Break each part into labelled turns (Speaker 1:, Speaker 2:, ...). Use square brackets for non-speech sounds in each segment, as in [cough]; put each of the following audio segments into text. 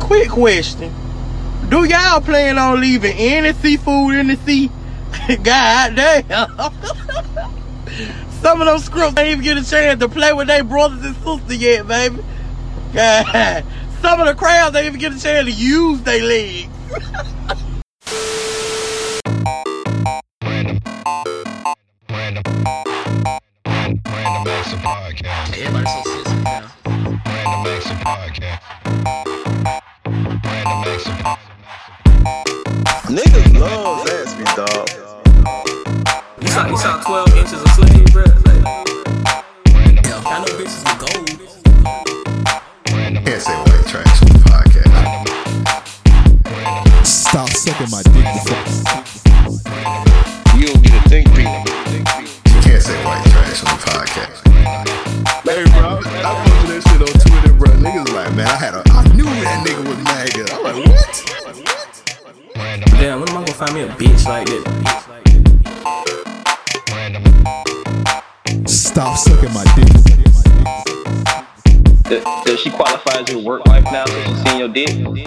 Speaker 1: Quick question. Do y'all plan on leaving any seafood in the sea? [laughs] God damn. [laughs] Some of those scripts ain't even get a chance to play with their brothers and sisters yet, baby. God. Some of the crowds ain't even get a chance to use their legs.
Speaker 2: Random. Random Acts of Podcast.
Speaker 3: Everybody so sensitive now.
Speaker 2: Random Acts of Podcast. Random Acts of
Speaker 4: Niggas love Zaxby, dog.
Speaker 3: You saw, you saw 12 inches of sling, bro. Like, I know bitches with gold.
Speaker 5: Can't say white trash on the podcast.
Speaker 6: Stop sucking my dick.
Speaker 4: You don't get a think peek.
Speaker 5: You can't say white trash on the podcast. Hey, bro, I posted that shit on Twitter, bro. Niggas like, man, I had a, I knew that nigga was mad. good." I'm like, what?
Speaker 2: Random.
Speaker 3: Damn, when am I gonna find me a bitch like that?
Speaker 2: Random.
Speaker 6: Stop sucking my dick.
Speaker 7: Does, does she qualify as your work wife now since she's seen your dick?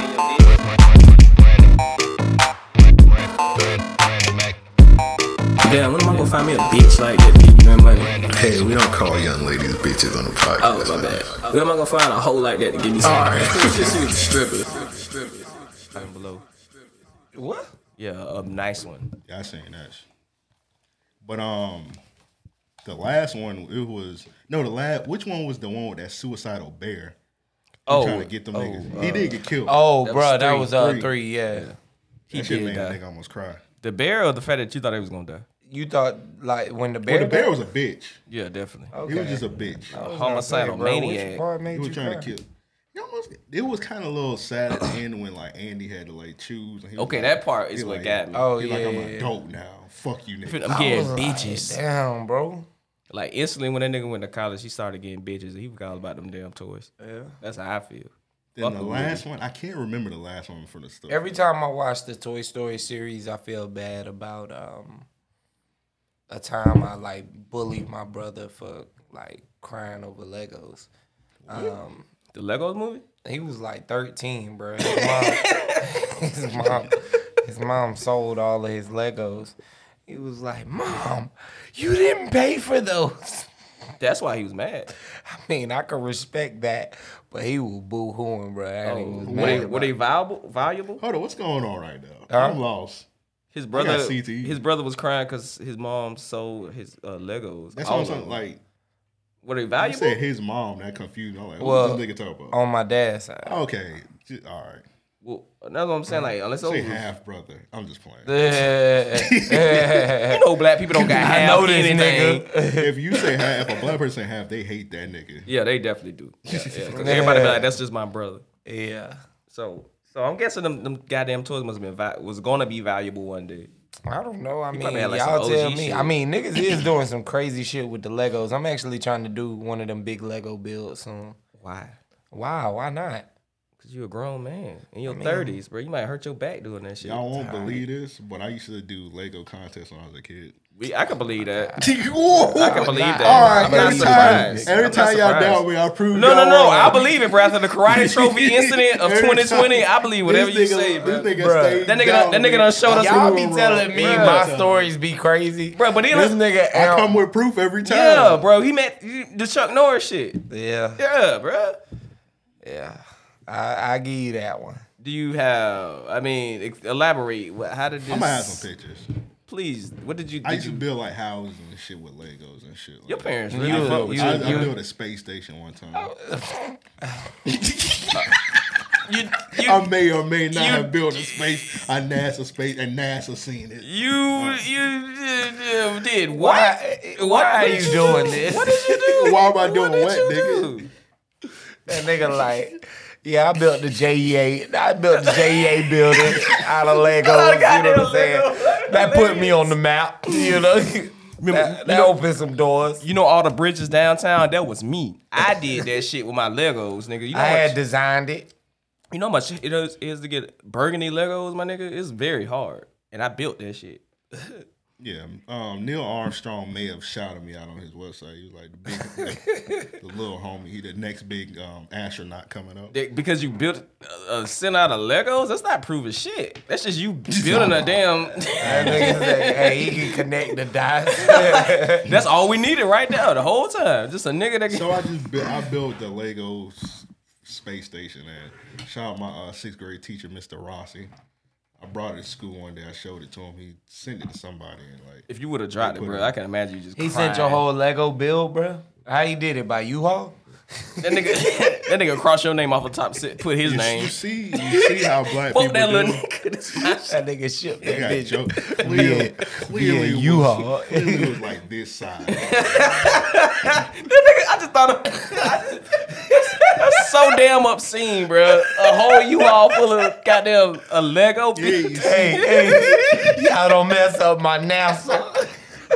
Speaker 3: Damn, when am I gonna find me a bitch like that? Be giving money.
Speaker 5: Hey, we don't call young ladies bitches on the podcast.
Speaker 3: Oh, my
Speaker 5: man.
Speaker 3: bad. When am I gonna find a hoe like that to give me some?
Speaker 5: Alright.
Speaker 8: [laughs]
Speaker 3: she was a stripper. Down below. What? Yeah, a nice one.
Speaker 8: I seen that. shit. But um, the last one it was no the last. Which one was the one with that suicidal bear?
Speaker 9: Oh,
Speaker 8: trying to get them
Speaker 9: oh,
Speaker 8: niggas. he did get killed.
Speaker 9: Oh,
Speaker 3: That was
Speaker 9: bro, that
Speaker 3: three.
Speaker 9: was uh
Speaker 8: Three.
Speaker 9: three. Yeah, he
Speaker 8: that shit
Speaker 9: did
Speaker 8: made that
Speaker 9: die.
Speaker 8: nigga almost cry.
Speaker 10: The bear or the fact that you thought he was gonna die?
Speaker 9: You thought like when the
Speaker 8: But
Speaker 9: bear, Oh,
Speaker 8: the bear was a bitch.
Speaker 9: yeah, definitely.
Speaker 10: Okay.
Speaker 8: He was just a bitch.
Speaker 9: A homicidal
Speaker 10: Which
Speaker 9: maniac.
Speaker 10: part
Speaker 8: He
Speaker 10: made
Speaker 8: was
Speaker 10: you
Speaker 8: trying
Speaker 10: cry?
Speaker 8: to kill. He almost, it was kind of a little sad at the end when like Andy had to like choose. And he was
Speaker 9: Okay,
Speaker 8: like-
Speaker 9: that part is
Speaker 8: he
Speaker 9: what
Speaker 8: like,
Speaker 9: got me.
Speaker 10: Oh
Speaker 8: he
Speaker 10: yeah,
Speaker 8: like I'm an
Speaker 10: yeah,
Speaker 8: adult now. Fuck you, nigga.
Speaker 9: [laughs] I'm
Speaker 10: yeah.
Speaker 9: getting
Speaker 10: I was like,
Speaker 9: bitches.
Speaker 10: Damn, bro.
Speaker 9: Like instantly when that nigga went to college, he started getting bitches. He forgot all about them damn toys. Yeah, that's how I feel.
Speaker 8: Then the
Speaker 9: fucking
Speaker 8: last one, I can't remember the last one for the story.
Speaker 10: Every time I watch the Toy Story series, I feel bad about um a time I like bullied my brother for like crying over Legos. Um,
Speaker 9: The Legos movie.
Speaker 10: he was like 13, bro. His mom, [laughs] his mom, his mom sold all of his Legos. He was like, "Mom, you didn't pay for those."
Speaker 9: That's why he was mad.
Speaker 10: I [laughs] mean, I can respect that, but he was boo hooing, bro. That
Speaker 9: Oh,
Speaker 10: nigga was
Speaker 9: were
Speaker 10: mad
Speaker 9: they,
Speaker 10: about
Speaker 9: were they valuable? Valuable?
Speaker 8: Hold on, what's going on right now?
Speaker 10: Huh?
Speaker 8: I'm lost.
Speaker 9: His brother,
Speaker 8: CTE.
Speaker 9: his brother was crying because his mom sold his uh, Legos.
Speaker 8: That's
Speaker 9: All
Speaker 8: what I'm
Speaker 9: of
Speaker 8: saying.
Speaker 9: them.
Speaker 8: Like
Speaker 9: were they
Speaker 8: I
Speaker 9: valuable?
Speaker 8: said, his mom that confused. me. I'm like, what
Speaker 10: Well, um,
Speaker 8: this nigga talking about?
Speaker 10: on my dad's side.
Speaker 9: Oh.
Speaker 8: Okay, J- all right.
Speaker 9: Well, that's what I'm saying. Like unless those
Speaker 8: Say
Speaker 9: was, [laughs]
Speaker 8: half brother. I'm just playing.
Speaker 10: [laughs]
Speaker 9: [laughs]
Speaker 10: Yeah.
Speaker 9: you know, black people don't
Speaker 10: [laughs]
Speaker 9: got half
Speaker 10: know this
Speaker 9: anything.
Speaker 8: [laughs] if you say half, if a black person say half, they hate that nigga.
Speaker 9: Yeah, they
Speaker 8: [laughs]
Speaker 9: definitely do. Yeah, yeah, 'cause everybody be like, that's just my brother.
Speaker 10: yeah.
Speaker 9: So, so I'm guessing them, them goddamn toys must have been va- was gonna be valuable one day.
Speaker 10: I don't know. I mean,
Speaker 9: probably had, like, some
Speaker 10: y'all
Speaker 9: OG
Speaker 10: tell me.
Speaker 9: shit.
Speaker 10: I mean,
Speaker 9: [laughs]
Speaker 10: niggas is doing some crazy shit with the Legos. I'm actually trying to do one of them big Lego builds soon.
Speaker 9: Why?
Speaker 10: Wow, why not?
Speaker 9: Cause you're a grown man in your thirties, bro. You might hurt your back doing that shit.
Speaker 8: Y'all won't believe this, but I used to do Lego contests when I was a kid.
Speaker 9: We, I can believe that. I can
Speaker 8: Whoa! [laughs]
Speaker 9: believe that.
Speaker 8: All right,
Speaker 9: Oh, I'm not
Speaker 8: every time,
Speaker 9: surprised.
Speaker 8: every
Speaker 9: I'm not
Speaker 8: time y'all
Speaker 9: surprised.
Speaker 8: doubt me, I prove.
Speaker 9: No,
Speaker 8: y'all
Speaker 9: no, no.
Speaker 8: wrong.
Speaker 9: I believe it, bro. After
Speaker 8: [laughs]
Speaker 9: the Karate Trophy incident of
Speaker 8: Every
Speaker 9: 2020,
Speaker 8: time-
Speaker 9: I believe whatever you
Speaker 8: this nigga,
Speaker 9: say, bro.
Speaker 8: This nigga
Speaker 10: Bruh.
Speaker 8: stayed
Speaker 9: That nigga
Speaker 8: down
Speaker 9: done- that nigga
Speaker 8: with
Speaker 9: done
Speaker 8: it.
Speaker 9: showed us-
Speaker 8: I
Speaker 10: Y'all
Speaker 8: prove
Speaker 10: be
Speaker 8: him
Speaker 10: telling me
Speaker 8: wrong. Bruh.
Speaker 10: my stories be crazy,
Speaker 9: Bro, but he
Speaker 10: this
Speaker 9: let-
Speaker 10: nigga
Speaker 8: I
Speaker 10: out.
Speaker 8: come with proof every time.
Speaker 9: Yeah, bro. He met the Chuck Norris shit.
Speaker 10: yeah,
Speaker 9: Yeah, bro.
Speaker 10: yeah. I, I give you that one.
Speaker 9: Do you have? I mean, ex- elaborate. What, how did this?
Speaker 8: I'm gonna have some pictures.
Speaker 9: Please, what did you?
Speaker 8: I
Speaker 9: Did
Speaker 8: used to
Speaker 9: you
Speaker 8: build like houses and shit with Legos and shit. Like
Speaker 9: your
Speaker 8: that.
Speaker 9: parents?
Speaker 10: You-
Speaker 9: Really fuck with
Speaker 10: you-
Speaker 9: you, Oh.
Speaker 8: I, I
Speaker 10: you-
Speaker 8: built a space station one time.
Speaker 9: you, you,
Speaker 8: I may or may not
Speaker 9: you-
Speaker 8: have built a space, a NASA space, and NASA seen it.
Speaker 9: you, you, uh, did what?
Speaker 10: Why? Why
Speaker 9: What
Speaker 10: are
Speaker 9: did
Speaker 10: you
Speaker 9: you
Speaker 10: doing
Speaker 9: do?
Speaker 10: this?
Speaker 9: What did you do?
Speaker 8: Why am I doing
Speaker 9: did
Speaker 8: what,
Speaker 9: you
Speaker 8: nigga?
Speaker 9: do?
Speaker 10: That nigga like, yeah, I built the JEA. I built the JEA building out of Legos. You know what I'm saying?
Speaker 9: Lego.
Speaker 10: That put me on the map. You know, that, that opened some doors.
Speaker 9: You know all the bridges downtown? That was me. I did that shit with my Legos, nigga. You know
Speaker 10: I
Speaker 9: how
Speaker 10: had
Speaker 9: much,
Speaker 10: designed it.
Speaker 9: you know how much it is, is to get burgundy Legos, my nigga? It's very hard. And I built that shit.
Speaker 8: Yeah, um, Neil Armstrong may have shouted me out on his website. He was like the big, the
Speaker 9: [laughs]
Speaker 8: little homie. He the next big um, astronaut coming up.
Speaker 9: Dick, Because you built a, a sent out of Legos, that's not proving shit. That's
Speaker 8: [laughs]
Speaker 9: just you building a damn. [laughs]
Speaker 10: That nigga say, hey, he can connect the dots.
Speaker 9: that's all we needed right now the whole time. Just a nigga that can.
Speaker 8: So I just built, I built the Lego s- space station and shout out my uh, sixth grade teacher, Mr. Rossi. I brought it to school one day. I showed it to him. He sent it to somebody and like
Speaker 9: if you would have dropped it, bro, I can imagine you just.
Speaker 10: He
Speaker 9: crying.
Speaker 10: sent your whole Lego bill, bro. How you did it by U-Haul?
Speaker 9: That nigga, [laughs] that nigga cross your name off the top, sit- put his
Speaker 8: you,
Speaker 9: name.
Speaker 8: you see, you see how black people
Speaker 9: Fuck that little
Speaker 8: do.
Speaker 9: nigga. [laughs] That's
Speaker 10: That nigga shipped that
Speaker 8: They got
Speaker 9: [laughs]
Speaker 10: bitch.
Speaker 8: jokes. Clearly, clearly,
Speaker 10: yeah, U-Haul.
Speaker 8: was, [laughs] clearly was like this size.
Speaker 9: I just thought of, [laughs] that's so damn obscene, bro. A whole you all full of goddamn a Lego,
Speaker 8: Hey,
Speaker 10: Hey, hey, y'all don't mess up my NASA.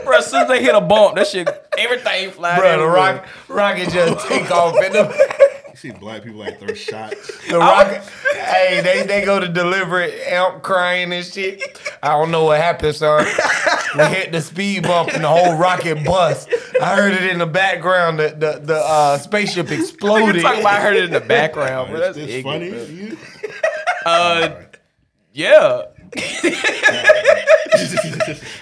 Speaker 9: bro. As soon as they hit a bump, that shit, everything fly.
Speaker 10: Bro, the rock, rocket just take off in the,
Speaker 8: You see black people like throw shots.
Speaker 10: the rocket. Hey, they, they go to deliver it, amp crying and shit. I don't know what happened, son. We hit the speed bump and the whole rocket bust. I heard it in the background. The the, the uh, spaceship
Speaker 9: You
Speaker 10: exploded.
Speaker 9: talking about her in the background, bro?
Speaker 8: Is
Speaker 9: That's
Speaker 8: this
Speaker 9: ignorant,
Speaker 8: funny? to
Speaker 9: bro.
Speaker 8: you?
Speaker 9: Uh, yeah. [laughs]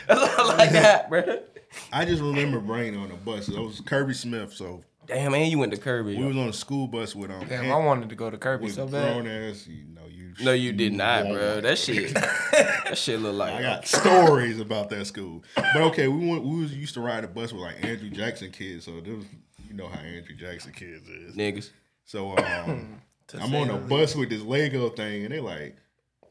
Speaker 9: That's all [laughs] like that, bro.
Speaker 8: [laughs] I just remember brain on the bus. That was Kirby Smith. So
Speaker 9: Damn, man, you went to Kirby.
Speaker 8: we was on a school bus with um.
Speaker 10: Damn,
Speaker 8: Aunt-
Speaker 10: I wanted to go to Kirby
Speaker 8: with
Speaker 10: so
Speaker 8: grown
Speaker 10: bad.
Speaker 8: ass. You know you.
Speaker 9: no, you did not,
Speaker 8: won't.
Speaker 9: bro. That shit, that shit look like.
Speaker 8: [laughs] I got stories about that school. But okay, we went, we was used to ride a bus with like Andrew Jackson kids. So there was, you know how Andrew Jackson kids is.
Speaker 9: Niggas.
Speaker 8: So
Speaker 10: [laughs]
Speaker 8: um, I'm on a bus with this Lego thing, and they like,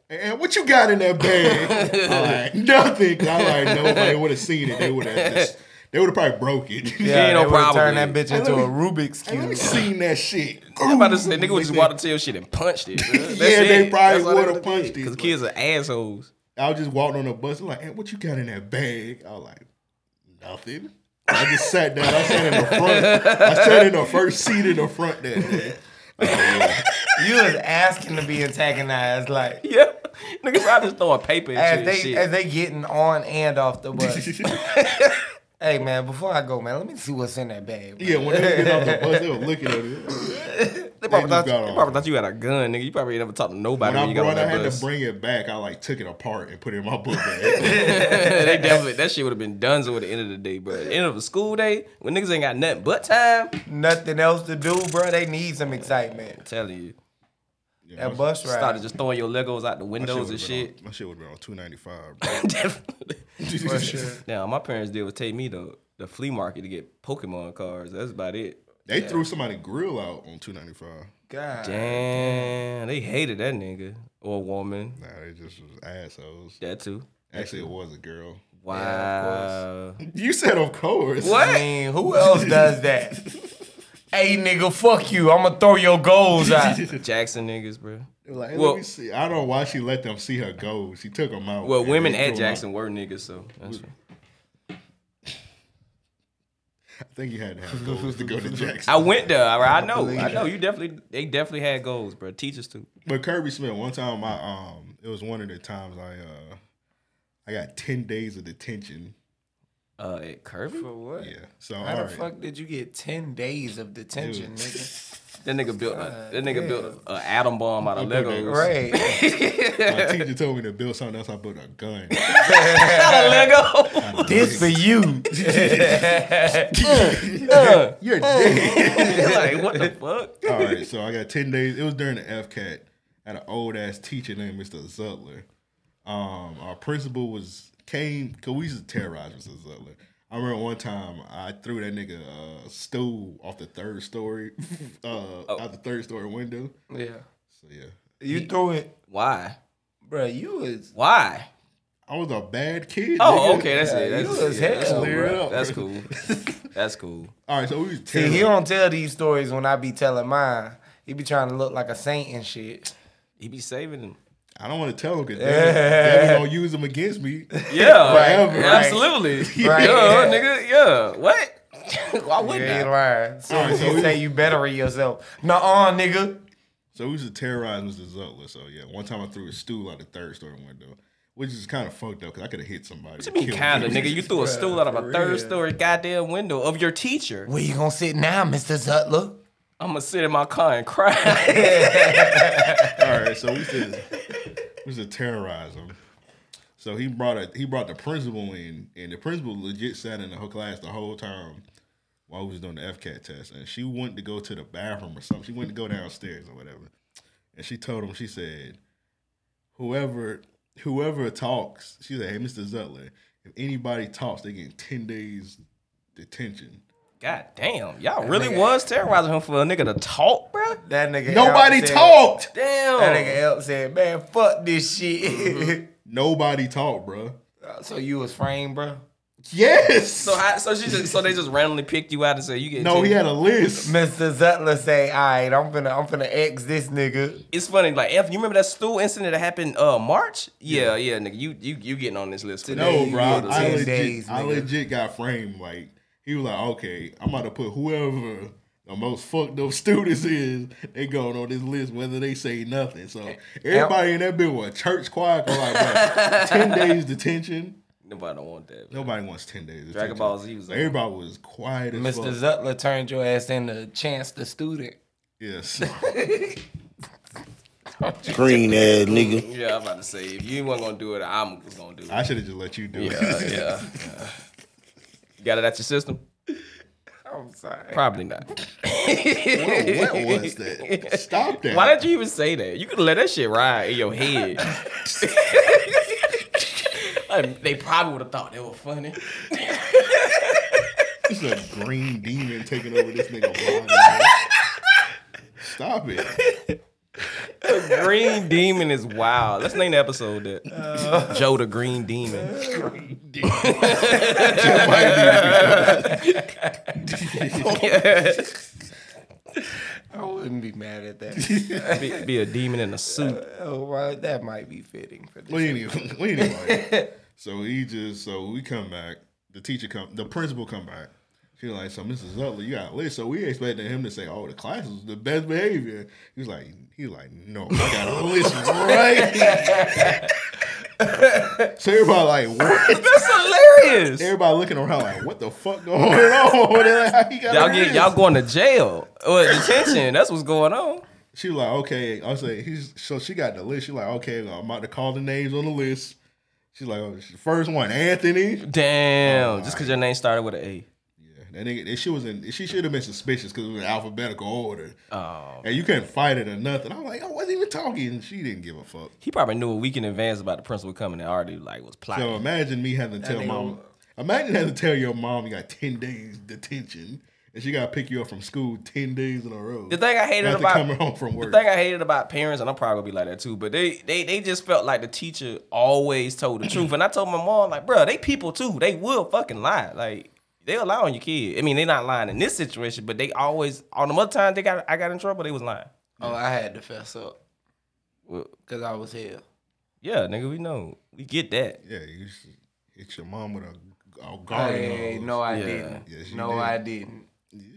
Speaker 8: "And what you got in that
Speaker 9: [laughs]
Speaker 8: bag?" i like nothing. 'cause I like nobody would have seen it. They would have just. They would have probably broke it.
Speaker 9: Yeah, ain't no
Speaker 10: they would've
Speaker 9: problem
Speaker 10: turned that
Speaker 9: with
Speaker 10: bitch into a Rubik's
Speaker 8: Hey,
Speaker 10: cube.
Speaker 8: let me seen that
Speaker 9: [laughs]
Speaker 8: shit.
Speaker 9: I'm about to say, nigga
Speaker 8: [laughs]
Speaker 9: would just walk up to your shit and punched it. Bro. That's
Speaker 8: Yeah, they
Speaker 9: it.
Speaker 8: probably
Speaker 9: That's all they
Speaker 8: would've
Speaker 9: did.
Speaker 8: punched it,
Speaker 9: Cause
Speaker 8: but-
Speaker 9: kids are assholes.
Speaker 8: I was just walking on a bus. I'm like, "Hey, what you got in that bag?" I was like, "Nothing." I just sat down. I sat in the front. I sat in the first seat in the front that day. I was like,
Speaker 10: [laughs] You was asking to be antagonized, like
Speaker 9: [laughs] Yeah, niggas out just throwing paper
Speaker 10: as
Speaker 9: and
Speaker 10: they
Speaker 9: shit. shit.
Speaker 10: as they getting on and off the bus. hey man, before I go, man, let me see what's in that bag. bro.
Speaker 8: yeah, when they get off the bus, they were looking at it.
Speaker 9: they probably,
Speaker 8: just got
Speaker 9: thought, they
Speaker 8: off.
Speaker 9: probably thought you had a gun, nigga. You probably ain't never talked to nobody
Speaker 8: When
Speaker 9: when,
Speaker 8: I
Speaker 9: you got on
Speaker 8: brought, I
Speaker 9: that
Speaker 8: had
Speaker 9: bus. [laughs]
Speaker 8: to bring it back. I like took it apart and put it in my book bag.
Speaker 9: they definitely that shit would have been done at the end of the day, but at the end of a school day when niggas ain't got nothing but time, I'm
Speaker 10: Nothing else to do, bro. They need some excitement.
Speaker 9: telling you,
Speaker 10: That bus ride.
Speaker 9: started just throwing your Legos out the
Speaker 8: My shit
Speaker 9: windows
Speaker 8: would've
Speaker 9: and
Speaker 8: been
Speaker 9: shit. [laughs]
Speaker 8: on- My shit would have been on two ninety five. bro.
Speaker 9: Definitely. [laughs] Now my parents did was take me to the flea market to get Pokemon cards. That's about it.
Speaker 8: They threw somebody grill out on two ninety five.
Speaker 10: [laughs] God.
Speaker 9: Damn, they hated that nigga or woman.
Speaker 8: Nah, they just was assholes.
Speaker 9: That too.
Speaker 8: Actually, it was a girl.
Speaker 9: Wow.
Speaker 8: You said of course.
Speaker 9: [laughs]
Speaker 10: I mean, who else does that? hey nigga, fuck you. I'ma throw your goals out.
Speaker 9: [laughs] Jackson niggas, bro.
Speaker 8: Like,
Speaker 9: Well-
Speaker 8: let me see. I don't know why she let them see her go. She took them out.
Speaker 9: Well,
Speaker 8: and
Speaker 9: women
Speaker 8: they threw
Speaker 9: at
Speaker 8: 'em
Speaker 9: Jackson
Speaker 8: out.
Speaker 9: were niggas, so that's right.
Speaker 8: I think you had to have goals to go
Speaker 10: [laughs]
Speaker 8: to Jackson.
Speaker 9: I went there. all right, I know. I know. You definitely, they definitely had goals, bro. Teachers too.
Speaker 8: But Kirby Smith, one time I um, it was one of the times I uh, I got ten days of detention.
Speaker 9: Uh, at Kirby,
Speaker 10: For what?
Speaker 8: Yeah. So
Speaker 10: How
Speaker 8: all
Speaker 10: the
Speaker 8: right.
Speaker 10: fuck did you get ten days of detention, nigga?
Speaker 9: that nigga built a, that nigga built a, a atom bomb out of Legos.
Speaker 10: Right.
Speaker 8: My teacher told me to build something else. I built a gun.
Speaker 9: [laughs] Out of Lego.
Speaker 8: [laughs]
Speaker 10: this for you.
Speaker 8: You're
Speaker 10: Oh,
Speaker 8: dead.
Speaker 9: [laughs] like what the fuck?
Speaker 8: All right, so I got ten days. It was during the FCAT. I had an old ass teacher named Mr. Zutler. Um, our principal was came cause we used to terrorize Mr. Zutler. I remember one time I threw that nigga uh, stool off the third story, [laughs] uh,
Speaker 9: Oh.
Speaker 8: out the third story window.
Speaker 10: [laughs] Yeah.
Speaker 8: So yeah,
Speaker 10: You threw it.
Speaker 9: Why?
Speaker 10: Bro, you was
Speaker 9: Why?
Speaker 8: I was a bad kid.
Speaker 9: Oh,
Speaker 8: nigga.
Speaker 9: okay, that's it. That's,
Speaker 10: you was
Speaker 9: yeah, that's,
Speaker 10: hell,
Speaker 9: cool,
Speaker 8: Clear it
Speaker 9: bro.
Speaker 8: up,
Speaker 9: that's
Speaker 8: bro.
Speaker 9: [laughs] cool. That's cool.
Speaker 8: All right, so we was
Speaker 10: See, he
Speaker 8: terrorizing.
Speaker 10: don't tell these stories when I be telling mine. He be trying to look like a saint and shit.
Speaker 9: He be saving them.
Speaker 8: I don't want to tell him because they gonna use him against me.
Speaker 9: [laughs] Yeah,
Speaker 8: Forever.
Speaker 9: yeah, absolutely. [laughs]
Speaker 10: Right.
Speaker 9: Yeah, nigga. Yeah, what? [laughs] Why
Speaker 10: You
Speaker 9: wouldn't
Speaker 10: ain't
Speaker 9: I?
Speaker 10: lying. So
Speaker 8: Alright, so
Speaker 10: you
Speaker 8: we-
Speaker 10: say you better yourself. Nuh-uh, nigga.
Speaker 8: So we used to terrorize Mr. Zutler. So yeah, one time I threw a stool out the third story window, which is kind of fucked up because I could have hit somebody.
Speaker 9: What you mean, kinda, nigga? You threw a stool out of a third story goddamn window of your teacher.
Speaker 10: Where you gonna sit now, Mr. Zutler?
Speaker 9: I'm gonna sit in my car and cry. [laughs]
Speaker 8: All right, so we said we said terrorize him. So he brought a he brought the principal in, and the principal legit sat in her class the whole time while we was doing the FCAT test. And she went to go to the bathroom or something. She went to go downstairs or whatever. And she told him, she said, whoever whoever talks, she said, hey, Mr. Zutler, if anybody talks, they get ten days detention.
Speaker 9: God damn, y'all really was terrorizing him for a nigga to talk, bro.
Speaker 10: That nigga.
Speaker 8: Nobody
Speaker 10: Elk said-
Speaker 8: talked.
Speaker 10: That
Speaker 9: Damn.
Speaker 10: nigga help said, man, fuck this shit.
Speaker 8: Mm-hmm. Nobody talked, bruh.
Speaker 10: [laughs] so you was framed, bro?
Speaker 8: Yes.
Speaker 9: So how, so she just, so they just randomly picked you out and said you get
Speaker 8: no, he had a list.
Speaker 10: Mr. Zutler say, all right, I'm finna, I'm finna X this nigga.
Speaker 9: It's funny, like F. You remember that stool incident that happened uh March? Yeah, yeah, nigga, you you you getting on this list? for that.
Speaker 8: No,
Speaker 10: you
Speaker 8: bro.
Speaker 10: go to
Speaker 8: I
Speaker 10: 10
Speaker 8: legit,
Speaker 10: days,
Speaker 8: I
Speaker 10: nigga.
Speaker 8: legit got framed. Like he was like, okay, I'm about to put whoever the most fucked up [laughs] students is, they going on this list, whether they say nothing. So everybody in that bit was church choir. for like
Speaker 9: [laughs]
Speaker 8: bro, ten days detention.
Speaker 9: nobody don't want that.
Speaker 8: Nobody wants ten days. Detention.
Speaker 9: Dragon Ball Z was
Speaker 8: So everybody was quiet as
Speaker 10: Mr.
Speaker 8: fuck.
Speaker 10: Zutler turned your ass into Chance the Student.
Speaker 8: yes.
Speaker 11: Green ass nigga.
Speaker 9: Yeah, I'm about to say if you weren't gonna do it, I'm was gonna do it.
Speaker 8: I should have just let you do
Speaker 9: yeah,
Speaker 8: it. [laughs]
Speaker 9: yeah. You got it at your system?
Speaker 10: I'm sorry.
Speaker 9: Probably not.
Speaker 8: what, what was that? Stop that.
Speaker 9: [laughs] Why did you even say that? You could let that shit ride in
Speaker 8: [laughs]
Speaker 9: your head. Like, they probably would have thought they were funny.
Speaker 8: This is a green demon taking over this nigga [laughs] body. man. Stop it.
Speaker 9: Green Demon is wild. Let's name the episode that.
Speaker 8: Uh.
Speaker 9: Joe the Green Demon.
Speaker 10: I wouldn't be mad at that.
Speaker 8: [laughs]
Speaker 10: [laughs]
Speaker 9: Be, be a demon in a suit.
Speaker 10: oh, well, that might be fitting for this.
Speaker 8: Well, anyway,
Speaker 9: [laughs]
Speaker 8: well, anyway. so he just so we come back. The teacher come, the principal come back. She like, so Mrs. Zutler, you got list. So we expected him to say, oh, the class was the best behavior. He was like, he was like, no, I got a
Speaker 9: [laughs]
Speaker 8: list right. so everybody like, what?
Speaker 9: That's hilarious.
Speaker 8: Everybody looking around like, what the fuck going on? [laughs] They're like, how he got a
Speaker 9: Y'all get
Speaker 8: list?
Speaker 9: y'all going to jail or detention. That's what's going on.
Speaker 8: She was like, okay. I was like, he's so she got the list. She like, okay, I'm about to call the names on the list. She's like, oh, the first one, Anthony.
Speaker 9: Damn. Just because your name started with an A.
Speaker 8: Yeah, that nigga, that she was in. She should have been suspicious because it was in alphabetical order. Oh, and you couldn't fight it or nothing. I'm like, I wasn't even talking. She didn't give a fuck.
Speaker 9: He probably knew a week in advance about the principal coming and already like was plotting.
Speaker 8: So imagine me having to tell mom. Imagine having to tell your mom you got ten days detention and she got to pick you up from school ten days in a row.
Speaker 9: The thing I hated
Speaker 8: after
Speaker 9: about-
Speaker 8: coming home from work.
Speaker 9: The thing I hated about parents, and I'm probably gonna be like that too, but they they they just felt like the teacher always told the truth. And I told my mom, like, bro, they people too. They will fucking lie. Like, they lie on your kid. I mean, they not lying in this situation, but they always on the other time they got I got in trouble, they was lying.
Speaker 10: Oh, I had to fess up
Speaker 9: Well,
Speaker 10: because I was here.
Speaker 9: yeah, nigga, we know. We get that.
Speaker 8: yeah, you should hit your mom with a, a garden
Speaker 10: Hey,
Speaker 8: hose.
Speaker 10: no, I
Speaker 9: Yeah.
Speaker 10: didn't.
Speaker 8: Yes, you
Speaker 10: no,
Speaker 8: did.
Speaker 10: I didn't.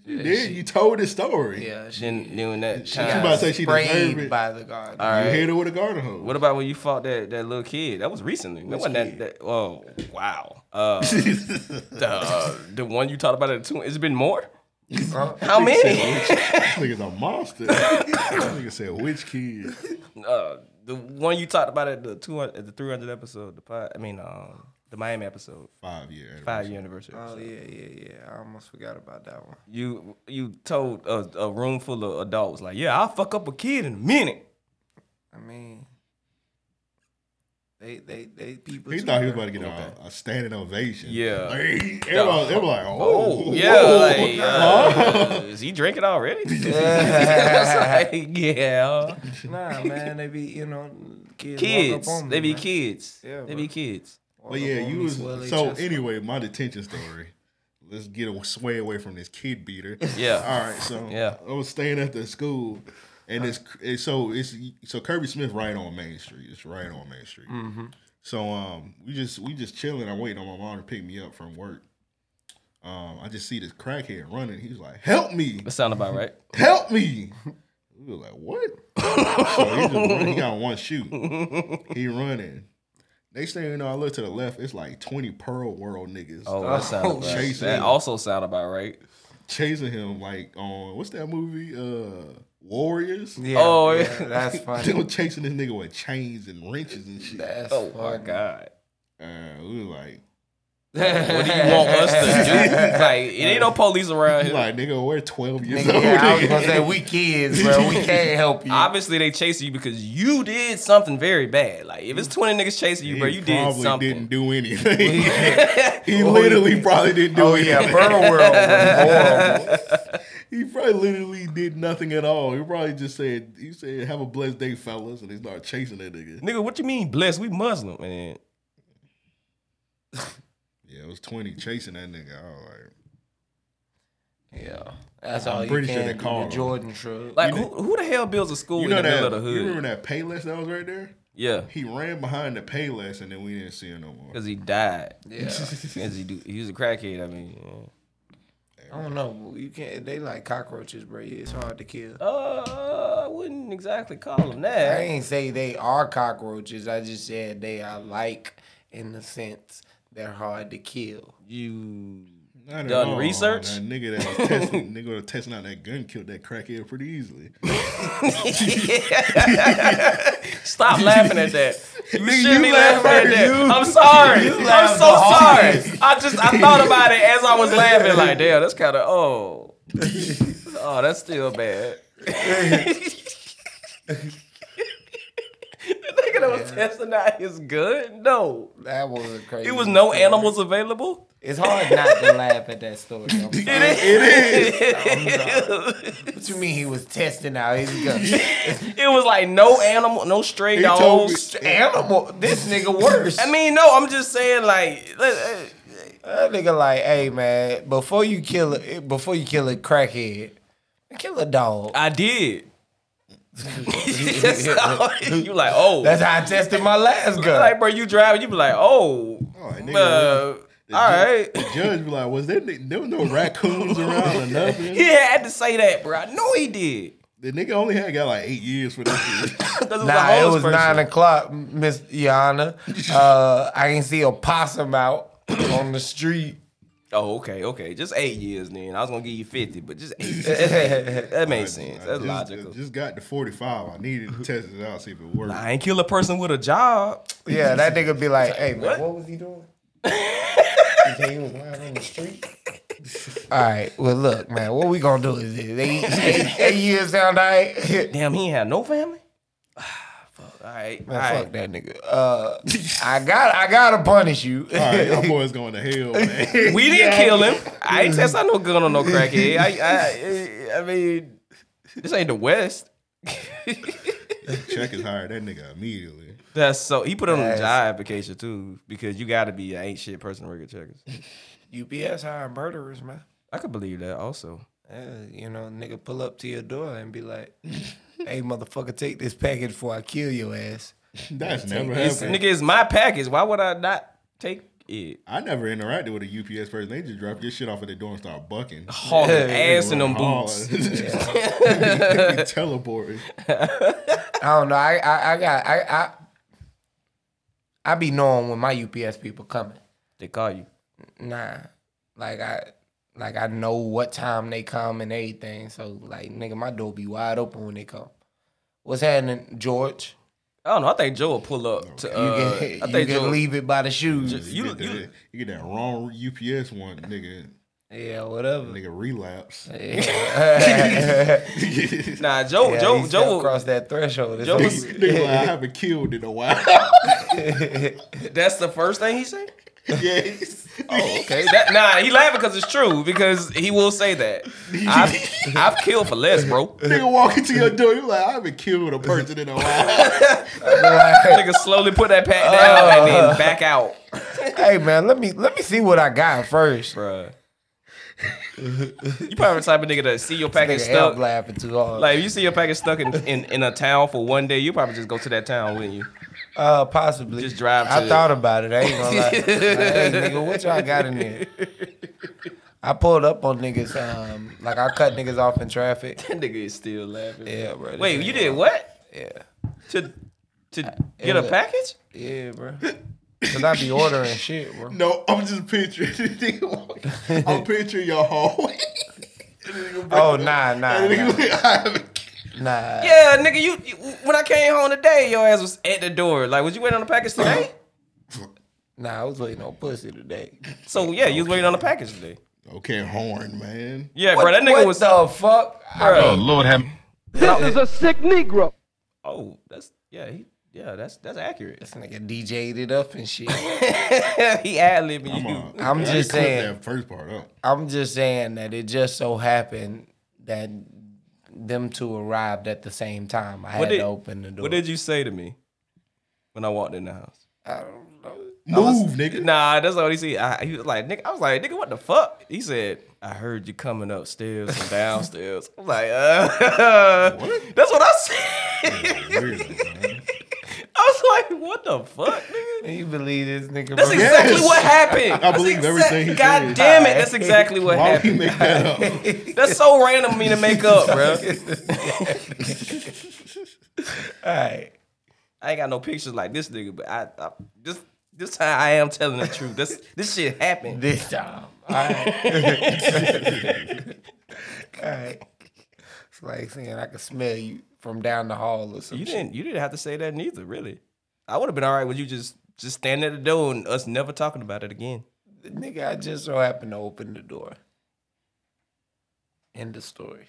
Speaker 8: You did. You told this story.
Speaker 10: Yeah, she
Speaker 9: Then doing that
Speaker 8: She
Speaker 9: time.
Speaker 8: about to say she deserved
Speaker 10: sprayed
Speaker 8: it.
Speaker 10: by the guard.
Speaker 9: All
Speaker 8: You
Speaker 9: right.
Speaker 8: hit her with a garden hose.
Speaker 9: What about when you fought that, that little kid? That was recently. That wasn't that, that. Oh wow. Uh,
Speaker 8: [laughs]
Speaker 9: the the one you talked about at the two. It's been more.
Speaker 10: Uh-huh.
Speaker 9: How many?
Speaker 8: This nigga's a monster. this nigga said, which kid?
Speaker 9: Uh, the one you talked about at the two hundred, at the three hundred episode. The pod, I mean, um, the Miami episode,
Speaker 8: Five year.
Speaker 9: five year anniversary.
Speaker 10: Oh
Speaker 9: episode.
Speaker 10: yeah, yeah, yeah. I almost forgot about that one.
Speaker 9: You you told a, a room full of adults like, yeah, I'll fuck up a kid in a minute.
Speaker 10: I mean, they, they, they people.
Speaker 8: He
Speaker 10: too,
Speaker 8: thought he was
Speaker 10: bro.
Speaker 8: about to get a, a standing ovation.
Speaker 9: Yeah.
Speaker 8: Like, everybody, everybody like, oh,
Speaker 9: Oh
Speaker 8: [laughs]
Speaker 9: yeah, like, uh, is he drinking already? [laughs] It's like, yeah.
Speaker 10: [laughs] Nah, man, they be you know kids.
Speaker 9: kids.
Speaker 10: Walk up on
Speaker 9: they
Speaker 10: me,
Speaker 9: be
Speaker 10: man.
Speaker 9: kids.
Speaker 10: Yeah,
Speaker 9: they
Speaker 10: bro.
Speaker 9: be kids.
Speaker 10: Walk
Speaker 8: But
Speaker 10: up
Speaker 8: yeah,
Speaker 10: on
Speaker 8: you
Speaker 10: me,
Speaker 8: was
Speaker 10: swell they
Speaker 8: so
Speaker 10: chest.
Speaker 8: anyway. My detention story. Let's get a sway away from this kid
Speaker 9: [laughs]
Speaker 8: beater.
Speaker 9: Yeah.
Speaker 8: All right. So
Speaker 9: Yeah.
Speaker 8: I was staying at the school, and it's it's- so it's so Kirby Smith right on Main Street. It's right on Main Street.
Speaker 9: Mm-hmm.
Speaker 8: So um, we just we just chilling. I'm waiting on my mom to pick me up from work. Um, I just see this crackhead running. He's like, "Help me!
Speaker 9: That sound about right.
Speaker 8: help me. We were like, what? so he, just run, he got one shoe. He running. Next thing you know, I look to the left. It's like twenty Pearl World niggas.
Speaker 9: Oh, that sound about right.
Speaker 8: chasing
Speaker 9: That
Speaker 8: him.
Speaker 9: also sound about right.
Speaker 8: chasing him like on what's that movie? Uh, Warriors.
Speaker 9: Yeah, Oh, yeah,
Speaker 10: [laughs]
Speaker 8: [laughs]
Speaker 9: yeah. that's funny.
Speaker 8: they were chasing this nigga with chains and wrenches and shit.
Speaker 9: That's Oh, my funny. God.
Speaker 8: Uh, we were like.
Speaker 9: What do you want us to do? [laughs] Like, it ain't no police around here.
Speaker 8: Like, nigga, we're 12 years
Speaker 9: Nigga,
Speaker 8: old. [laughs]
Speaker 9: yeah, I was gonna say,
Speaker 10: we kids, bro. We can't help you.
Speaker 9: Obviously, they chasing you because you did something very bad. Like, if it's 20 niggas chasing you, bro,
Speaker 8: He
Speaker 9: you did
Speaker 8: probably
Speaker 9: something.
Speaker 8: didn't do anything. he literally probably didn't do
Speaker 9: Oh,
Speaker 8: anything.
Speaker 9: yeah, Burrow World
Speaker 8: [laughs]
Speaker 9: was
Speaker 8: he probably literally did nothing at all. He probably just said, "He said, have a blessed day, fellas," and he started chasing that nigga.
Speaker 9: [laughs] Nigga, what you mean blessed? We Muslim, man.
Speaker 8: Yeah, it was twenty chasing that nigga. I was
Speaker 9: like, yeah,
Speaker 10: That's all you can do, the Jordan shrug.
Speaker 9: Like, who, who the hell builds a school
Speaker 8: You know
Speaker 9: in the
Speaker 8: that?
Speaker 9: middle of the
Speaker 8: You
Speaker 9: hood?
Speaker 8: remember that Payless that was right there?
Speaker 9: Yeah.
Speaker 8: He ran behind the Payless, and then we didn't see him no more.
Speaker 9: Because he died. Yeah. Because he, do- he was a crackhead, I mean. yeah.
Speaker 10: I don't know. You can't. They like cockroaches, bro. It's hard to kill.
Speaker 9: Uh, I wouldn't exactly call them that.
Speaker 10: I ain't say they are cockroaches. I just said they are like in the sense they're hard to kill.
Speaker 9: You
Speaker 8: Not at all. That nigga that was
Speaker 9: [laughs]
Speaker 8: testing, nigga was testing out that gun killed that crackhead pretty easily.
Speaker 9: [laughs]
Speaker 8: [laughs]
Speaker 9: Stop laughing at that. You
Speaker 8: Nigga,
Speaker 9: shouldn't
Speaker 8: you
Speaker 9: be laughing at
Speaker 8: laugh
Speaker 9: that.
Speaker 8: at you.
Speaker 9: I'm sorry.
Speaker 8: You
Speaker 9: I'm
Speaker 8: laugh
Speaker 9: so
Speaker 8: the hardest.
Speaker 9: sorry. I just I thought about it
Speaker 8: [laughs]
Speaker 9: as I was laughing. Like, damn, that's kind of oh, oh, that's still bad. [laughs] Nigga that was testing out his good? No.
Speaker 10: That was crazy.
Speaker 9: It was no animals available?
Speaker 10: It's hard not
Speaker 9: [laughs]
Speaker 10: to laugh at that story. I'm
Speaker 8: [laughs]
Speaker 10: sorry.
Speaker 9: It is.
Speaker 10: What you mean he was testing out
Speaker 9: [laughs]
Speaker 10: his gun?
Speaker 9: it was like no animal, no stray
Speaker 10: He told me-
Speaker 9: dogs.
Speaker 10: animal. This nigga worse.
Speaker 9: I mean, no, I'm just saying, like, let- uh,
Speaker 10: That nigga like, hey man, before you kill a, before you kill a crackhead, kill a dog.
Speaker 9: I [laughs] did. you like, oh,
Speaker 10: That's how I tested my last gun.
Speaker 9: like, bro, you driving, you be like, oh, uh, all right. [laughs]
Speaker 8: The judge be like, "Was there ni- there was no raccoons around or nothing?"
Speaker 9: He had to say that, bro. I know he did.
Speaker 8: The nigga only had got like eight years for that
Speaker 9: [laughs]
Speaker 8: shit.
Speaker 10: nah, it was nine o'clock, Miss Yana.
Speaker 9: [laughs]
Speaker 10: Uh, I can see a possum out on the street.
Speaker 9: Oh, okay, okay. Just eight years, then. I was gonna give you fifty, but just
Speaker 10: [laughs]
Speaker 9: eight. that makes
Speaker 8: I
Speaker 9: sense. That's
Speaker 8: just,
Speaker 9: logical.
Speaker 8: Just got the forty five. I needed to test it out, see if it worked.
Speaker 9: I ain't kill a person with a job.
Speaker 10: Yeah, that nigga be like, hey man,
Speaker 9: What?
Speaker 10: what, was he [laughs] doing? He said he was lying on the street. [laughs] All right, well look, man, what we gonna do is this. Eight, eight, eight years sound all right.
Speaker 9: Damn, he ain't had no family. [sighs] fuck. All right,
Speaker 10: Man,
Speaker 9: all right.
Speaker 10: fuck that nigga. [laughs] Uh, I got, I gotta punish you.
Speaker 8: All right,
Speaker 10: [laughs]
Speaker 8: y'all boys going to hell,
Speaker 9: [laughs]
Speaker 8: man.
Speaker 9: We didn't kill him. I
Speaker 10: Mm.
Speaker 9: ain't test out no gun on no crackhead. I, I, I mean, this ain't the West.
Speaker 8: Check is hired that nigga immediately.
Speaker 9: That's so. He put it on the
Speaker 8: Yes.
Speaker 9: job application too because you got to be an ain't shit person to work at checkers.
Speaker 10: UPS hire murderers, man.
Speaker 9: I could believe that also.
Speaker 10: Uh, you know, nigga pull up to your door and be like, "Hey, motherfucker, take this package before I kill your ass."
Speaker 8: That's
Speaker 10: Take
Speaker 8: never
Speaker 10: this-
Speaker 8: happened.
Speaker 9: Nigga, it's my package. Why would I not take it?
Speaker 8: I never interacted with a UPS person. They just drop your shit off at the door and start bucking.
Speaker 9: Hauling
Speaker 8: They
Speaker 9: ass in them
Speaker 8: run
Speaker 9: boots.
Speaker 8: hard.
Speaker 9: [laughs]
Speaker 8: [laughs]
Speaker 9: Yeah. [laughs]
Speaker 8: They teleported.
Speaker 10: I don't know. I, I, I got, I, I, I be knowing when my UPS people coming.
Speaker 9: They call you.
Speaker 10: Nah, like I, like I know what time they come and everything. So like, nigga, my door be wide open when they come. What's happening, George?
Speaker 9: I don't know. I think Joe will pull up. To, uh,
Speaker 10: you can,
Speaker 9: I
Speaker 10: you
Speaker 9: think Joe.
Speaker 10: can leave it by the shoes.
Speaker 8: You, get that, you get that wrong UPS one, nigga.
Speaker 10: Yeah, whatever.
Speaker 8: Nigga relapse.
Speaker 9: [laughs]
Speaker 10: [laughs]
Speaker 9: Nah, Joe. Joe.
Speaker 10: Yeah, he
Speaker 9: Joe.
Speaker 10: still
Speaker 9: will-
Speaker 10: crossed that threshold. It's
Speaker 9: Joe
Speaker 10: like-
Speaker 9: was-
Speaker 8: Nigga, like, I haven't killed in a while.
Speaker 9: That's the first thing he said.
Speaker 8: yes.
Speaker 9: [laughs] Oh, okay. That, nah, he laughing because it's true. Because he will say
Speaker 10: [laughs]
Speaker 9: that. I've, I've killed for less, bro.
Speaker 8: Nigga walk into your door, you like, I haven't killed a person in a while.
Speaker 9: Nigga slowly put that pack down and
Speaker 10: Uh.
Speaker 9: then back out.
Speaker 10: hey man, let me let me see what I got first.
Speaker 9: Bruh. You probably the type of nigga that see your package
Speaker 10: Nigga, help
Speaker 9: stuck.
Speaker 10: laughing too hard.
Speaker 9: Like if you see your package stuck in, in, in a town for one day, you probably just go to that town, wouldn't you?
Speaker 10: uh, possibly.
Speaker 9: Just drive. To
Speaker 10: I thought about it. I
Speaker 9: [laughs]
Speaker 10: ain't gonna lie. Like, hey, nigga, what y'all got in there? I pulled up on niggas. Um, like I cut niggas off in traffic.
Speaker 9: that nigga is still laughing.
Speaker 10: Yeah, bro. this
Speaker 9: Wait,
Speaker 10: nigga-
Speaker 9: you did what
Speaker 10: Yeah. Uh,
Speaker 9: to to
Speaker 10: It
Speaker 9: get a
Speaker 10: was
Speaker 9: package?
Speaker 10: Yeah, bro. Cause I be ordering shit, bro.
Speaker 8: No, I'm just picturing. [laughs] I'm picturing your hallway. [laughs]
Speaker 10: Oh nah, nah, nah. nah.
Speaker 9: [laughs] Yeah, nigga, you, you when I came home today, your ass was at the door. Like, was you waiting on the package
Speaker 10: [coughs]
Speaker 9: today?
Speaker 10: Nah, I was waiting on pussy today.
Speaker 9: So yeah, you was waiting on the package today.
Speaker 8: Okay, horn, man.
Speaker 9: Yeah, bro, that nigga was
Speaker 10: the fuck.
Speaker 9: Bro.
Speaker 8: Lord have.
Speaker 9: This is
Speaker 10: a sick Negro.
Speaker 9: Oh, that's yeah, he, yeah, that's that's accurate. This
Speaker 10: nigga DJ'd it up and shit.
Speaker 9: [laughs] he ad libbing you.
Speaker 10: I'm
Speaker 8: I
Speaker 10: just
Speaker 8: clipped
Speaker 10: saying.
Speaker 8: that first part up.
Speaker 10: I'm just saying that it just so happened that them two arrived at the same time. I had to open the door.
Speaker 9: What did you say to me when I walked in the house?
Speaker 10: I don't know.
Speaker 8: Move, nigga.
Speaker 9: [laughs] Nah, that's all he said. I, he was like, nigga, I was like, nigga, what the fuck? He said, I heard you coming upstairs and downstairs. I'm like, uh, [laughs] that's what I said. [laughs] I was like, what the fuck, nigga?
Speaker 10: You believe this nigga?
Speaker 9: That's
Speaker 10: bro?
Speaker 9: exactly what happened.
Speaker 8: I believe
Speaker 9: That's
Speaker 8: everything he
Speaker 9: God
Speaker 8: said.
Speaker 9: damn it, that's exactly what
Speaker 8: Why would he make
Speaker 9: happened.
Speaker 8: that up?
Speaker 9: That's so random of me to make
Speaker 8: [laughs]
Speaker 9: up, bro.
Speaker 10: All right.
Speaker 9: I ain't got no pictures like this nigga, but I, I this this time I am telling the truth. This this shit happened.
Speaker 10: This [laughs] time. All right. All right. It's like saying I can smell you from down the hall or
Speaker 9: You
Speaker 10: something.
Speaker 9: didn't. You didn't have to say that neither. Really, I would have been all right with you just just standing at the door and us never talking about it again.
Speaker 10: Nigga, I just so happened to open the door. End of story.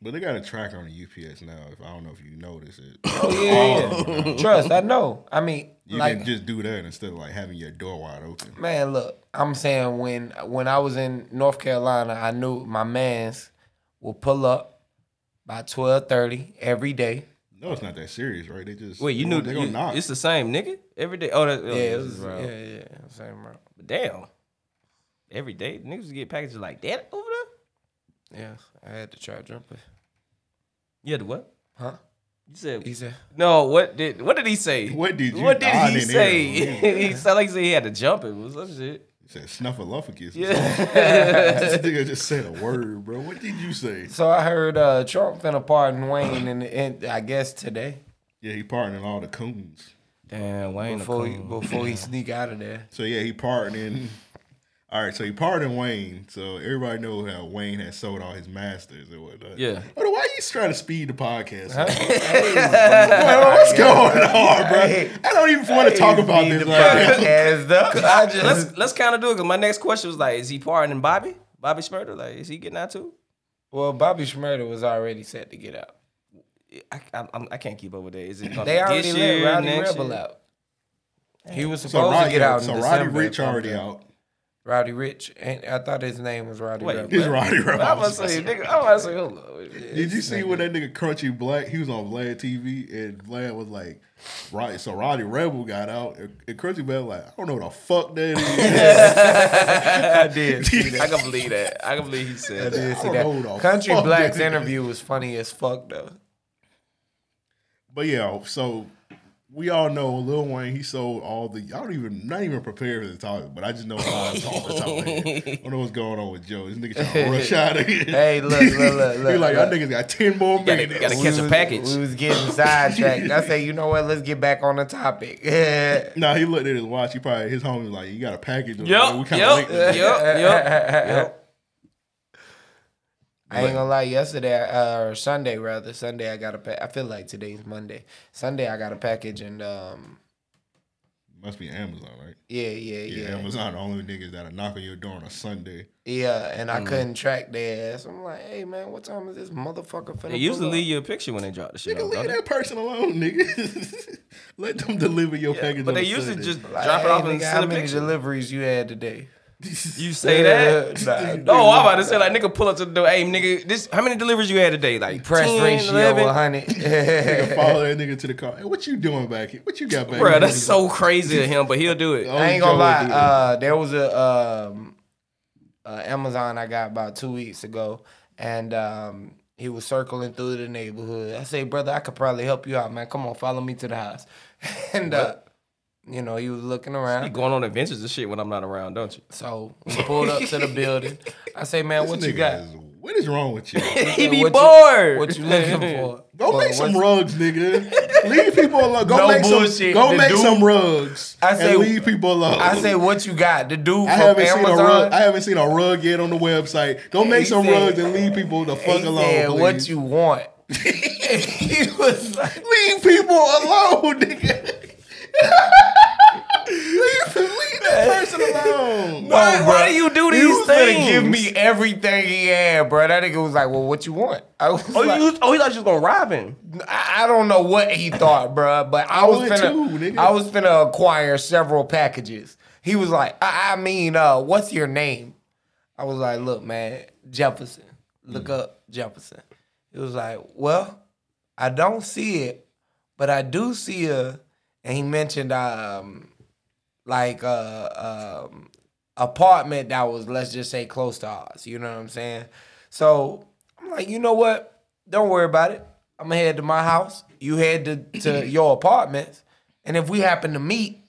Speaker 8: But they got a tracker on the UPS now. If I don't know if you notice it.
Speaker 9: Oh,
Speaker 10: yeah, yeah, yeah. Trust, I know. I mean,
Speaker 8: You
Speaker 10: like,
Speaker 8: can just do that instead of like having your door wide open.
Speaker 10: man, look, I'm saying when when I was in North Carolina, I knew my man's will pull up by twelve thirty every day.
Speaker 8: No, it's not that serious, right? They just
Speaker 9: Wait, you
Speaker 8: they
Speaker 9: knew
Speaker 8: gonna- they gonna
Speaker 9: you-
Speaker 8: knock.
Speaker 9: it's the same nigga every day. Oh, that, oh
Speaker 10: Yeah,
Speaker 9: this
Speaker 10: it
Speaker 9: is
Speaker 10: was, yeah,
Speaker 9: wrong.
Speaker 10: yeah, same route.
Speaker 9: But damn, every day niggas get packages like that over there.
Speaker 10: Yeah, I had to try jumping.
Speaker 9: You had to what?
Speaker 10: Huh?
Speaker 9: You said
Speaker 10: He said,
Speaker 9: no. What did what did he say?
Speaker 8: What did you?
Speaker 9: what did
Speaker 8: I
Speaker 9: he
Speaker 8: didn't
Speaker 9: say?
Speaker 8: hear him.
Speaker 9: [laughs] he sounded like he said he had to jump it. Was some
Speaker 10: [laughs]
Speaker 9: shit. [laughs]
Speaker 8: He said snuffleupagus.
Speaker 9: Yeah.
Speaker 8: [laughs] this nigga just said
Speaker 9: [laughs]
Speaker 8: a word, bro. What did you say?
Speaker 10: So I heard uh, Trump finna pardon Wayne, and, and I guess today
Speaker 8: Yeah, he pardoning all the coons.
Speaker 9: Damn, Wayne. a
Speaker 10: before he,
Speaker 9: coon.
Speaker 10: before he sneak out
Speaker 9: [laughs]
Speaker 10: of there.
Speaker 8: So yeah, he pardoning. All right, so he pardoned Wayne. So everybody know how Wayne had sold all his masters and whatnot.
Speaker 10: [laughs]
Speaker 9: Yeah.
Speaker 8: But why you trying to speed the podcast? up? Bro, what's going on, bro? I don't even want to talk about this [laughs] right now.
Speaker 10: As the [laughs] I just
Speaker 9: let's let's kind of do it because my next question was like, is he pardoning Bobby? Bobby Smurder? Like, is he getting out too?
Speaker 10: well, Bobby Schmurder was already set to get out.
Speaker 9: I, I, I'm- I can't keep up with that. Is it gonna
Speaker 10: They
Speaker 9: be
Speaker 10: already
Speaker 9: this
Speaker 10: let
Speaker 9: year,
Speaker 10: Roddy
Speaker 9: next
Speaker 10: Rebel
Speaker 9: year?
Speaker 10: out. He was
Speaker 8: So,
Speaker 10: supposed to
Speaker 8: Roddy,
Speaker 10: get out. In
Speaker 8: so
Speaker 10: December
Speaker 8: Roddy Rich
Speaker 10: or
Speaker 8: already
Speaker 10: something.
Speaker 8: out.
Speaker 10: Roddy Rich, and I thought his name was Roddy
Speaker 9: Wait,
Speaker 10: Rebel.
Speaker 8: It's Roddy Rebel.
Speaker 9: I'm gonna say, nigga. I'm gonna say, hold on.
Speaker 8: Did you see when that nigga Crunchy Black? He was on Vlad TV, and Vlad was like, "Right." So Roddy Rebel got out, and and Crunchy Black like, "I don't know what the fuck
Speaker 10: [laughs]
Speaker 8: that is."
Speaker 10: I did. See
Speaker 9: I
Speaker 10: that.
Speaker 9: can believe that. I can believe he said
Speaker 10: I
Speaker 9: that.
Speaker 10: did see
Speaker 8: I don't know
Speaker 10: that.
Speaker 8: the
Speaker 10: Country
Speaker 8: Oh, fuck
Speaker 10: Black's
Speaker 8: that is.
Speaker 10: interview was funny as fuck though.
Speaker 8: but yeah, so we all know Lil Wayne. He sold all the. I don't even not even prepared for the topic, but I just know vibes off the top of my head. I don't know what's going on with Joe. This nigga trying
Speaker 9: [laughs]
Speaker 8: to rush out of here.
Speaker 10: Hey, look, look,
Speaker 8: [laughs]
Speaker 10: look,
Speaker 8: he like,
Speaker 10: look, look.
Speaker 8: "Y'all niggas got ten more
Speaker 9: gotta- you
Speaker 8: minutes."
Speaker 9: gotta
Speaker 10: We
Speaker 9: catch a
Speaker 10: was-
Speaker 9: package.
Speaker 10: We was getting sidetracked. I say, you know what? Let's get back on the topic.
Speaker 9: [laughs]
Speaker 10: [laughs] yep,
Speaker 8: Nah, he looked at his watch. He probably his homie was like, "You got a package." on
Speaker 9: Yup,
Speaker 8: there. We kinda
Speaker 9: yup,
Speaker 8: late today."
Speaker 9: yup, yup, yup.
Speaker 10: I ain't gonna lie. Yesterday uh, or Sunday rather, Sunday I got a. Pa- I feel like today's Monday. Sunday I got a package and um,
Speaker 8: Must be Amazon, right?
Speaker 10: yeah, yeah,
Speaker 8: Yeah,
Speaker 10: yeah,
Speaker 8: Amazon the only niggas that'll knock on your door on a Sunday.
Speaker 10: Yeah, and I
Speaker 9: Mm.
Speaker 10: couldn't track their ass. I'm like, hey man, what time is this motherfucker finna?
Speaker 9: They
Speaker 10: pull
Speaker 9: usually
Speaker 10: up?
Speaker 9: leave you a picture when they drop the shit.
Speaker 8: Nigga,
Speaker 9: Out,
Speaker 8: leave
Speaker 9: don't they?
Speaker 8: that person alone, nigga. [laughs] Let them deliver your package.
Speaker 9: But
Speaker 8: on
Speaker 9: they
Speaker 8: a
Speaker 9: usually
Speaker 8: Sunday.
Speaker 9: just
Speaker 10: Like,
Speaker 9: drop it off
Speaker 10: hey,
Speaker 9: and
Speaker 10: nigga, how
Speaker 9: send a
Speaker 10: many
Speaker 9: picture.
Speaker 10: deliveries you had today?
Speaker 9: You say that?
Speaker 10: [laughs] Nah,
Speaker 9: No, [laughs] oh, I'm about to say like nigga pull up to the door. Hey, nigga, this how many deliveries you had today? Like
Speaker 10: press
Speaker 9: 10,
Speaker 10: ratio
Speaker 9: 11? [laughs]
Speaker 10: 100. [laughs]
Speaker 8: Nigga, follow that nigga to the car. Hey, what you doing back here? What you got back
Speaker 9: Bro,
Speaker 8: here? Oh,
Speaker 9: that's so crazy of him, but he'll do it.
Speaker 10: I
Speaker 8: Only
Speaker 10: ain't
Speaker 8: Joe
Speaker 10: gonna lie.
Speaker 8: would do
Speaker 10: Uh, there was a um, uh, Amazon I got about two weeks ago, and um, he was circling through the neighborhood. I say, brother, I could probably help you out, man. Come on, follow me to the house. [laughs] And uh, you know, he was looking
Speaker 9: You
Speaker 10: around.
Speaker 9: going on adventures and shit when I'm not around, don't you?
Speaker 10: So we pulled
Speaker 8: [laughs]
Speaker 10: up to the building. I say, man,
Speaker 8: This
Speaker 10: what
Speaker 8: nigga
Speaker 10: you got?
Speaker 8: is- what is wrong with you?
Speaker 9: He
Speaker 10: [laughs] Hey,
Speaker 9: be
Speaker 10: what you-
Speaker 9: bored.
Speaker 10: what you looking for?
Speaker 8: [laughs] Go
Speaker 10: Well,
Speaker 8: make some
Speaker 10: what's-
Speaker 8: rugs, nigga.
Speaker 10: [laughs]
Speaker 8: leave people alone. Go
Speaker 10: No
Speaker 8: make some.
Speaker 10: bullshit.
Speaker 8: Go
Speaker 10: The
Speaker 8: make
Speaker 10: dude-
Speaker 8: some rugs.
Speaker 10: I say-
Speaker 8: and leave people alone.
Speaker 10: I say, what you got? The dude from
Speaker 8: I haven't
Speaker 10: Amazon.
Speaker 8: seen a rug. I haven't seen a rug yet on the website. Go make
Speaker 10: He
Speaker 8: some
Speaker 10: said-
Speaker 8: rugs and leave people the fuck
Speaker 10: he
Speaker 8: alone.
Speaker 10: said,
Speaker 8: please.
Speaker 10: what
Speaker 8: [laughs]
Speaker 10: you want? [laughs] he was like,
Speaker 8: leave people alone, nigga. leave, leave that person alone.
Speaker 10: [laughs] No,
Speaker 9: Why-
Speaker 10: bro.
Speaker 9: why do you do
Speaker 10: He
Speaker 9: these
Speaker 10: was finna give
Speaker 9: things?
Speaker 10: me everything he had, bro. That nigga was like, "Well, what you want?" I was
Speaker 9: Oh,
Speaker 10: like,
Speaker 9: you, oh, he thought you was gonna rob him.
Speaker 10: I, I don't know what he thought, bro, but I,
Speaker 8: I
Speaker 10: was
Speaker 8: would
Speaker 10: finna,
Speaker 8: too, nigga.
Speaker 10: I was finna acquire several packages. He was like, "I, I mean, uh, what's your name?" I was like, "Look, man, Jefferson. Look
Speaker 8: Hmm.
Speaker 10: up Jefferson." He was like, "Well, I don't see it, but I do see a." And he mentioned um, like a um, apartment that was let's just say close to ours. You know what I'm saying? So I'm like, you know what? Don't worry about it. I'm gonna head to my house. You head to, [clears throat] to your apartments, and if we happen to meet,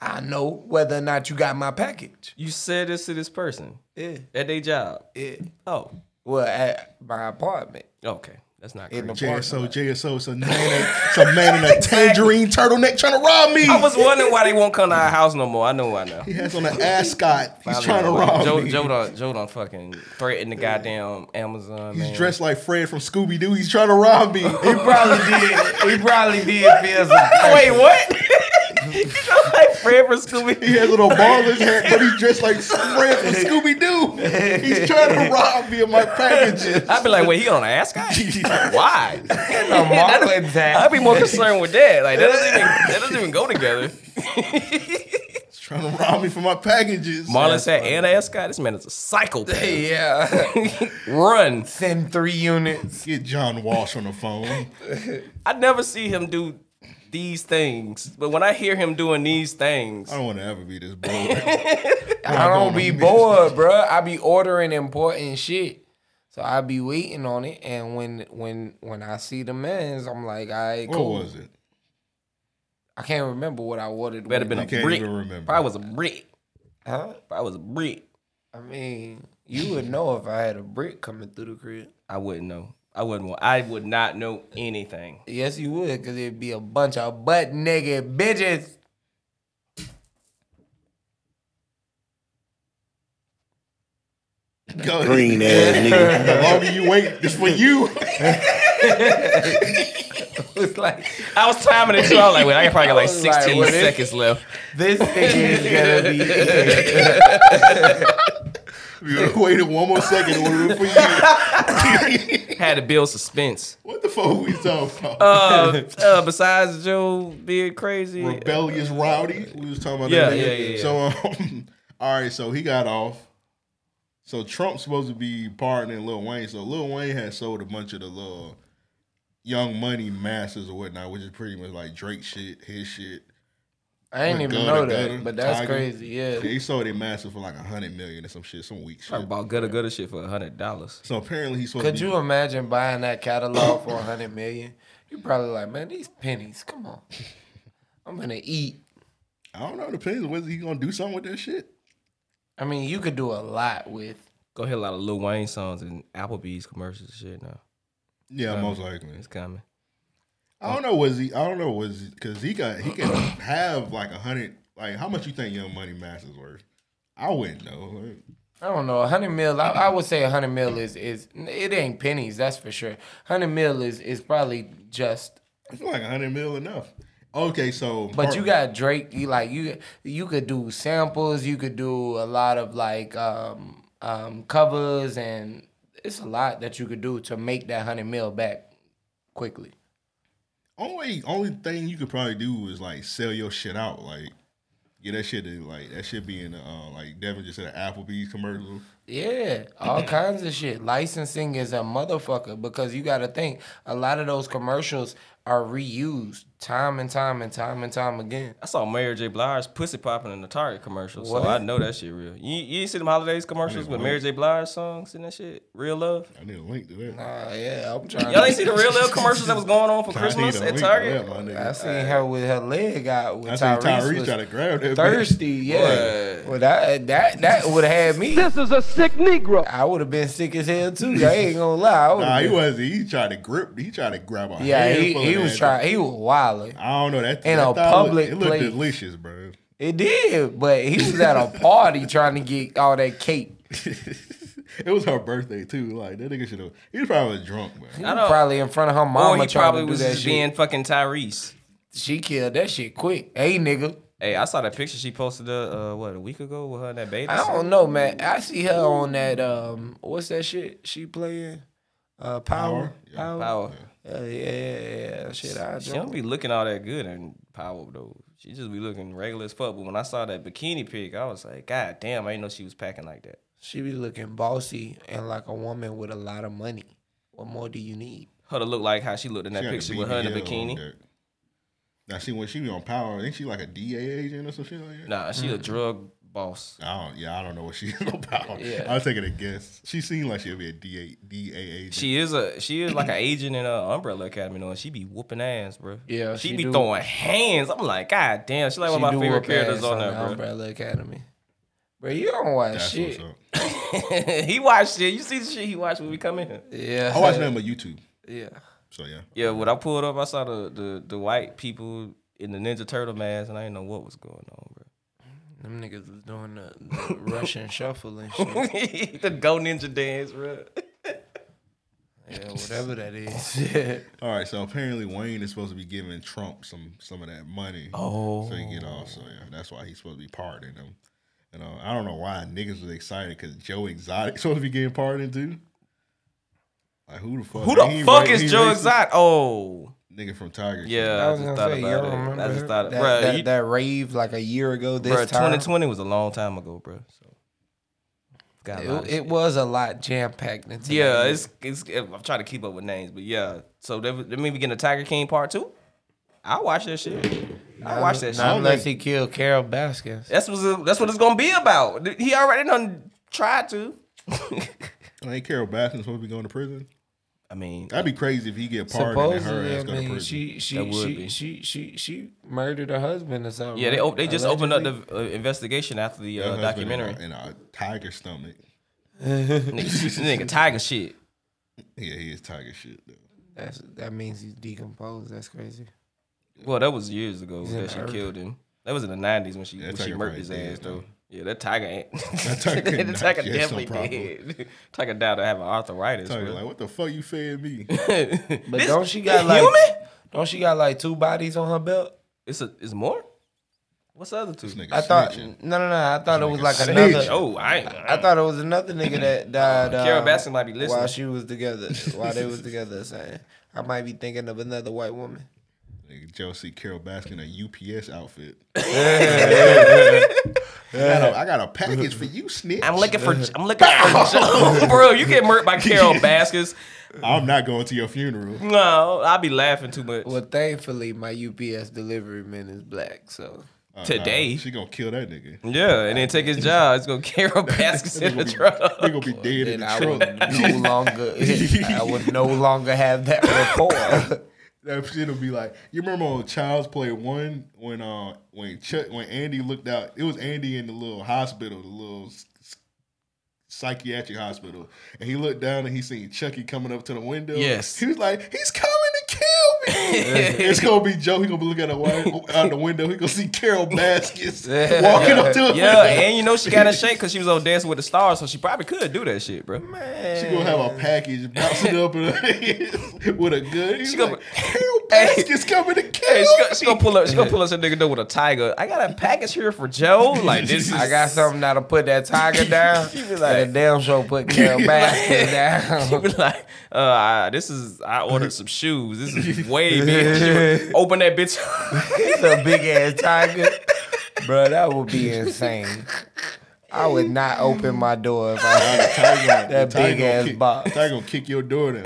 Speaker 10: I know whether or not you got my package.
Speaker 9: You said this to this person
Speaker 10: Yeah.
Speaker 9: at their job.
Speaker 10: Yeah.
Speaker 9: Oh,
Speaker 10: Well, at my [laughs] apartment.
Speaker 9: okay, that's not
Speaker 10: In
Speaker 9: crazy.
Speaker 10: the
Speaker 8: JSO, JSO, some man, some man
Speaker 10: [laughs]
Speaker 8: in a tangerine turtleneck trying to rob me.
Speaker 9: I was wondering why they won't come to our house no more. I know why now.
Speaker 8: He has on an ascot. He's
Speaker 9: Finally,
Speaker 8: trying to
Speaker 9: like,
Speaker 8: rob
Speaker 9: Joe,
Speaker 8: me.
Speaker 9: Joe done, Joe done fucking threatened the goddamn Amazon.
Speaker 8: He's
Speaker 9: man.
Speaker 8: dressed like Fred from Scooby Doo. He's trying to rob me.
Speaker 10: He probably did. He probably did feel some.
Speaker 9: Wait, what? you know, like Fred from
Speaker 8: [laughs]
Speaker 9: Scooby.
Speaker 8: He has a
Speaker 10: [laughs]
Speaker 8: little baller's hat, but he's dressed like Fred from Scooby
Speaker 10: [laughs]
Speaker 8: Doo. He's trying to rob me of my packages.
Speaker 9: I'd be like, wait, he on an ascot? Why?
Speaker 10: A Marlins hat.
Speaker 9: I'd be more concerned with that. Like that doesn't even that doesn't even go
Speaker 8: [laughs]
Speaker 9: together.
Speaker 8: He's trying to rob me for my packages.
Speaker 9: Marlon said, and ascot. This man is a psychopath.
Speaker 8: [laughs]
Speaker 10: Yeah.
Speaker 9: [laughs] Run.
Speaker 10: Send three units.
Speaker 8: Get John Walsh on the phone.
Speaker 9: I never see him do these things, but when I hear him doing these things,
Speaker 8: I don't want to ever be this bold.
Speaker 10: I don't be
Speaker 8: on
Speaker 10: bored, bro. I be ordering important shit. So I be waiting on it, and when when when I see the man's, I'm like, all right,
Speaker 8: What
Speaker 10: [laughs] cool.
Speaker 8: was it?
Speaker 10: I can't remember what I ordered.
Speaker 9: better been
Speaker 10: when-
Speaker 9: a
Speaker 8: I can't
Speaker 9: brick.
Speaker 8: even remember.
Speaker 9: Probably was a brick.
Speaker 10: Huh?
Speaker 9: Probably was a brick.
Speaker 10: I mean, you would know if I had a brick coming through the crib.
Speaker 9: I wouldn't know. I wouldn't. want- I would not know anything.
Speaker 10: Yes, you would, because it'd be a bunch of butt naked bitches. [laughs]
Speaker 8: Go-
Speaker 11: Green ass
Speaker 9: [laughs]
Speaker 11: nigga.
Speaker 8: The longer you wait, it's for
Speaker 10: [laughs]
Speaker 8: you.
Speaker 10: It's like
Speaker 9: I was timing it too. I was like, wait, I probably got like
Speaker 10: I was like,
Speaker 9: 16
Speaker 10: what if-
Speaker 9: seconds left.
Speaker 8: [laughs]
Speaker 10: this thing is gonna be.
Speaker 8: You [laughs] waited one more second it would've been for you.
Speaker 10: [laughs]
Speaker 8: [laughs]
Speaker 9: Had to build suspense.
Speaker 8: what the fuck we talking about?
Speaker 9: Uh, uh, besides Joe being crazy,
Speaker 8: rebellious rowdy. We was talking about
Speaker 9: Yeah,
Speaker 8: that. nigga.
Speaker 9: yeah, yeah, yeah.
Speaker 8: So um, [laughs] all right, so he got off. So Trump's supposed to be partnering Lil Wayne. So Lil Wayne had sold a bunch of the little Young Money masters or whatnot, which is pretty much like Drake shit, his shit.
Speaker 10: I didn't
Speaker 8: With
Speaker 10: even
Speaker 8: Gunna,
Speaker 10: know that,
Speaker 8: Gunna,
Speaker 10: but that's
Speaker 8: Tiger.
Speaker 10: crazy. Yeah.
Speaker 8: He sold it masters for like a hundred million or some shit, some weak shit.
Speaker 9: talk about gutter gutter shit for hundred dollars.
Speaker 8: So apparently he's supposed
Speaker 10: Could
Speaker 8: to be
Speaker 10: you imagine buying that catalog for a hundred million? You probably like, man, these pennies. Come on, I'm gonna eat.
Speaker 8: I don't know, depends whether he gonna do something with that shit.
Speaker 10: I mean, you could do a lot with.
Speaker 9: Go hear a lot of Lil Wayne songs and Applebee's commercials and shit. Now
Speaker 10: Uh,
Speaker 8: Yeah, most likely.
Speaker 9: it's coming.
Speaker 8: I don't know was he I don't know was he cause he got he can have like a hundred like how much you think Young Money Masters worth? I wouldn't know. Like,
Speaker 10: I don't know, a hundred mil. I, I would say a hundred mil is is it ain't pennies, that's for sure. Hundred mil is is probably just.
Speaker 8: I feel like a hundred mil enough. Okay, so
Speaker 10: But you got Drake. You like you you could do samples. You could do a lot of like um um covers and it's a lot that you could do to make that hundred mil back quickly.
Speaker 8: only only thing you could probably do is like sell your shit out. Like get that shit to like that shit be in the, uh, like Devin just said an Applebee's commercial.
Speaker 10: Yeah, all kinds of shit. Licensing is a motherfucker because you got to think a lot of those commercials are reused time and time and time and time again.
Speaker 9: I saw Mary J. Blige's pussy popping in the Target commercial,
Speaker 10: What?
Speaker 9: so I know that shit real. You you ain't see them holidays commercials with Mary J. Blige songs and that shit, real love.
Speaker 8: I need a link to that.
Speaker 10: Uh, yeah, I'm trying.
Speaker 9: Y'all ain't see the real love commercials that was going on for
Speaker 8: I need
Speaker 9: Christmas
Speaker 8: a
Speaker 9: at
Speaker 8: link
Speaker 9: Target.
Speaker 8: to that, my
Speaker 10: I
Speaker 8: nigga.
Speaker 10: seen her with her leg out with
Speaker 8: I seen
Speaker 10: Tyrese,
Speaker 8: Tyrese
Speaker 10: was
Speaker 8: try to grab that bitch.
Speaker 10: thirsty. Yeah,
Speaker 9: Boy.
Speaker 10: well that that that would have had me.
Speaker 1: This is a
Speaker 10: sick Negro. I would have been sick as hell too. I ain't gonna lie. I would've
Speaker 8: Nah, he
Speaker 10: been-
Speaker 8: wasn't. He tried to grip. He tried to grab a.
Speaker 10: Yeah, he-
Speaker 8: handful of
Speaker 10: he
Speaker 8: that
Speaker 10: was
Speaker 8: shit.
Speaker 10: try- he was wilding.
Speaker 8: I don't know that.
Speaker 10: In
Speaker 8: that thought
Speaker 10: a
Speaker 8: looked-
Speaker 10: public
Speaker 8: it looked
Speaker 10: place.
Speaker 8: delicious, bro. [laughs]
Speaker 10: It did, but he was at a party trying to get all that cake.
Speaker 8: It was her birthday too. Like that nigga should have. He was probably drunk, man.
Speaker 10: He was probably in front of her mama
Speaker 9: or he
Speaker 10: trying
Speaker 9: probably
Speaker 10: to do
Speaker 9: was
Speaker 10: that
Speaker 9: just
Speaker 10: shit.
Speaker 9: being fucking Tyrese.
Speaker 10: She killed that shit quick. Hey, nigga.
Speaker 9: Hey, I saw that picture she posted uh, uh what a week ago with her and that baby.
Speaker 10: I don't know, man. I see her on that um what's that shit she playing? Uh Power. Power.
Speaker 9: Power.
Speaker 10: Yeah, yeah, yeah, yeah. Shit, I
Speaker 9: she don't
Speaker 10: don't
Speaker 9: be looking all that good in power though. She just be looking regular as fuck. But when I saw that bikini pic, I was like, God damn, I didn't know she was packing like that.
Speaker 10: She be looking bossy and like a woman with a lot of money. What more do you need?
Speaker 9: Her to look like how she looked in that
Speaker 8: She had a
Speaker 9: picture with her in the
Speaker 8: BBL on
Speaker 9: bikini.
Speaker 8: there. Now she when she be on power, ain't she like a DA agent or some shit like that?
Speaker 9: Nah, she
Speaker 10: Mm.
Speaker 9: a drug boss.
Speaker 8: I don't, yeah, I don't know [laughs] what she's about.
Speaker 9: Yeah.
Speaker 8: I was taking a guess. She seemed like she'd be a DA, DA agent.
Speaker 9: She is a she is
Speaker 10: [clears throat]
Speaker 9: like an agent in uh, Umbrella Academy, though, and she be whooping ass, bro.
Speaker 10: Yeah,
Speaker 9: she,
Speaker 10: she
Speaker 9: be
Speaker 10: do.
Speaker 9: throwing hands. I'm like, God damn, she like
Speaker 10: She
Speaker 9: one
Speaker 10: do
Speaker 9: of my favorite
Speaker 10: whoop
Speaker 9: characters
Speaker 10: ass
Speaker 9: on there,
Speaker 10: the
Speaker 9: bro.
Speaker 10: Umbrella Academy. Bro, you don't watch
Speaker 8: That's
Speaker 10: shit.
Speaker 9: [laughs] he watched it. You see the shit he watched when we come in.
Speaker 10: Yeah.
Speaker 8: I watch nothing but YouTube.
Speaker 10: Yeah.
Speaker 8: So yeah.
Speaker 9: Yeah, when I pulled up, I saw the the, the white people in the Ninja Turtle mask, and I didn't know what was going on,
Speaker 10: Them niggas was doing the, the
Speaker 9: [laughs]
Speaker 10: Russian shuffle and
Speaker 9: bro. [laughs]
Speaker 10: shit.
Speaker 9: the Go Ninja dance, bro.
Speaker 10: Yeah, whatever that is.
Speaker 8: All right, so apparently Wayne is supposed to be giving Trump some some of that money.
Speaker 9: Oh.
Speaker 8: So he get off. So yeah, that's why he's supposed to be pardoning him. You know, I don't know why niggas was excited because Joe Exotic [laughs] supposed to be getting pardoned too. Like who the fuck?
Speaker 9: Who the
Speaker 8: He ain't
Speaker 9: fuck
Speaker 8: ra- he
Speaker 9: is Joe
Speaker 8: racist.
Speaker 9: Exotic? Oh,
Speaker 8: Nigga from Tiger.
Speaker 9: Yeah, I, just thought about it. I just thought,
Speaker 10: that,
Speaker 9: bro,
Speaker 10: that,
Speaker 9: you-
Speaker 10: that rave like a year ago. This
Speaker 9: bro,
Speaker 10: time,
Speaker 9: 2020 was a long time ago, bro. So, got a lot of
Speaker 10: it, it was a lot jam packed.
Speaker 9: [laughs] Yeah, it's, it's I'm trying to keep up with names, but yeah. So that that mean we getting a Tiger King part two? I watch that shit. I watch that shit.
Speaker 10: Not unless he killed Carol Baskins.
Speaker 9: That's what that's what it's gonna be about. He already done tried to. [laughs]
Speaker 8: Ain't Carol Baskin supposed to be going to prison?
Speaker 9: I mean,
Speaker 8: that'd be crazy if he get pardoned and her
Speaker 10: Supposedly,
Speaker 8: ass
Speaker 10: I
Speaker 8: go to
Speaker 10: mean,
Speaker 8: prison.
Speaker 10: she she she, she she she murdered her husband or something.
Speaker 9: Yeah, they
Speaker 10: right?
Speaker 9: op- they just opened up the uh, investigation after the
Speaker 8: Her
Speaker 9: uh,
Speaker 8: husband in
Speaker 9: documentary.
Speaker 8: a- In a, tiger stomach.
Speaker 9: [laughs] nigga, nigga, tiger shit.
Speaker 8: Yeah, he is tiger shit. Though.
Speaker 10: That's, that means he's decomposed. That's crazy.
Speaker 9: Well, that was years ago
Speaker 10: He's in
Speaker 9: that she
Speaker 10: Earth.
Speaker 9: killed him. That was in the nineties when she
Speaker 8: That
Speaker 9: when she
Speaker 8: tiger
Speaker 9: murked
Speaker 8: probably
Speaker 9: his
Speaker 8: dead,
Speaker 9: ass
Speaker 8: though.
Speaker 9: though. Yeah, that tiger ain't.
Speaker 8: [laughs]
Speaker 9: [laughs]
Speaker 8: That tiger could
Speaker 9: the
Speaker 8: not
Speaker 9: tiger
Speaker 8: catch no
Speaker 9: definitely
Speaker 8: problem.
Speaker 9: did. [laughs] Tiger down to have arthritis.
Speaker 8: Tiger
Speaker 9: bro. [laughs]
Speaker 8: like, what the fuck you fed me?
Speaker 10: But
Speaker 9: This-
Speaker 10: don't she got
Speaker 9: it
Speaker 10: like
Speaker 9: human?
Speaker 10: don't she got like two bodies on her belt?
Speaker 9: It's a it's more. What's the other two?
Speaker 10: I thought no no no. I thought it was like
Speaker 9: Snitch.
Speaker 10: another.
Speaker 9: Oh, I ain't-
Speaker 10: I thought it was another nigga that died.
Speaker 9: Carol
Speaker 10: um,
Speaker 9: Baskin might be listening.
Speaker 10: while she was together. While they was together, saying I might be thinking of another white woman.
Speaker 8: Nigga, Joe see Carol Baskin in a UPS outfit. I, got a, I got a package for you, snitch.
Speaker 9: I'm looking for
Speaker 8: [laughs]
Speaker 9: I'm looking for Oh, bro. You get murked by Carol Baskins.
Speaker 8: I'm not going to your funeral.
Speaker 9: No, I'll be laughing too much.
Speaker 10: Well, thankfully, my UPS delivery man is black, so
Speaker 8: Uh,
Speaker 9: Today.
Speaker 8: nah, she gonna kill that
Speaker 9: [laughs]
Speaker 8: nigga.
Speaker 9: Yeah, and then take his job. It's
Speaker 8: [laughs]
Speaker 9: gonna [laughs] Carol Baskins in the truck.
Speaker 8: He gonna be dead in
Speaker 10: then
Speaker 8: the
Speaker 10: I
Speaker 8: truck.
Speaker 10: would no longer, [laughs] I would no longer have that [laughs] rapport.
Speaker 8: That shit'll be like you remember on Child's Play one when uh when Chuck when Andy looked out it was Andy in the little hospital the little s- s- psychiatric hospital and he looked down and he seen Chucky coming up to the window
Speaker 9: Yes.
Speaker 8: he was like he's coming to kill
Speaker 9: [laughs]
Speaker 8: me it's gonna be Joe he gonna be looking out the, wi- out the window he gonna see Carol
Speaker 9: [laughs]
Speaker 8: Baskins [laughs] walking up to him
Speaker 9: Yeah, and you know she got a shake because she was on Dancing with the Stars, so she probably could do that shit,
Speaker 8: [laughs]
Speaker 9: bro.
Speaker 8: she gonna have a package bouncing up in her [laughs] hand with a gun He's
Speaker 9: [laughs]
Speaker 8: like, Carol Baskins coming to kill
Speaker 9: Hey, she, gonna-
Speaker 8: me
Speaker 9: she gonna pull up. She gonna pull up some nigga door with a tiger. I got a package here for Joe. Like this, is,
Speaker 10: I got [laughs] something that'll put that tiger down.
Speaker 9: She be
Speaker 10: like,
Speaker 9: like-
Speaker 10: the damn show put Carol Baskin down.
Speaker 9: She be [laughs] like, uh, I- this is I ordered some shoes. This is way big. She would Open that bitch.
Speaker 10: [laughs] It's a big ass tiger, bro. That would be insane. I would not open my door if I had that
Speaker 8: Tiger
Speaker 10: big
Speaker 8: gonna
Speaker 10: ass
Speaker 8: kick-
Speaker 10: box.
Speaker 8: Tiger gonna kick your door down.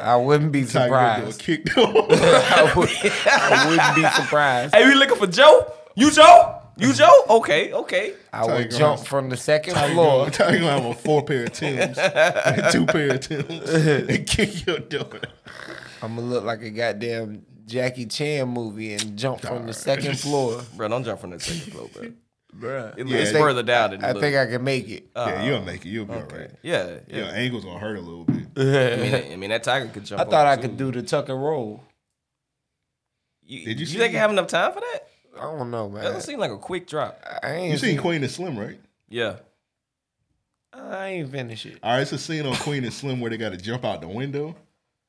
Speaker 10: I wouldn't be
Speaker 8: Tiger gonna
Speaker 10: surprised.
Speaker 8: kick door.
Speaker 10: [laughs] I, would, I wouldn't be
Speaker 9: [laughs]
Speaker 10: surprised.
Speaker 9: hey, we looking for Joe? You Joe? You Joe? Okay, okay.
Speaker 10: I would
Speaker 8: Tiger
Speaker 10: jump
Speaker 8: has-
Speaker 10: from the second
Speaker 8: Tiger
Speaker 10: floor.
Speaker 8: gonna, Tiger gonna have a four pair of
Speaker 10: [laughs]
Speaker 8: Tims, and two pair of Tims, and kick your door. down.
Speaker 10: I'm gonna look like a goddamn Jackie Chan movie and jump from the second floor.
Speaker 9: Bro, don't jump from the second floor, bro. Bruh. It looks further down than it
Speaker 10: I
Speaker 9: look. Uh,
Speaker 10: think I can make it.
Speaker 8: yeah, you'll make it. You'll be all right.
Speaker 9: Yeah, yeah.
Speaker 8: Your ankle's gonna hurt a little bit.
Speaker 10: [laughs]
Speaker 9: I, mean, I mean, that tiger could jump.
Speaker 10: I thought I
Speaker 9: over,
Speaker 10: could
Speaker 9: too.
Speaker 10: do the tuck and roll.
Speaker 9: You,
Speaker 8: Did you
Speaker 9: you
Speaker 8: see
Speaker 9: think I
Speaker 8: that?
Speaker 9: have enough time for that?
Speaker 10: I don't know,
Speaker 9: That
Speaker 10: man.
Speaker 9: doesn't seem like a quick drop.
Speaker 10: I ain't
Speaker 8: You seen
Speaker 10: seen-
Speaker 8: Queen and Slim, right?
Speaker 9: Yeah.
Speaker 10: I ain't finished it.
Speaker 8: All right, it's a scene on Queen and Slim where they got to jump out the window.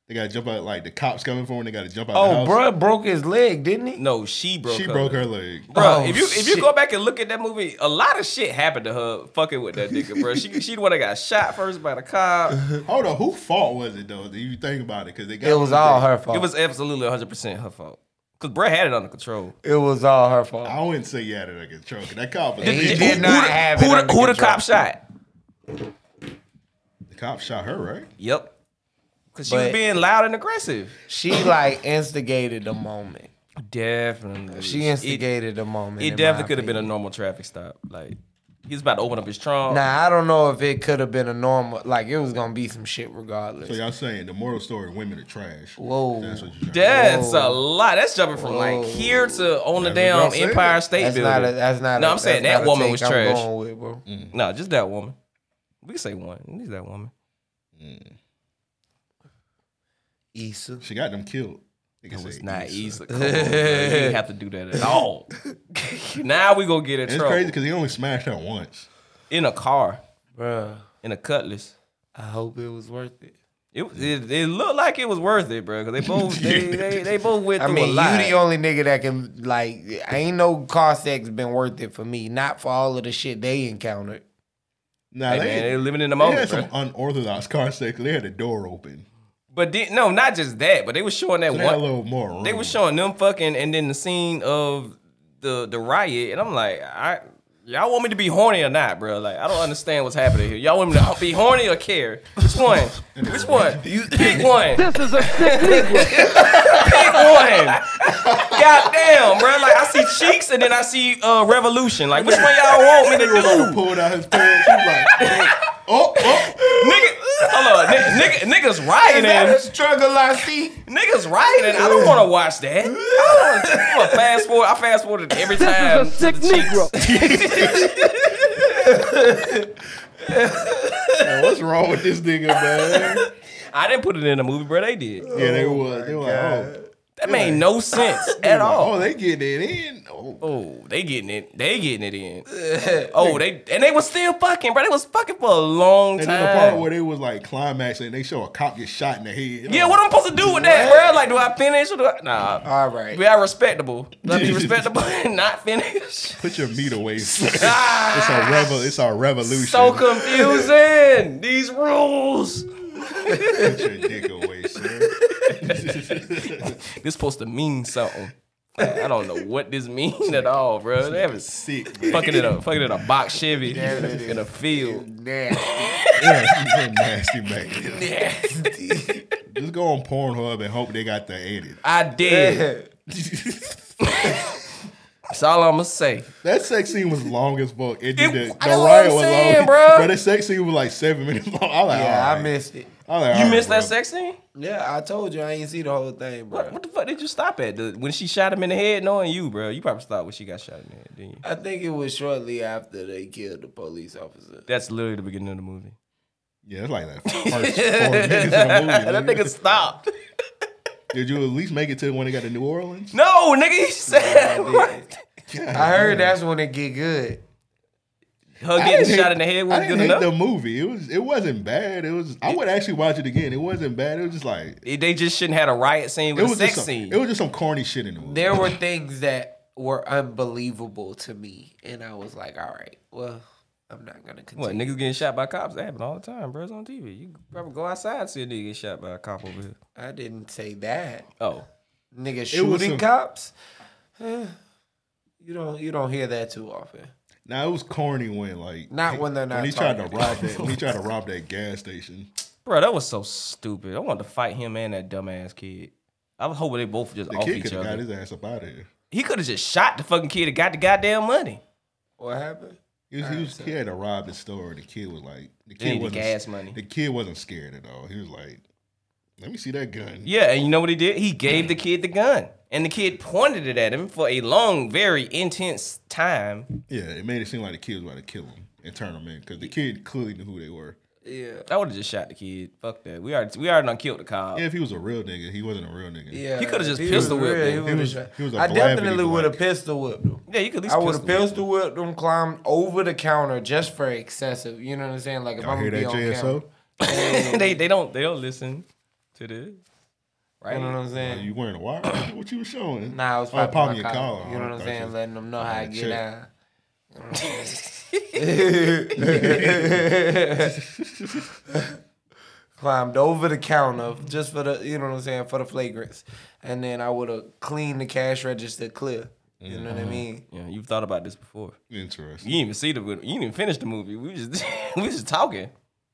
Speaker 8: They got to jump out like the cops coming for them. They got to jump out.
Speaker 10: Oh,
Speaker 8: the house.
Speaker 10: bruh broke his leg, didn't he?
Speaker 9: No, she broke.
Speaker 8: she
Speaker 9: her
Speaker 8: broke
Speaker 9: leg.
Speaker 8: her leg.
Speaker 9: Bro,
Speaker 10: Oh,
Speaker 9: if you if you
Speaker 10: shit.
Speaker 9: go back and look at that movie, a lot of shit happened to her fucking with that nigga, bro. She she the one that got shot first by the cop.
Speaker 8: Hold on, who fault was it though? If you think about it, because they got
Speaker 10: It was all her fault.
Speaker 9: It was absolutely 100 percent her fault because Brett had it under control.
Speaker 10: It was all her fault.
Speaker 8: I wouldn't say you had it under control. 'cause That cop was
Speaker 10: He
Speaker 8: bitch.
Speaker 10: did not
Speaker 9: the-
Speaker 10: have
Speaker 9: who
Speaker 10: it
Speaker 9: the-
Speaker 10: under
Speaker 9: who the
Speaker 10: control.
Speaker 9: cop shot?
Speaker 8: The cop shot her, right?
Speaker 9: Yep, because she was
Speaker 10: But-
Speaker 9: being loud and aggressive.
Speaker 10: She like instigated the moment.
Speaker 9: Definitely,
Speaker 10: She instigated the moment.
Speaker 9: It,
Speaker 10: in
Speaker 9: definitely
Speaker 10: my
Speaker 9: could have been a
Speaker 10: opinion.
Speaker 9: normal traffic stop. Like he was about to open up his trunk.
Speaker 10: Nah, I don't know if it could have been a normal. Like it was gonna be some shit regardless.
Speaker 8: So y'all saying the moral story: women are trash.
Speaker 10: Whoa.
Speaker 8: That's what you're
Speaker 9: That's a
Speaker 10: Whoa.
Speaker 9: lot. That's jumping from like
Speaker 10: Whoa.
Speaker 9: here to on the
Speaker 8: That's what I'm
Speaker 9: damn
Speaker 8: saying.
Speaker 9: Empire State
Speaker 10: that's
Speaker 9: Building.
Speaker 10: not. A, that's not.
Speaker 9: No,
Speaker 10: i
Speaker 9: I'm saying that woman was trash. Mm.
Speaker 10: I'm going with, bro.
Speaker 9: No, just that woman. We can say one. At least that woman.
Speaker 10: Issa.
Speaker 8: She got them killed.
Speaker 9: It was not easy. Come on,
Speaker 10: [laughs]
Speaker 9: bro. You didn't have to do that at all. [laughs] now we gonna get in
Speaker 8: It's
Speaker 9: trouble
Speaker 8: crazy because he only smashed her once.
Speaker 9: in a car
Speaker 10: Bruh,
Speaker 9: in a Cutlass.
Speaker 10: I hope it was worth it.
Speaker 9: It, it it looked like it was worth it, bro. Because they
Speaker 10: [laughs]
Speaker 9: both they, they they both went
Speaker 10: I
Speaker 9: through
Speaker 10: mean,
Speaker 9: a
Speaker 10: you
Speaker 9: lot.
Speaker 10: the only nigga that can like. Ain't no car sex been worth it for me. Not for all of the shit they encountered.
Speaker 8: Nah,
Speaker 9: Hey,
Speaker 8: they,
Speaker 9: man, they're living in the
Speaker 8: they had
Speaker 9: moment,
Speaker 8: some
Speaker 9: bro.
Speaker 8: unorthodox car sex. They had the door open.
Speaker 9: But then, no, not just that. But they were showing that
Speaker 8: They had a
Speaker 9: one.
Speaker 8: little more room.
Speaker 9: They were showing them fucking, and then the scene of the the riot, and I'm like, I. Y'all want me to be horny or not, bro? Like I don't understand what's happening here. Y'all want me to be horny or care? Which one? Which one? pick one. This is [laughs] a sick Pick one. God damn, bro. Like I see cheeks and then I see uh, revolution. Like which one y'all want me to
Speaker 8: Nigga
Speaker 9: do?
Speaker 8: pulled out his pants. He was like, oh, oh.
Speaker 9: Nigga, hold on, nigga, nigga, niggas
Speaker 10: Is that
Speaker 9: rioting,
Speaker 10: a struggle I see?
Speaker 9: niggas rioting. I don't want to watch that. I don't wanna- I'm gonna fast forward. I fast forwarded every time. This is a sick Negro.
Speaker 8: Man, what's wrong with this nigga,
Speaker 9: [laughs]
Speaker 8: man?
Speaker 9: I didn't put it in the movie, bro. They did.
Speaker 8: yeah, they was. They were like, oh.
Speaker 9: That made no sense at
Speaker 8: Oh,
Speaker 9: all.
Speaker 8: they getting it in. Oh.
Speaker 9: Oh, they getting it. They getting it in. Oh, they and they was still fucking, bro. They was fucking for a long
Speaker 8: And
Speaker 9: time.
Speaker 8: then the part where they was like climaxing, they show a cop get shot in the head.
Speaker 9: yeah, what I'm supposed to do with that, bro? Like, do I finish or do I? Nah.
Speaker 10: All right.
Speaker 9: We are respectable. Let's be respectable and not finish.
Speaker 10: [laughs]
Speaker 8: Put your meat
Speaker 9: [laughs]
Speaker 8: away. son. it's a revel. It's a revolution.
Speaker 9: Ah, So confusing. These rules.
Speaker 8: Put your dick away, son.
Speaker 9: [laughs] This supposed to mean something. I don't know what this means at all, bro. They haven't
Speaker 8: Sick, man.
Speaker 9: fucking it up, fucking it up. Box Chevy in a field.
Speaker 10: Nasty.
Speaker 8: Yeah, you a nasty man.
Speaker 9: [laughs]
Speaker 8: Just go on Pornhub and hope they got the edit.
Speaker 9: I did. That's all I'm gonna say.
Speaker 8: [laughs] That sex scene was long as fuck. It did
Speaker 9: It-
Speaker 8: the,
Speaker 9: I
Speaker 8: the
Speaker 9: know what
Speaker 8: riot
Speaker 9: I'm
Speaker 8: was long,
Speaker 9: saying, bruh.
Speaker 8: But that sex scene was like seven minutes long. I was like,
Speaker 10: Yeah,
Speaker 8: all
Speaker 10: I
Speaker 8: right.
Speaker 10: missed it.
Speaker 8: I was like,
Speaker 9: You
Speaker 8: all
Speaker 9: missed
Speaker 8: right,
Speaker 9: that
Speaker 8: bro.
Speaker 9: sex scene?
Speaker 10: Yeah, I told you I ain't see the whole thing, bro.
Speaker 9: What, what the fuck did you stop at? The- when she shot him in the head, knowing you, bro, you probably stopped when she got shot in the head, didn't you?
Speaker 10: I think it was shortly after they killed the police officer.
Speaker 9: That's literally the beginning of
Speaker 8: [laughs]
Speaker 9: the movie.
Speaker 8: Yeah, it's
Speaker 9: [laughs]
Speaker 8: like that first four minutes of the movie.
Speaker 9: that
Speaker 8: nigga.
Speaker 9: nigga stopped.
Speaker 8: Did you at least make it to when they got to New Orleans?
Speaker 9: No, nigga, he said. [laughs] what?
Speaker 10: I heard that's when it get good.
Speaker 9: Her
Speaker 8: I didn't
Speaker 9: getting
Speaker 8: hate-
Speaker 9: shot in the head
Speaker 8: I
Speaker 9: wasn't
Speaker 8: didn't
Speaker 9: good
Speaker 8: hate
Speaker 9: enough.
Speaker 8: the movie. It was. It wasn't bad. It was. I would actually watch it again. It wasn't bad. It was just like
Speaker 9: They- They just shouldn't have had a riot scene
Speaker 8: it
Speaker 9: with a
Speaker 8: was
Speaker 9: sex
Speaker 8: just some,
Speaker 9: scene.
Speaker 8: It was just some corny shit in the movie.
Speaker 10: There were things that were unbelievable to me, and I was like, all right, well, I'm not gonna
Speaker 9: what
Speaker 10: continue.
Speaker 9: niggas getting shot by cops? That happen all the time, bro. It's on TV. You probably go outside and see a nigga get shot by a cop over here.
Speaker 10: I didn't say that,
Speaker 9: Oh,
Speaker 10: nigga.
Speaker 8: was
Speaker 10: Shooting
Speaker 8: some-
Speaker 10: cops. [sighs] Eh, you don't you don't hear that too often.
Speaker 8: Now it was corny when like
Speaker 10: Not when they're not
Speaker 8: when he tried to
Speaker 10: targeted.
Speaker 8: rob that when he
Speaker 9: [laughs]
Speaker 8: tried to rob that gas station.
Speaker 9: bro, that was so stupid. I wanted to fight him and that dumbass kid. I was hoping they both just
Speaker 8: The
Speaker 9: off
Speaker 8: kid
Speaker 9: each
Speaker 8: could have got
Speaker 9: other.
Speaker 8: his ass up out of here.
Speaker 9: he could have just shot the fucking kid and got the goddamn money.
Speaker 10: What happened?
Speaker 8: He was, he, was, he had to rob the store. The kid was like the
Speaker 9: They
Speaker 8: kid
Speaker 9: need the
Speaker 8: wasn't
Speaker 9: gas money.
Speaker 8: the kid wasn't scared at all. He was like, "Let me see that gun."
Speaker 9: Yeah, and you know what he did? He gave the kid the gun, And the kid pointed it at him for a long, very intense time.
Speaker 8: Yeah, it made it seem like the kid was about to kill him and turn him in because the kid clearly knew who they were.
Speaker 9: Yeah, I would have just shot the kid. Fuck that. We already we already done killed the cop.
Speaker 8: Yeah, if he was a real nigga, he wasn't a real nigga.
Speaker 10: Yeah,
Speaker 9: you could have just
Speaker 10: if he
Speaker 9: pistol
Speaker 10: was
Speaker 9: whipped
Speaker 10: real, he
Speaker 9: him.
Speaker 10: would've shot-
Speaker 8: he was a
Speaker 10: I
Speaker 8: black, but he
Speaker 10: definitely
Speaker 8: was
Speaker 10: would have pistol whipped him.
Speaker 9: Yeah, you could at least
Speaker 10: I would have
Speaker 9: pistol whip
Speaker 10: pistol whipped him, climbed over the counter just for excessive. You know what I'm saying? Like if
Speaker 8: Y'all
Speaker 10: I'm
Speaker 8: hear
Speaker 10: gonna be
Speaker 8: that,
Speaker 10: on
Speaker 8: JSO?
Speaker 9: [laughs]
Speaker 10: camera.
Speaker 9: they they don't they don't listen to this. Right?
Speaker 10: You know what I'm saying?
Speaker 8: You wearing a wire? [coughs] what you was showing?
Speaker 10: Nah, I was
Speaker 8: Oh,
Speaker 10: popping,
Speaker 8: popping
Speaker 10: my
Speaker 8: your
Speaker 10: collar.
Speaker 8: collar.
Speaker 10: You know
Speaker 8: I
Speaker 10: what I'm
Speaker 8: thought
Speaker 10: saying?
Speaker 8: you-
Speaker 10: Letting them know how I get
Speaker 8: Shit.
Speaker 10: down. You know what I'm saying?
Speaker 8: [laughs]
Speaker 10: Climbed over the counter just for the, you know what I'm saying, for the flagrants, and then I would have cleaned the cash register clear. You know what I
Speaker 8: Mm-hmm.
Speaker 9: Mhm.
Speaker 10: mean?
Speaker 9: Yeah, you've thought about this before.
Speaker 8: Interesting.
Speaker 9: You didn't even see the you didn't even finish the movie. We just [laughs] we just talking.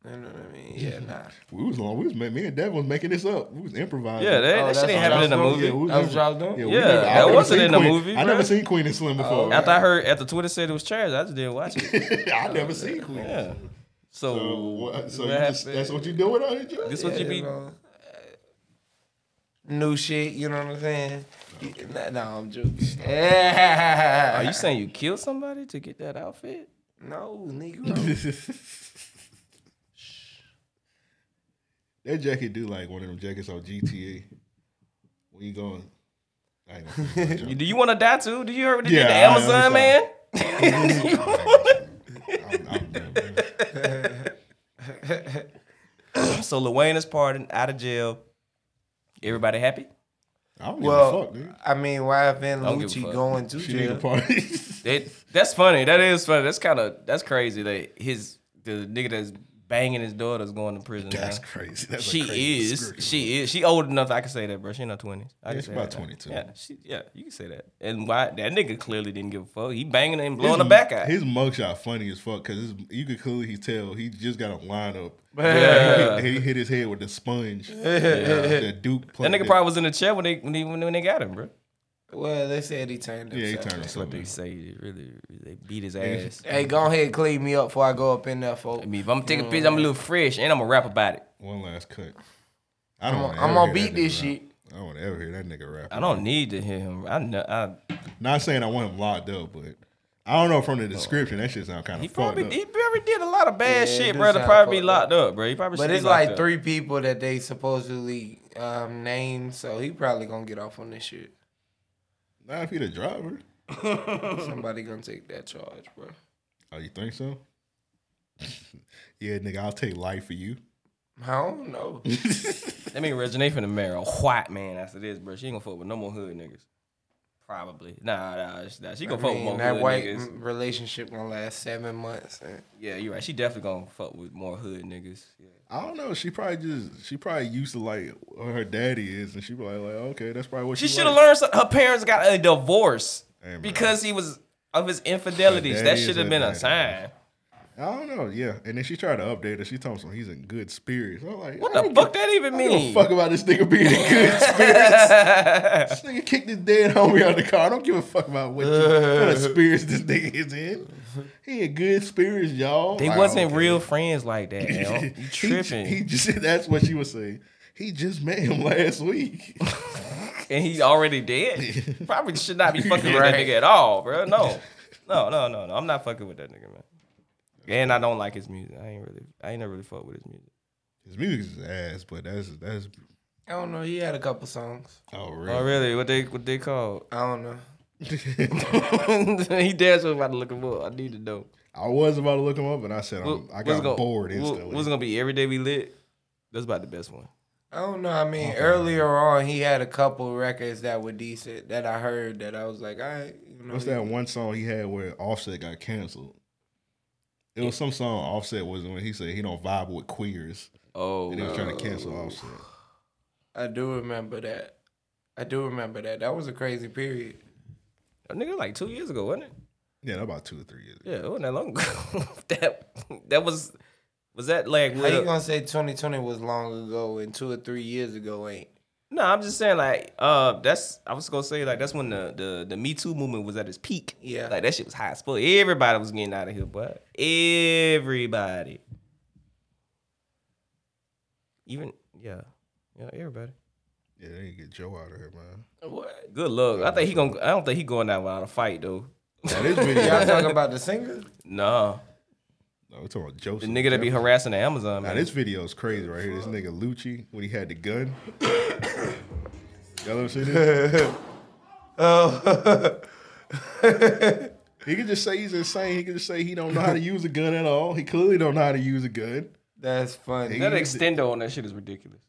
Speaker 10: You know what I mean? Yeah, nah.
Speaker 8: We was on. We was ma- me and Devin was making this up. We was improvising.
Speaker 9: Yeah, that- Oh, that shit that's ain't what happened y'all in the was doing? movie.
Speaker 8: we was
Speaker 10: That was
Speaker 8: impro-
Speaker 10: y'all doing?
Speaker 8: we
Speaker 9: Yeah,
Speaker 8: never- I
Speaker 9: that
Speaker 8: never
Speaker 9: wasn't
Speaker 8: seen
Speaker 9: in the
Speaker 8: Queen-
Speaker 9: movie,
Speaker 8: I never
Speaker 9: bruh.
Speaker 8: seen Queen and Slim before.
Speaker 9: After I heard after Twitter said it was trash, I just didn't watch [laughs] it.
Speaker 8: [laughs] I never seen Queen.
Speaker 9: Yeah. So,
Speaker 8: So, what, so
Speaker 9: what
Speaker 8: you just,
Speaker 9: happened?
Speaker 8: that's what you doing out here, Joe?
Speaker 9: This what you be?
Speaker 10: bro. New shit, you know what I'm saying? Nah, nah, I'm joking.
Speaker 9: Are you saying you killed somebody to get that outfit?
Speaker 10: [laughs] No, nigga.
Speaker 8: That jacket do like one of them jackets on GTA. Where you going? I ain't gonna
Speaker 9: [laughs]
Speaker 8: say that, Joe.
Speaker 9: Do you want to die too? Do you hear what they
Speaker 8: Yeah,
Speaker 9: did to
Speaker 8: I
Speaker 9: Amazon man? [laughs] so Lil Wayne is pardoned, out of jail. Everybody happy?
Speaker 8: I don't
Speaker 10: well,
Speaker 8: give a fuck, nigga.
Speaker 10: I mean, why have Van
Speaker 9: Don't give a
Speaker 10: Lucci
Speaker 9: fuck.
Speaker 10: going to
Speaker 8: She nigga
Speaker 10: jail?
Speaker 8: party.
Speaker 9: It, that's funny. That is funny. That's kind of that's crazy that his the nigga that's banging his daughter's going to prison.
Speaker 8: That's
Speaker 9: now.
Speaker 8: crazy. That's a
Speaker 9: she
Speaker 8: crazy
Speaker 9: is.
Speaker 8: description.
Speaker 9: She is. She old enough. I can say that, bro. She in her twenties. I
Speaker 8: Yeah,
Speaker 9: can
Speaker 8: she
Speaker 9: say
Speaker 8: about
Speaker 9: that.
Speaker 8: 22.
Speaker 9: Yeah, she, yeah, you can say that. And why that nigga clearly didn't give a fuck. He banging her and blowing her back out.
Speaker 8: His mugshot funny as fuck because you could clearly tell he just got a
Speaker 10: [laughs]
Speaker 8: lineup.
Speaker 9: Yeah.
Speaker 8: He, hit, he hit his head with the sponge. The Duke
Speaker 9: That
Speaker 8: played
Speaker 9: nigga probably was in the chair when they when, he, when they got him, bro.
Speaker 10: Well, they said he turned
Speaker 8: Yeah, he
Speaker 10: himself.
Speaker 8: turned
Speaker 9: That's what
Speaker 8: himself.
Speaker 9: they
Speaker 8: in.
Speaker 9: say. Really, they beat his
Speaker 8: Nigga,
Speaker 9: ass.
Speaker 10: Hey, go ahead and clean me up before I go up in there, folks.
Speaker 9: I mean, if I'm taking a picture,
Speaker 8: Mm.
Speaker 9: I'm a little fresh and I'm gonna rap about it.
Speaker 8: One last cut. I
Speaker 10: I'm,
Speaker 8: don't.
Speaker 10: gonna-
Speaker 8: wanna
Speaker 10: I'm
Speaker 8: ever
Speaker 10: gonna
Speaker 8: hear that
Speaker 10: beat this
Speaker 8: nigga rap.
Speaker 10: shit.
Speaker 8: I don't wanna ever hear that nigga rap.
Speaker 9: I don't need to hear him. I know. I,
Speaker 8: Not saying I want him locked up, but I don't know from the description that shit sound kind
Speaker 9: he
Speaker 8: of fucked
Speaker 9: probably
Speaker 8: up.
Speaker 9: he probably did a lot of bad
Speaker 10: Yeah, it
Speaker 9: shit,
Speaker 10: do
Speaker 9: bro. To
Speaker 10: sound
Speaker 9: probably be
Speaker 10: fucked up.
Speaker 9: locked up, bro. He probably
Speaker 10: But
Speaker 9: should
Speaker 10: it's
Speaker 9: be locked
Speaker 10: like
Speaker 9: up.
Speaker 10: three people that they supposedly um, named, so he probably gonna get off on this shit.
Speaker 8: Not if he the driver.
Speaker 10: Somebody gonna take that charge, bro.
Speaker 8: Oh, you think so? [laughs] yeah, nigga, I'll take life for you.
Speaker 10: I don't know.
Speaker 9: Let me originate from the mayor, a white man. After this, bro, she ain't gonna fuck with no more hood niggas. Probably. Nah, nah, she, nah, she gonna
Speaker 10: I
Speaker 9: fuck with
Speaker 10: mean,
Speaker 9: more
Speaker 10: that
Speaker 9: hood
Speaker 10: white
Speaker 9: niggas.
Speaker 10: m- relationship gonna last seven months. and-
Speaker 9: Yeah, you're right. She definitely gonna fuck with more hood niggas. Yeah.
Speaker 8: I don't know. She probably just she probably used to like what her daddy is, and she probably like okay, that's probably what
Speaker 9: She
Speaker 8: she,
Speaker 9: should have learned. Some, her parents got a divorce
Speaker 8: Hey, bro.
Speaker 9: because he was of his infidelities.
Speaker 8: Her
Speaker 9: That
Speaker 8: daddy
Speaker 9: should
Speaker 8: is
Speaker 9: have
Speaker 8: her
Speaker 9: been a
Speaker 8: daddy.
Speaker 9: sign.
Speaker 8: I don't know. Yeah, and then she tried to update her. She told him he's in good spirits. I'm like,
Speaker 9: What
Speaker 8: I
Speaker 9: the
Speaker 8: don't
Speaker 9: fuck
Speaker 8: give-
Speaker 9: that even
Speaker 8: I don't give a
Speaker 9: mean?
Speaker 8: fuck about this nigga being in good
Speaker 9: [laughs]
Speaker 8: spirits. this nigga kicked his dead homie out the car. I don't give a fuck about what, you, what spirits this nigga is in. He in good spirits, y'all.
Speaker 9: They
Speaker 8: Like,
Speaker 9: wasn't
Speaker 8: okay.
Speaker 9: real friends like that.
Speaker 8: [laughs]
Speaker 9: Al. You
Speaker 8: He ju-
Speaker 9: tripping?
Speaker 8: He, just [laughs] that's what she was saying. He just met him [laughs] last week.
Speaker 9: and he
Speaker 8: [laughs]
Speaker 9: already dead. Probably should not be fucking with that nigga at all, bro. No, no, no, no, no. I'm not fucking with that nigga, man. And I don't like his music. I ain't really, I ain't never really fuck with his music.
Speaker 8: His music is ass, but that's that's
Speaker 10: I don't know. He had a couple songs.
Speaker 8: oh really.
Speaker 9: Oh, really? What they, what they called? [laughs]
Speaker 10: I don't know.
Speaker 9: he danced was about to look him up. I need to know.
Speaker 8: I was about to look him up, and I said I'm, I
Speaker 9: What's
Speaker 8: got
Speaker 9: gonna-
Speaker 8: bored
Speaker 9: what-
Speaker 8: instantly.
Speaker 9: What's gonna be every day we lit? That's about the best one.
Speaker 10: I don't know. I mean, earlier on, he had a couple records that were decent that I heard that I was like, all right, you know.
Speaker 8: What's that one song he had where Offset got canceled? It was some song Offset was when he said he don't vibe with queers,
Speaker 9: Oh,
Speaker 8: and he was trying to cancel Offset.
Speaker 10: I do remember that. I do remember that. That was a crazy period.
Speaker 9: that nigga like two years ago, wasn't it?
Speaker 8: Yeah, that about two or three years. ago.
Speaker 9: Yeah, it wasn't that long ago. [laughs] that, that was, was that like?
Speaker 10: How you gonna say 2020 was long ago and two or three years
Speaker 8: [laughs]
Speaker 10: ago ain't?
Speaker 9: No, I'm just saying like uh that's I was gonna say like that's when the the, the Me Too movement was at its peak.
Speaker 10: Yeah.
Speaker 9: Like that shit was hot as fuck. Everybody was getting out of here, but everybody. Even yeah. Yeah, everybody.
Speaker 8: Yeah, they need to get Joe out of here,
Speaker 9: [laughs]
Speaker 8: man.
Speaker 9: What? Good luck. I think he gonna. I don't think he going out without a fight though.
Speaker 8: this video- Y'all talking about
Speaker 10: the singer?
Speaker 9: Nah.
Speaker 8: No, we talking about Joseph.
Speaker 9: The nigga that be
Speaker 8: Jefferson.
Speaker 9: harassing the Amazon.
Speaker 8: Now
Speaker 9: man.
Speaker 8: this video is crazy right here. This nigga Lucci when he had the gun. Y'all ever see this?
Speaker 10: [laughs] oh.
Speaker 8: he could just say he's insane. He could just say he don't know how to use a gun at all. He clearly don't know how to use a gun.
Speaker 10: That's funny.
Speaker 9: that extender on that shit is ridiculous.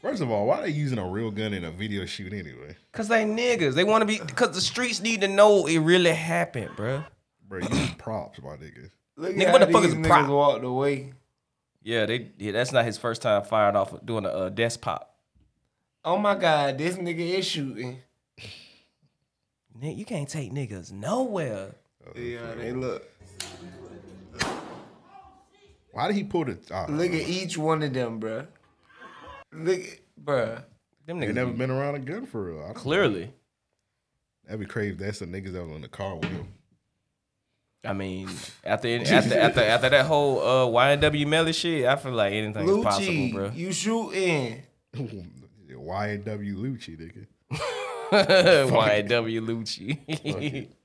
Speaker 8: First of all, why they using a real gun in a video shoot anyway?
Speaker 9: Cause they niggas. They want to be. Cause the streets need to know it really happened, bruh.
Speaker 8: Bro, use [coughs] props, my nigga.
Speaker 10: Look
Speaker 9: Nigga,
Speaker 10: at
Speaker 9: what
Speaker 10: how
Speaker 9: the fuck
Speaker 10: these
Speaker 9: is
Speaker 10: niggas
Speaker 9: prop?
Speaker 10: walked away.
Speaker 9: Yeah, they. Yeah, that's not his first time fired off of doing a uh, desk pop.
Speaker 10: Oh my God, this nigga is shooting.
Speaker 9: Nigga, you can't take niggas nowhere.
Speaker 10: Yeah, they look.
Speaker 8: Why did he pull the? ah,
Speaker 10: Look at each one of them, bruh. Look, at, bruh.
Speaker 9: Them
Speaker 8: They never been around a gun for real. I don't know.
Speaker 9: Clearly,
Speaker 8: That'd be crazy. That's the niggas that was in the car with him. [laughs]
Speaker 9: I mean,
Speaker 10: [laughs]
Speaker 9: after after after after that whole uh, YNW Melly shit, I feel like anything is possible, [laughs]
Speaker 10: Lucci,
Speaker 9: bruh.
Speaker 10: you shooting?
Speaker 8: YNW Lucci, nigga.
Speaker 9: YNW
Speaker 8: Fuck
Speaker 9: Lucci. [laughs]
Speaker 8: it.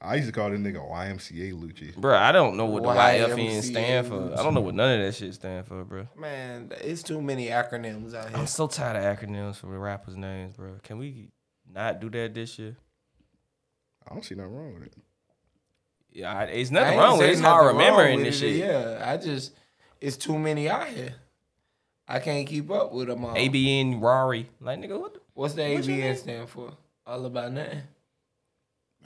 Speaker 8: I used to call this nigga YMCA Lucci.
Speaker 9: Bruh, I don't know what the
Speaker 10: YMCA
Speaker 9: YFN stand for. I don't know what none of that shit stand for, bruh.
Speaker 10: Man, it's too many acronyms out
Speaker 9: I'm
Speaker 10: here.
Speaker 9: so tired of acronyms for rappers' names, bro. Can we not do that this year?
Speaker 8: I don't see nothing wrong with it.
Speaker 9: Yeah, I, it's
Speaker 10: I
Speaker 9: nothing
Speaker 10: ain't
Speaker 9: wrong with it.
Speaker 10: say
Speaker 9: It's
Speaker 10: nothing
Speaker 9: hard
Speaker 10: wrong
Speaker 9: remembering
Speaker 10: with
Speaker 9: this
Speaker 10: it.
Speaker 9: shit.
Speaker 10: Yeah, I just it's too many out here. I can't keep up with them all.
Speaker 9: ABN Rari, like nigga, what? The,
Speaker 10: What's the
Speaker 9: What's your name?
Speaker 10: ABN stand for? All about nothing.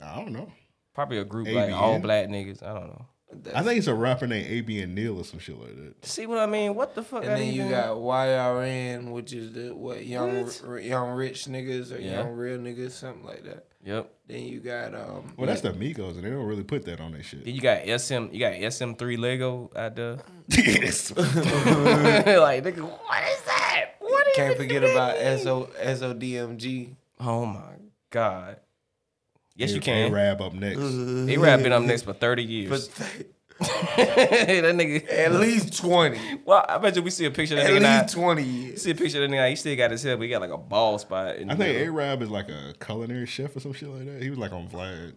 Speaker 8: I don't know.
Speaker 9: probably a group like
Speaker 8: ABN?
Speaker 9: all black niggas. I don't know.
Speaker 8: I think it's a rapper named ABN Neal or some shit like that.
Speaker 9: See what I mean? What the fuck?
Speaker 10: And
Speaker 9: I
Speaker 10: then you
Speaker 9: even-
Speaker 10: got YRN, which is the what young
Speaker 9: What?
Speaker 10: r- young rich niggas or
Speaker 9: Yeah.
Speaker 10: young real niggas, something like that.
Speaker 9: yep.
Speaker 10: Then you got um.
Speaker 8: Well, that's the Migos, and they don't really put that on their
Speaker 9: Then
Speaker 8: shit. [laughs]
Speaker 9: you got SM. You got SM3 Lego out there. [laughs]
Speaker 8: Yes.
Speaker 9: like nigga, what is that? What is
Speaker 10: Can't forget about SO SODMG.
Speaker 9: Oh my god. Yes, you
Speaker 8: They
Speaker 9: can.
Speaker 8: rap up next.
Speaker 9: [laughs] They rap been up next for thirty years. [laughs] that nigga.
Speaker 10: [laughs] At least twenty.
Speaker 9: Well, I bet you we see a picture of that
Speaker 10: At
Speaker 9: nigga now.
Speaker 10: least twenty years.
Speaker 9: See a picture of the nigga. He still got his hair, but he got like a bald spot. In the
Speaker 8: I think A
Speaker 9: middle.
Speaker 8: Rab is like a culinary chef or some shit like that. He was like on Vlad.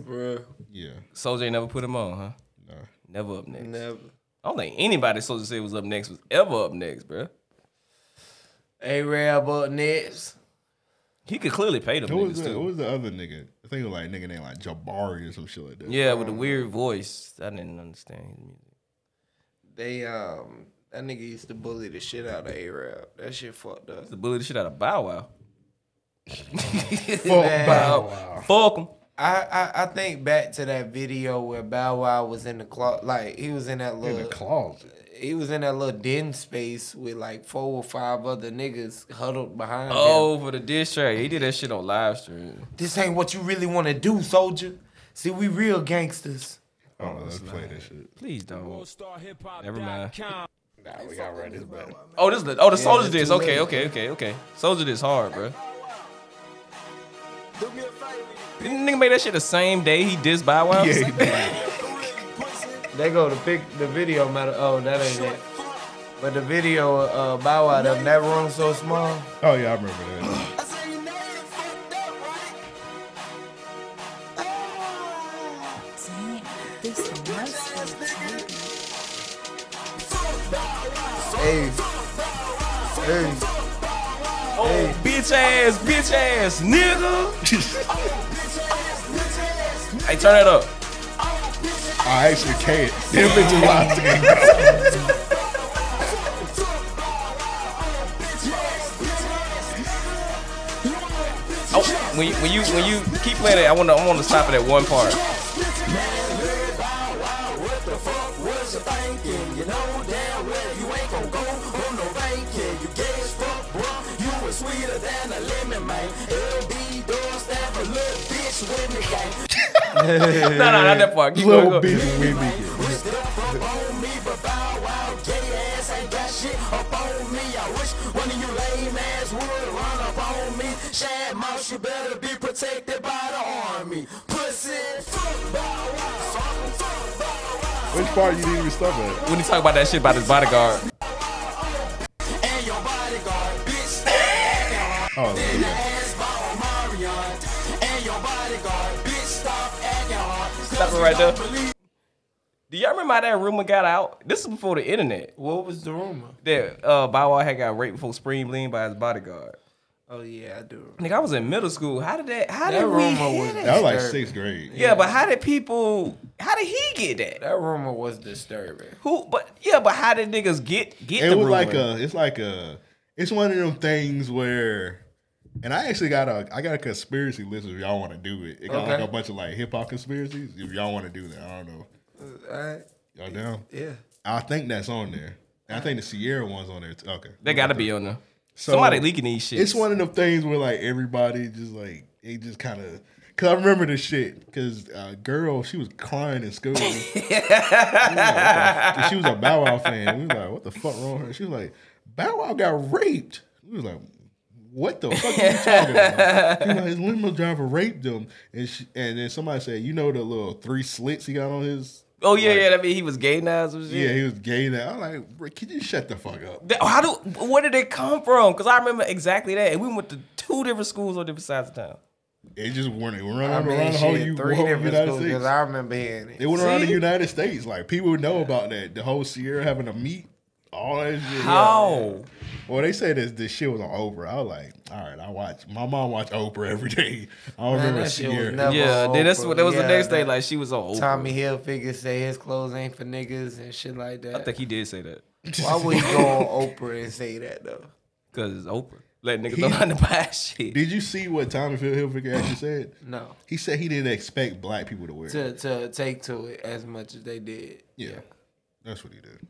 Speaker 10: Bruh,
Speaker 8: Yeah.
Speaker 9: Soldier ain't never put him on, huh?
Speaker 8: Nah.
Speaker 9: Never up next.
Speaker 10: never.
Speaker 9: I don't think anybody Soldier said was up next was ever up next, bruh.
Speaker 10: A-Rab up next.
Speaker 9: He could clearly pay them
Speaker 8: Who was
Speaker 9: niggas
Speaker 8: the,
Speaker 9: too.
Speaker 8: who was the other nigga? I think it was like a nigga named like Jabari or some shit like that.
Speaker 9: yeah, with a weird voice. I didn't understand his music.
Speaker 10: They um that nigga used to bully the shit out of A-Rab. That shit fucked up.
Speaker 9: The bully the shit out of Bow Wow. [laughs] Fuck
Speaker 10: Bow
Speaker 9: Wow. Fuck him.
Speaker 10: I, I I think back to that video where Bow Wow was in the closet, like he was in that
Speaker 8: In
Speaker 10: little
Speaker 8: the closet.
Speaker 10: he was in that little den space with like four or five other niggas huddled behind him.
Speaker 9: Oh, for the diss track. He did that shit on live stream.
Speaker 10: This ain't what you really want to do, soldier. See, we real gangsters.
Speaker 8: I
Speaker 9: Oh,
Speaker 8: don't know. Let's play that shit.
Speaker 9: Please don't. Never mind.
Speaker 8: Nah, we gotta run this back.
Speaker 9: Oh, this the oh the soldier
Speaker 10: that's
Speaker 9: diss.
Speaker 10: too
Speaker 9: Okay,
Speaker 10: late.
Speaker 9: okay, okay, okay. Soldier diss hard, bruh. Didn't nigga make that shit the same day he dissed Bow Wow?
Speaker 8: Yeah, he did.
Speaker 10: They go to pick the video matter. Oh, that ain't it. But the video, uh, Bow Wow, them that room so small.
Speaker 8: [laughs] Oh yeah, I remember
Speaker 9: [laughs]
Speaker 8: that.
Speaker 10: Hey, hey,
Speaker 9: Oh, bitch ass, bitch ass, nigga. hey, turn it up.
Speaker 8: I actually can't. Them
Speaker 9: [laughs]
Speaker 8: bitches live together.
Speaker 9: Oh, when you, when you when you keep playing it, I want to I want to stop it at one part. [laughs] no, no, not that part. Keep going,
Speaker 8: Little
Speaker 9: go. [laughs]
Speaker 8: bitch with me. Which part you didn't even stop at?
Speaker 9: When he talk about that shit about his bodyguard.
Speaker 8: Oh, Lord.
Speaker 9: Stop it right there. Do y'all remember how that rumor got out? This is before the internet.
Speaker 12: What was the rumor?
Speaker 9: That uh, Bow Wow had got raped before Spring Lean by his bodyguard.
Speaker 12: Oh yeah, I do.
Speaker 9: Nigga, I was in middle school. How did that? How
Speaker 12: That
Speaker 9: did we?
Speaker 12: rumor
Speaker 9: hear
Speaker 12: was
Speaker 9: that?
Speaker 8: That was like sixth grade.
Speaker 9: Yeah, but how did people? How did he get that?
Speaker 12: That rumor was disturbing.
Speaker 9: Who? But yeah, but how did niggas get get
Speaker 8: it
Speaker 9: the
Speaker 8: was
Speaker 9: rumor?
Speaker 8: like a it's like a it's one of them things where and I actually got a I got a conspiracy list if y'all want to do it. It got
Speaker 12: Okay.
Speaker 8: like a bunch of like hip hop conspiracies if y'all want to do that. I don't know.
Speaker 12: All right.
Speaker 8: Y'all down?
Speaker 12: Yeah.
Speaker 8: I think that's on there. And I think the Sierra one's on there. Too. Okay.
Speaker 9: They gotta be on there. Somebody leaking these shits.
Speaker 8: It's one of them things where like everybody just like it just kind of. Cause I remember this shit. Cause a girl, she was crying in school. [laughs] We like, what the- she was a Bow Wow fan. We was like, what the fuck wrong with her? She was like, Bow Wow got raped. We was like, what the fuck are you talking about? She was like, his limo driver raped him, and she, and then somebody said, you know the little three slits he got on his.
Speaker 9: Oh yeah, yeah. That mean he was gay now. or some shit?
Speaker 8: Yeah, he was gay. That I'm like, bro, can you shut the fuck up?
Speaker 9: Th- How do? Where did it come from? Because I remember exactly that, and we went to two different schools on different sides of town.
Speaker 8: It just went around,
Speaker 10: I
Speaker 8: around,
Speaker 10: mean,
Speaker 8: around the whole
Speaker 10: shit,
Speaker 8: U-
Speaker 10: three
Speaker 8: whole
Speaker 10: different
Speaker 8: United
Speaker 10: schools, 'cause
Speaker 8: States.
Speaker 10: I remember hearing it.
Speaker 8: They went around the
Speaker 10: See?
Speaker 8: United States. Like people would know about that. The whole Sierra having a meet, all that shit.
Speaker 9: How?
Speaker 8: Well, they said this this shit was on Oprah. I was like, all right, I watch. My mom watched Oprah every day. [laughs] I don't
Speaker 10: Man,
Speaker 8: remember
Speaker 10: that shit was
Speaker 8: Sierra.
Speaker 10: never
Speaker 9: Yeah, then that's
Speaker 10: Oprah.
Speaker 9: what that was the
Speaker 10: Yeah,
Speaker 9: next day.
Speaker 10: man.
Speaker 9: Like she was on Oprah.
Speaker 10: Tommy Hilfiger say his clothes ain't for niggas and shit like that.
Speaker 9: I think he did say that.
Speaker 10: Why would he go on Oprah and say that though?
Speaker 9: Cause it's Oprah. Let niggas know how to buy shit.
Speaker 8: Did you see what Tommy Phil Hilfiger actually said?
Speaker 10: No.
Speaker 8: He said he didn't expect black people to wear. it.
Speaker 10: To to take to it as much as they did.
Speaker 8: Yeah, that's what he did.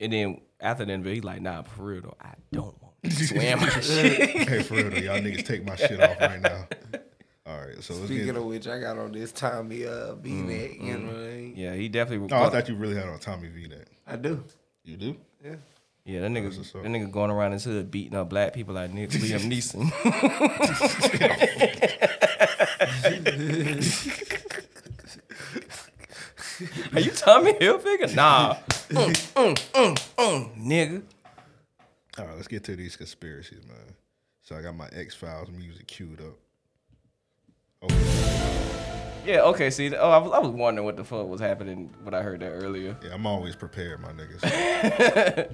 Speaker 9: And then after the interview, he like, nah, for real though, I don't want
Speaker 8: [laughs]
Speaker 9: to swear my shit.
Speaker 8: hey, for real, though, y'all niggas take my shit off right now. All right, so let's
Speaker 10: Speaking
Speaker 8: get.
Speaker 10: of which, I got on this Tommy uh V neck. You know what I mean?
Speaker 9: Mm-hmm. Yeah, he definitely.
Speaker 8: No, Oh, I thought you really had on Tommy V that.
Speaker 10: I do.
Speaker 8: You do?
Speaker 10: Yeah.
Speaker 9: Yeah, that nigga, that nigga going around his hood beating up black people like Nick Liam Neeson. [laughs] Are you Tommy Hilfiger? Nah, Mm, mm, mm, mm, nigga.
Speaker 8: All right, let's get to these conspiracies, man. So I got my X Files music queued up.
Speaker 9: Yeah, okay. See, oh, I was, I was wondering what the fuck was happening when I heard that earlier.
Speaker 8: Yeah, I'm always prepared, my niggas.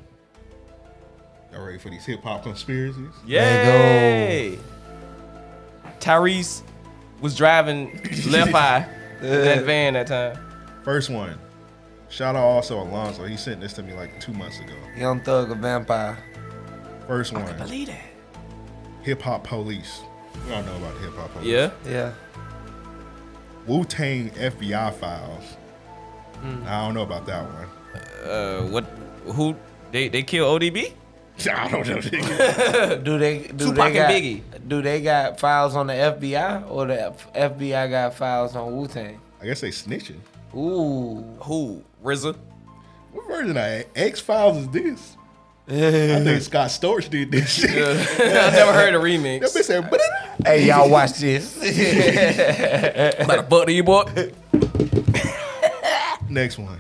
Speaker 9: [laughs]
Speaker 8: Y'all ready for these hip hop conspiracies?
Speaker 9: Yay! Tyrese was [laughs] driving left eye that van that time.
Speaker 8: First one. Shout out also Alonzo. He sent this to me like two months ago.
Speaker 10: Young Thug a vampire.
Speaker 8: First one.
Speaker 9: Believe that.
Speaker 8: Hip hop police. We all know about the hip hop police.
Speaker 9: Yeah.
Speaker 10: Yeah.
Speaker 8: Wu Tang FBI files.
Speaker 9: Hmm.
Speaker 8: I don't know about that one. [laughs]
Speaker 9: Uh, what? Who? They they kill ODB?
Speaker 8: I don't know.
Speaker 9: [laughs]
Speaker 10: do they do
Speaker 9: Tupac
Speaker 10: they
Speaker 9: and
Speaker 10: got,
Speaker 9: Biggie.
Speaker 10: Do they got files on the FBI or the F- FBI got files on Wu Tang?
Speaker 8: I guess they snitching.
Speaker 10: Ooh.
Speaker 9: Who? RZA.
Speaker 8: What version of X Files is this? I think Scott Storch did this shit.
Speaker 9: [laughs] I never heard a remix.
Speaker 8: That bitch said, "But it-"
Speaker 10: Hey [laughs] y'all, watch this.
Speaker 9: About to butter you, boy.
Speaker 8: Next one.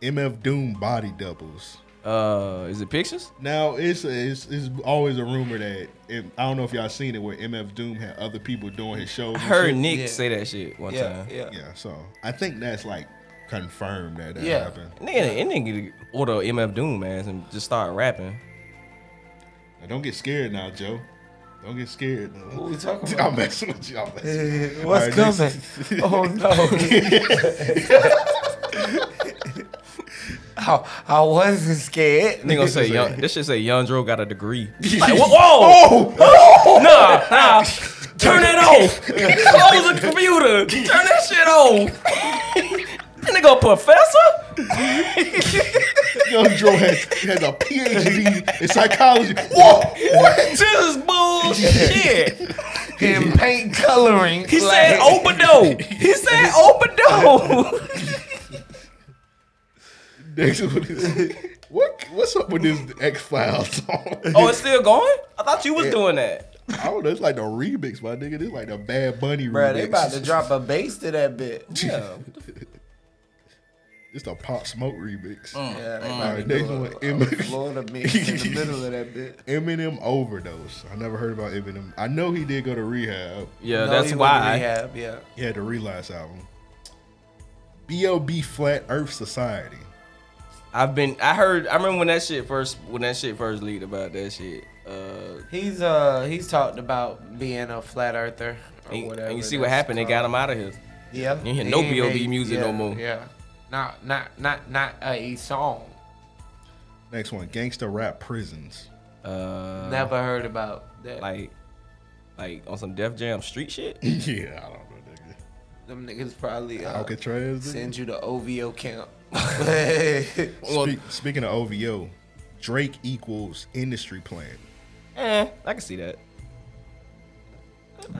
Speaker 8: MF Doom body doubles.
Speaker 9: [laughs] Uh, is it pictures?
Speaker 8: Now it's it's, it's always a rumor that it, I don't know if y'all seen it where MF Doom had other people doing his shows.
Speaker 9: I
Speaker 8: and
Speaker 9: heard
Speaker 8: shit.
Speaker 9: Nick say that shit one
Speaker 10: yeah,
Speaker 9: time.
Speaker 10: yeah.
Speaker 8: Yeah, so I think that's like confirmed that that
Speaker 10: Yeah.
Speaker 8: happened.
Speaker 9: Nigga, and then get order MF Doom ass and just start rapping.
Speaker 8: Now, don't get scared now, Joe. Don't get scared. Now.
Speaker 10: What
Speaker 9: [laughs]
Speaker 10: we talking
Speaker 8: [laughs] I'm
Speaker 10: about?
Speaker 8: messing with you. I'm messing with you.
Speaker 10: [laughs] What's
Speaker 8: All right,
Speaker 10: coming? oh no. I, I wasn't scared.
Speaker 9: Nigga gonna say young. This shit say Young Dro got a [laughs] degree. like whoa, whoa, [laughs] nah, nah. Oh! Turn that off. Close the computer. Turn that shit off. That nigga a professor?
Speaker 8: Young Joe has, has a PhD in psychology. Whoa, what?
Speaker 9: this is bullshit.
Speaker 10: in paint coloring.
Speaker 9: He said open door. He [laughs] said open door.
Speaker 8: Next one is- what what's up with this X Files song?
Speaker 9: oh, it's still going? I thought you was doing that.
Speaker 8: I don't know. It's like the remix, my nigga. This like the Bad Bunny remix.
Speaker 10: Bro, they about to drop a bass to that bit.
Speaker 9: Yeah.
Speaker 8: It's the Pop Smoke remix.
Speaker 10: Mm. Yeah, they
Speaker 8: All right,
Speaker 10: might be
Speaker 8: next
Speaker 10: doing
Speaker 8: one.
Speaker 10: a- a
Speaker 8: Eminem.
Speaker 10: Florida mix in the middle of that bit.
Speaker 8: Eminem overdose. I never heard about Eminem. I know he did go to rehab.
Speaker 9: Yeah, No, that's he went to why. rehab,
Speaker 10: yeah.
Speaker 8: He had the Relapse album. B.O.B. Flat Earth Society.
Speaker 9: I've been. I heard. I remember when that shit first. When that shit first leaked about that shit. Uh,
Speaker 10: he's uh he's talked about being a flat earther or
Speaker 9: and,
Speaker 10: whatever.
Speaker 9: and you see what
Speaker 10: that's
Speaker 9: happened? They got him out of here.
Speaker 10: Yeah.
Speaker 9: You hear no
Speaker 10: He-
Speaker 9: B.O.B.
Speaker 10: they-
Speaker 9: music
Speaker 10: yeah,
Speaker 9: no more.
Speaker 10: Yeah. Not not not not a song.
Speaker 8: Next one, Gangsta Rap Prisons. [laughs]
Speaker 9: Uh,
Speaker 10: Never heard about that.
Speaker 9: Like, like on some Def Jam street
Speaker 10: [laughs]
Speaker 9: shit.
Speaker 8: yeah, I don't know.
Speaker 10: Them niggas probably uh,
Speaker 8: Alcatraz, nigga?
Speaker 10: send you to
Speaker 9: [laughs]
Speaker 10: OVO camp. [laughs]
Speaker 8: Speak, speaking of OVO, Drake equals industry plan.
Speaker 9: Eh, I can see that.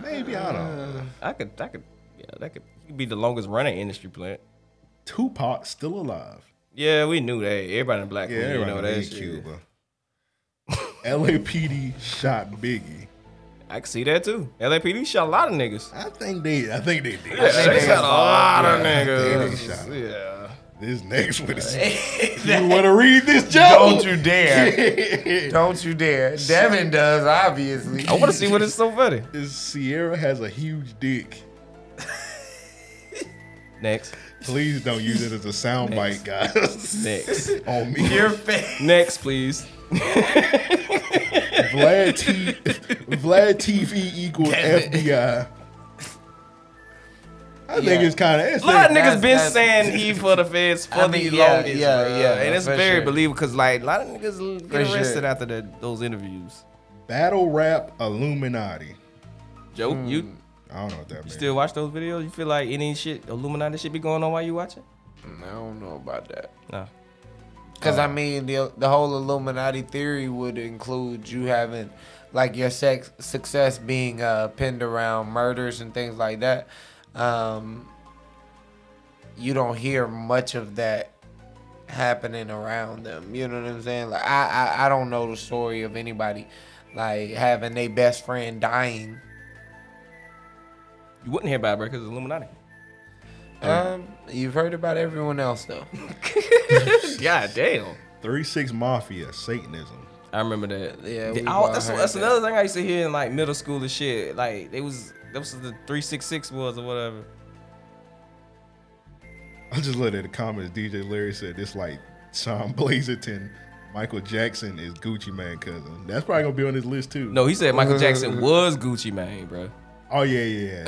Speaker 8: Maybe I don't.
Speaker 9: know. I could. I could. Yeah, that could, he could be the longest running industry plant.
Speaker 8: Tupac still alive.
Speaker 9: Yeah, we knew that. Everybody in black.
Speaker 8: Yeah,
Speaker 9: Yeah, you know
Speaker 8: everybody
Speaker 9: that
Speaker 8: in
Speaker 9: shit.
Speaker 8: Cuba. LAPD shot Biggie.
Speaker 9: I can see that too. LAPD shot a lot of niggas.
Speaker 8: I think they. I think they did.
Speaker 9: Yeah, they,
Speaker 8: Shot.
Speaker 9: shot a lot of
Speaker 8: Yeah, I think they shot
Speaker 9: niggas.
Speaker 8: him.
Speaker 9: Yeah.
Speaker 8: This next one is. you want to read this joke?
Speaker 13: Don't you
Speaker 9: [laughs]
Speaker 13: dare.
Speaker 8: [laughs]
Speaker 13: Don't you dare. Devin does, obviously.
Speaker 9: I want to see what is so funny.
Speaker 8: Is Sierra has a huge dick.
Speaker 9: Next.
Speaker 8: Please don't use it as a soundbite, guys.
Speaker 9: [laughs] Next.
Speaker 10: [laughs]
Speaker 8: On me.
Speaker 13: Your face.
Speaker 9: Next, please.
Speaker 8: Vlad T. Vlad TV equals FBI. I think it's kind of.
Speaker 9: A lot of niggas been saying
Speaker 10: [laughs]
Speaker 9: E for the feds for
Speaker 10: I mean,
Speaker 9: the
Speaker 10: yeah,
Speaker 9: longest,
Speaker 10: yeah,
Speaker 9: bruh.
Speaker 10: yeah,
Speaker 9: and it's
Speaker 10: for
Speaker 9: very
Speaker 10: sure.
Speaker 9: believable because like a lot of niggas get
Speaker 10: For
Speaker 9: arrested
Speaker 10: sure.
Speaker 9: after that, those interviews.
Speaker 8: Battle rap Illuminati.
Speaker 9: Joe,
Speaker 10: Hmm.
Speaker 9: you
Speaker 8: I don't know what that
Speaker 9: you
Speaker 8: means.
Speaker 9: still watch those videos? You feel like any shit Illuminati shit be going on while you watching?
Speaker 10: I don't know about that.
Speaker 9: No.
Speaker 10: Because
Speaker 9: Oh.
Speaker 10: I mean, the the whole Illuminati theory would include you having, like, your sex success being uh, pinned around murders and things like that. Um, you don't hear much of that happening around them. You know what I'm saying? Like, I I, I don't know the story of anybody like having their best friend dying.
Speaker 9: You wouldn't hear about it because it's Illuminati.
Speaker 10: Um, you've heard about everyone else
Speaker 9: [laughs]
Speaker 10: though.
Speaker 9: God damn.
Speaker 8: Three Six Mafia Satanism. [laughs]
Speaker 9: I remember that.
Speaker 10: Yeah,
Speaker 9: The-
Speaker 10: we've
Speaker 9: I-
Speaker 10: all
Speaker 9: that's
Speaker 10: heard
Speaker 9: that's
Speaker 10: that.
Speaker 9: another thing I used to hear in like middle school and shit. Like they was that was the three six six was or whatever.
Speaker 8: I just looked at the comments. DJ Larry said this like Sean Blazerton, Michael Jackson is Gucci Man cousin. That's probably gonna be on his list too.
Speaker 9: No, he said
Speaker 8: [laughs]
Speaker 9: Michael Jackson was Gucci Mane, bro.
Speaker 8: Oh yeah,
Speaker 9: [laughs]
Speaker 8: yeah.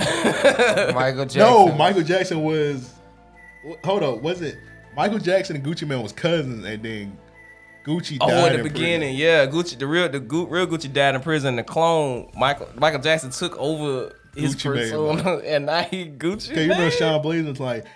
Speaker 8: yeah.
Speaker 10: Michael Jackson.
Speaker 8: no, Michael Jackson was. wh- Hold up, was it Michael Jackson and Gucci Man was cousins, and then Gucci died
Speaker 9: Oh, in the
Speaker 8: prison.
Speaker 9: beginning, yeah, Gucci, the real, the Gu- real Gucci died in prison. The clone Michael Michael Jackson took over his
Speaker 8: Gucci Mane,
Speaker 9: persona, [laughs] and now he Gucci.
Speaker 8: Okay, you remember
Speaker 9: Mane?
Speaker 8: Sean Blaze was like,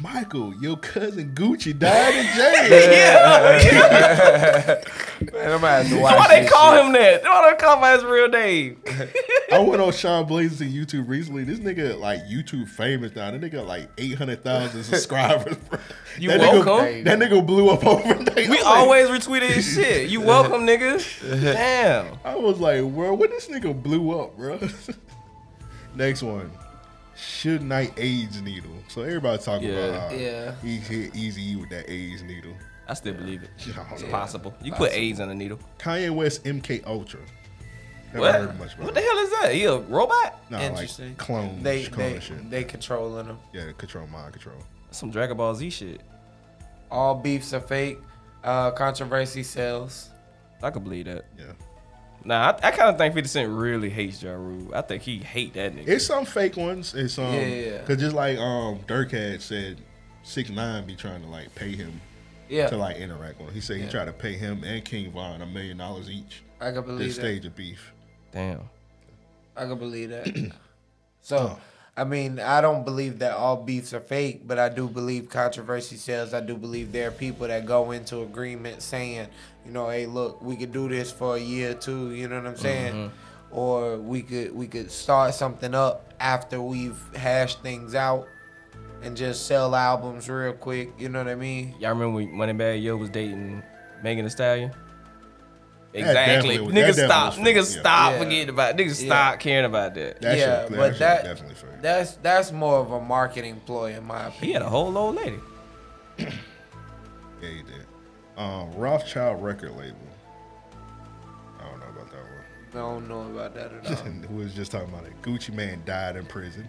Speaker 8: Michael, your cousin Gucci died
Speaker 9: [laughs]
Speaker 8: in jail.
Speaker 9: yeah,
Speaker 10: Man, I'm gonna have to
Speaker 9: [laughs]
Speaker 10: watch
Speaker 9: why they
Speaker 10: this
Speaker 9: call
Speaker 10: shit.
Speaker 9: him that? Why they call him by his real name?
Speaker 8: [laughs] I went on Sean Blaze's YouTube recently. This nigga like YouTube famous now. That nigga got like eight hundred
Speaker 9: [laughs]
Speaker 8: thousand subscribers. bro.
Speaker 9: You
Speaker 8: that nigga-
Speaker 9: welcome.
Speaker 8: that nigga blew up overnight. I
Speaker 9: We
Speaker 8: was like-
Speaker 9: always retweeted his shit. You welcome,
Speaker 8: [laughs]
Speaker 9: nigga. Damn.
Speaker 8: I was like, bro, what this nigga blew up, bro. [laughs] Next one, should night AIDS needle. So everybody talking
Speaker 9: Yeah.
Speaker 8: about how
Speaker 10: Yeah.
Speaker 8: he hit easy with that AIDS needle. [laughs]
Speaker 9: I still believe it.
Speaker 8: Yeah, I don't
Speaker 9: It's
Speaker 8: know.
Speaker 9: possible. You put
Speaker 8: Possible.
Speaker 9: AIDS in a needle.
Speaker 8: Kanye West MK Ultra. Never
Speaker 9: What?
Speaker 8: heard much about
Speaker 9: What the
Speaker 8: it.
Speaker 9: hell is that? He a robot?
Speaker 8: No,
Speaker 10: Interesting.
Speaker 8: like clones,
Speaker 10: They
Speaker 8: clone
Speaker 10: they,
Speaker 8: shit.
Speaker 10: they controlling him.
Speaker 8: Yeah, control mind control.
Speaker 9: Some Dragon Ball Z shit.
Speaker 10: All beefs are fake. Uh, controversy sells.
Speaker 9: I could believe that.
Speaker 8: Yeah.
Speaker 9: Nah, I, I kind of think 50 Cent really hates Ja Rule. I think he hate that nigga.
Speaker 8: It's some fake ones. It's um,
Speaker 10: Yeah, yeah, yeah.
Speaker 8: cause just like um, Dirk had said, six nine be trying to like pay him,
Speaker 10: Yeah.
Speaker 8: to like interact with. him. He said he
Speaker 10: Yeah.
Speaker 8: tried to pay him and King Von a million dollars each.
Speaker 10: I can
Speaker 8: This
Speaker 10: believe that.
Speaker 8: stage of beef.
Speaker 9: Damn.
Speaker 10: I can
Speaker 8: [clears throat]
Speaker 10: believe that.
Speaker 8: Oh.
Speaker 10: so, I mean, I don't believe that all beefs are fake, but I do believe controversy sells. I do believe there are people that go into agreement saying, you know, hey, look, we could do this for a year or two. You know what I'm saying? Or we could we could start something up after we've hashed things out and just sell albums real quick. You know what I mean?
Speaker 9: Y'all remember when Moneybag Yo was dating Megan Thee Stallion?
Speaker 8: definitely
Speaker 9: Exactly.
Speaker 8: was-
Speaker 9: Niggas
Speaker 8: that
Speaker 9: stop.
Speaker 8: definitely
Speaker 9: Niggas
Speaker 8: was fake, yeah.
Speaker 9: stop
Speaker 10: Yeah.
Speaker 9: forgetting about. Niggas
Speaker 10: Yeah.
Speaker 9: stop caring about that.
Speaker 8: That
Speaker 10: yeah,
Speaker 8: shit, that
Speaker 10: but
Speaker 8: shit
Speaker 10: that
Speaker 8: definitely fake.
Speaker 10: that's that's more of a marketing ploy in my opinion.
Speaker 9: He had a whole old lady.
Speaker 8: Yeah, you did. Um, Rothschild record label. I don't know about that one.
Speaker 12: I don't know about that
Speaker 9: [laughs]
Speaker 12: at all.
Speaker 10: Um,
Speaker 8: [laughs] we was just talking about it. Gucci Man died in prison.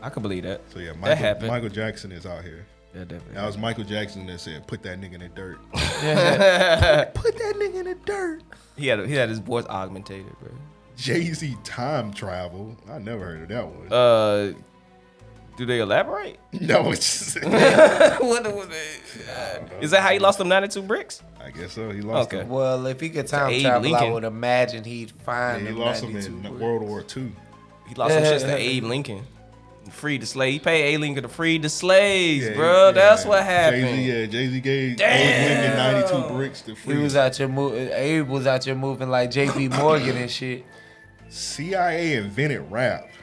Speaker 9: I can believe that.
Speaker 8: So yeah,
Speaker 9: That
Speaker 8: Michael,
Speaker 9: happened.
Speaker 8: Michael Jackson is out here.
Speaker 9: Yeah, definitely.
Speaker 8: That was Michael Jackson that said, "Put that nigga in the dirt." [laughs]
Speaker 9: Put that nigga in the dirt. He had he had his voice augmentated, bro.
Speaker 8: Jay Z time travel. I never heard of that one. [laughs]
Speaker 9: Uh, do they elaborate?
Speaker 8: No, it's
Speaker 10: [laughs]
Speaker 8: just-
Speaker 9: What the- what the- is that how he lost them ninety two bricks?
Speaker 8: I guess so. He
Speaker 9: lost Okay. them.
Speaker 12: Well, if he could
Speaker 9: To
Speaker 12: time
Speaker 9: Abe
Speaker 12: travel, I
Speaker 9: Lincoln.
Speaker 12: would imagine he'd find
Speaker 8: Yeah, he
Speaker 12: them
Speaker 8: lost them
Speaker 12: 92
Speaker 8: in
Speaker 12: bricks.
Speaker 8: World War II.
Speaker 9: He lost some shit to Abe Lincoln. Freed the slave. He paid Abe Lincoln to free the slaves, bro. That's what happened.
Speaker 8: Jay-Z, yeah, Jay Z gave Abe
Speaker 9: Damn.
Speaker 8: Lincoln 92 bricks to free.
Speaker 12: He was out here moving. Abe was out here moving like
Speaker 9: [coughs]
Speaker 12: J.P. Morgan and shit.
Speaker 8: CIA invented rap. [laughs]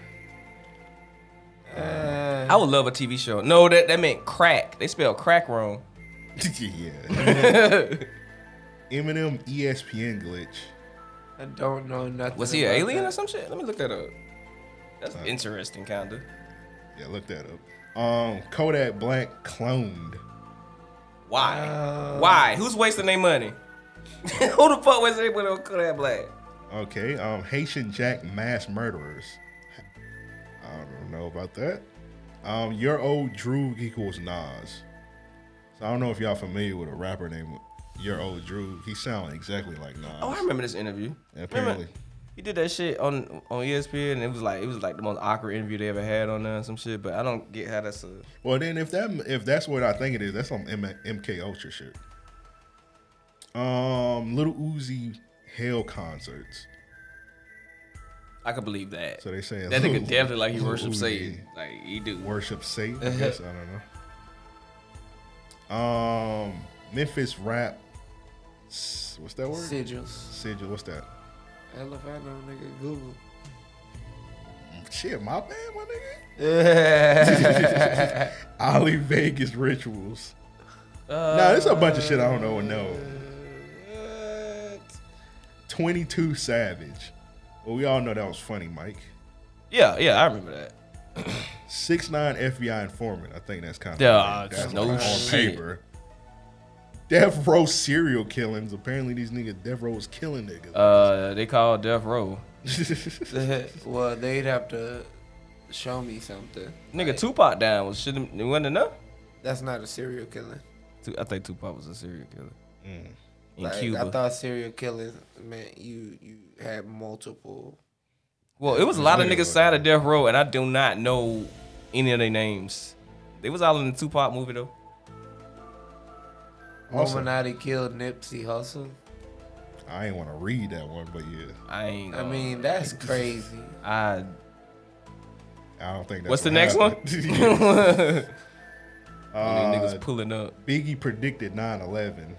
Speaker 9: I would love a TV show. No, that that meant crack. They spelled
Speaker 8: [laughs]
Speaker 9: crack wrong.
Speaker 8: yeah. Eminem E ESPN glitch.
Speaker 12: I don't know nothing.
Speaker 9: Was he an
Speaker 12: about
Speaker 9: alien
Speaker 12: that.
Speaker 9: or some shit? Let me look that up. That's interesting, kinda.
Speaker 8: Yeah, look that up. Um, Kodak Black cloned.
Speaker 9: Why? Why? Who's wasting their money? [laughs] Who the fuck wasting their money on Kodak Black?
Speaker 8: Okay. Um, Haitian Jack mass murderers. I don't know about that. Um, your old Drew equals Nas. So I don't know if y'all familiar with a rapper named Your Old Drew. He sounds exactly like Nas.
Speaker 9: Oh, I remember this interview.
Speaker 8: Apparently.
Speaker 9: Remember, he did that shit on on E ESPN, and it was like it was like the most awkward interview they ever had on there, and some shit. But I don't get how that's a
Speaker 8: Well, then if that if that's what I think it is, that's some M- MK Ultra shit. Um, Little Uzi Hell concerts.
Speaker 9: I could believe that.
Speaker 8: So they saying
Speaker 9: That nigga
Speaker 8: Lil-
Speaker 9: definitely like he
Speaker 8: Lil
Speaker 9: worship
Speaker 8: Uzi
Speaker 9: Satan. Like he do.
Speaker 8: Worship Satan. I guess I don't know. Um, Memphis rap. s- What's that word?
Speaker 12: Sigils.
Speaker 8: Sigil. What's that?
Speaker 12: Hell if I know, nigga.
Speaker 9: [laughs]
Speaker 12: Google. [laughs]
Speaker 8: Shit, my bad, my
Speaker 12: nigga.
Speaker 8: Ollie Vegas rituals. nah, there's a bunch of shit I don't know and know. Twenty two Savage. Well, we all know that was funny, Mike.
Speaker 9: Yeah, yeah, I remember that.
Speaker 8: Six nine FBI informant. I think that's kind of
Speaker 9: Yeah, just no
Speaker 8: on
Speaker 9: shit.
Speaker 8: paper. Death row serial killings. Apparently, these niggas Death row was killing niggas.
Speaker 9: Uh, they call death row.
Speaker 12: well, they'd have to show me something.
Speaker 9: Nigga, Tupac down was shit. It wasn't enough.
Speaker 12: That's not a serial killer.
Speaker 9: Tu- I think Tupac was a serial killer. In
Speaker 12: Like,
Speaker 9: Cuba.
Speaker 12: I thought serial killer meant you you had multiple.
Speaker 9: Well, it was a lot of niggas side of death row, and I do not know any of their names. They was all in the Tupac movie though.
Speaker 8: Awesome.
Speaker 12: Illuminati killed Nipsey Hussle.
Speaker 8: I ain't want to read that one, but yeah.
Speaker 9: I ain't.
Speaker 12: I mean, that's crazy.
Speaker 9: I.
Speaker 8: I don't think that's
Speaker 9: What's the
Speaker 8: what
Speaker 9: next one?
Speaker 8: [laughs]
Speaker 9: [laughs]
Speaker 8: happened.
Speaker 9: When they
Speaker 8: Uh,
Speaker 9: niggas pulling up.
Speaker 8: Biggie predicted 9/11.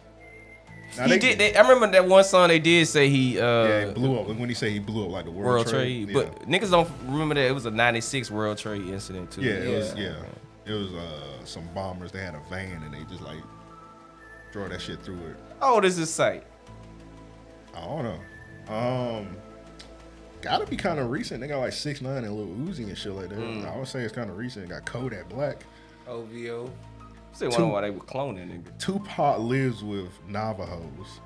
Speaker 8: Now
Speaker 9: he
Speaker 8: they-
Speaker 9: did. They, I remember that one song they did say he. Uh,
Speaker 8: yeah, he blew up. And when he say he blew up, like the World,
Speaker 9: World
Speaker 8: Trade,
Speaker 9: Trade, but niggas don't remember that it was a '96 World Trade incident too.
Speaker 8: yeah, yeah, it was yeah, it was uh some bombers. They had a van and they just like throw that shit through it.
Speaker 9: How old is Oh, this site?
Speaker 8: I don't know. Um, gotta be kind of recent. They got like six nine and Lil Uzi and shit like that. I would say it's kind of recent. Got Kodak Black.
Speaker 12: OVO.
Speaker 9: Still
Speaker 8: Two-
Speaker 9: wonder why they were cloning nigga.
Speaker 8: Tupac lives with Navajos.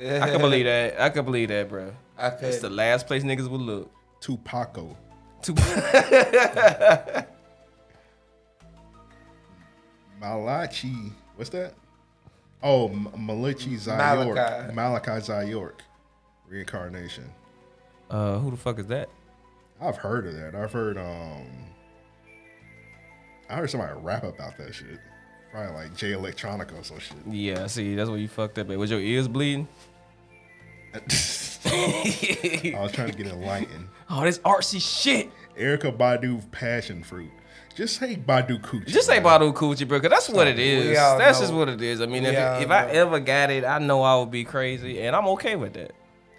Speaker 9: I can believe that. I can believe that, bro.
Speaker 12: I
Speaker 9: That's
Speaker 12: could.
Speaker 9: the last place niggas would look.
Speaker 8: Tupaco.
Speaker 9: Tupac.
Speaker 8: Malachi. What's that? Oh, M- Malachi Zayork. Malachi.
Speaker 12: Malachi.
Speaker 8: Zayork. Reincarnation.
Speaker 9: [laughs] uh, who the fuck is that?
Speaker 8: I've heard of that. I've heard um I heard somebody rap about that shit. Probably like Jay Electronica or some shit. [laughs]
Speaker 9: Yeah, see, that's where you fucked up. at. Was your ears bleeding? [laughs]
Speaker 8: I was trying to get enlightened.
Speaker 9: Oh, this artsy shit.
Speaker 8: Erica Badu passion fruit. Just say Badu coochie.
Speaker 9: Just say bottle coochie, bro, 'cause that's what it is.
Speaker 12: We all
Speaker 9: That's
Speaker 12: know.
Speaker 9: just what it is. I mean,
Speaker 12: We
Speaker 9: if,
Speaker 12: all
Speaker 9: if I
Speaker 12: know.
Speaker 9: ever got it, I know I would be crazy, and I'm okay with that.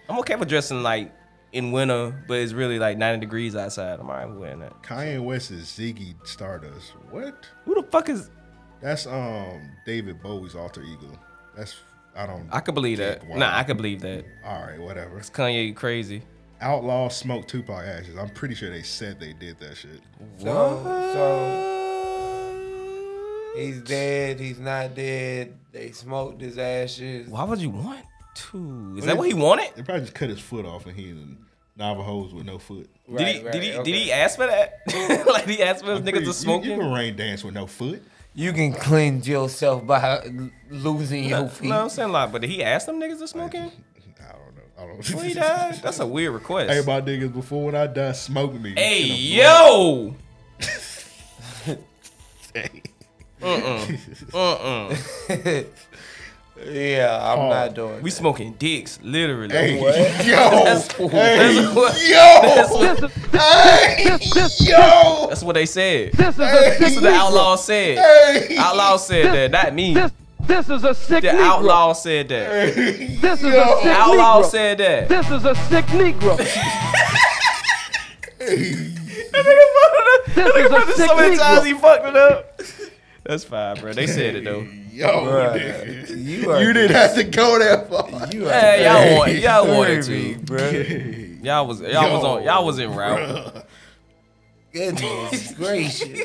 Speaker 9: I'm okay with dressing like in winter, but it's really like 90 degrees outside. I'm alright with wearing that.
Speaker 8: Kanye West is Ziggy Stardust. What?
Speaker 9: Who the fuck is?
Speaker 8: That's um David Bowie's alter ego. That's I don't.
Speaker 9: I could believe that.
Speaker 8: Wow.
Speaker 9: Nah, I could believe that.
Speaker 8: All right, whatever.
Speaker 9: It's Kanye crazy.
Speaker 8: Outlaw smoked Tupac ashes. I'm pretty sure they said they did that shit.
Speaker 12: So, so
Speaker 10: He's dead. He's not dead. They smoked his ashes.
Speaker 9: Why would you want to? Is
Speaker 8: Well,
Speaker 9: that
Speaker 8: they-
Speaker 9: what he wanted?
Speaker 8: They probably just cut his foot off and he in Navajos with no foot.
Speaker 9: Did he? did he? Did he ask for that? [laughs] like he asked for his niggas to smoke
Speaker 8: You,
Speaker 9: him?
Speaker 8: you can rain dance with no foot. [laughs]
Speaker 10: You can cleanse yourself by [laughs] losing
Speaker 9: No,
Speaker 10: your feet.
Speaker 9: no, I'm saying like, but did he ask them niggas to smoke him?
Speaker 8: I don't [laughs]
Speaker 9: Well,
Speaker 12: [laughs]
Speaker 9: he died. That's a weird request.
Speaker 8: Hey, my niggas, before when I die, smoke me.
Speaker 9: Hey,
Speaker 8: And I'm
Speaker 9: yo!
Speaker 8: blood.
Speaker 9: Mm-mm.
Speaker 10: yeah, I'm
Speaker 9: Oh.
Speaker 10: not doing.
Speaker 9: We smoking dicks, literally.
Speaker 10: Hey, What? yo.
Speaker 9: [laughs] that's
Speaker 10: Hey,
Speaker 9: what-
Speaker 10: yo.
Speaker 9: that's what-
Speaker 10: yo.
Speaker 9: That's what they said.
Speaker 14: This is a
Speaker 9: That's
Speaker 14: sick
Speaker 9: what the
Speaker 14: Negro.
Speaker 9: outlaw said.
Speaker 14: Hey.
Speaker 9: Outlaw said that, not me. This,
Speaker 14: This is a sick
Speaker 9: the
Speaker 14: Negro.
Speaker 9: outlaw said that.
Speaker 14: This is a sick
Speaker 9: Outlaw
Speaker 14: Negro.
Speaker 9: said that. [laughs]
Speaker 14: This is a sick Negro.
Speaker 9: That nigga fucked it
Speaker 14: sick
Speaker 9: up so many
Speaker 14: Negro.
Speaker 9: times he fucked it up. That's fine, bro. They said it though.
Speaker 8: Yo,
Speaker 9: Bruh,
Speaker 8: nigga.
Speaker 9: [laughs] you,
Speaker 8: you didn't have to go that far. [laughs]
Speaker 10: You
Speaker 9: Hey, y'all want, y'all wanted
Speaker 10: Baby,
Speaker 9: to,
Speaker 10: bro.
Speaker 9: Y'all was, y'all was on, y'all was in route. [laughs]
Speaker 10: Goodness gracious.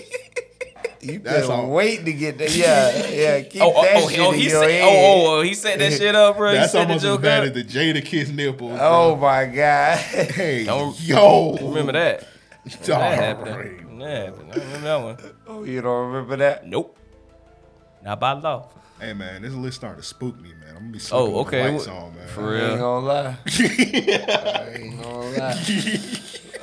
Speaker 10: You
Speaker 9: That's
Speaker 10: better
Speaker 9: all.
Speaker 10: wait to get that. Yeah,
Speaker 9: [laughs]
Speaker 10: yeah. Keep
Speaker 9: Oh, oh,
Speaker 10: that
Speaker 9: oh,
Speaker 10: shit
Speaker 9: oh,
Speaker 10: in
Speaker 9: he
Speaker 10: your
Speaker 9: said-
Speaker 10: head.
Speaker 9: oh, oh, oh, he set that shit up, bro. He
Speaker 8: That's
Speaker 9: set the
Speaker 8: almost as
Speaker 9: joke
Speaker 8: bad
Speaker 9: up.
Speaker 8: as the Jada Kiss nipples.
Speaker 10: Oh
Speaker 8: bro.
Speaker 10: my god. [laughs]
Speaker 8: Hey,
Speaker 9: Don't-
Speaker 8: yo.
Speaker 9: remember that? When
Speaker 8: Dog.
Speaker 9: that happened. When that happened. I don't remember that one.
Speaker 10: Oh, you don't remember that?
Speaker 9: Nope. Not by law.
Speaker 8: Hey man, this list starting to spook me, man. I'm gonna be sleeping
Speaker 9: Oh,
Speaker 8: with the
Speaker 9: okay.
Speaker 8: lights
Speaker 9: Wh-
Speaker 8: on, man. [laughs]
Speaker 9: for real. I ain't
Speaker 10: gonna lie. I
Speaker 9: [laughs]
Speaker 10: ain't gonna lie.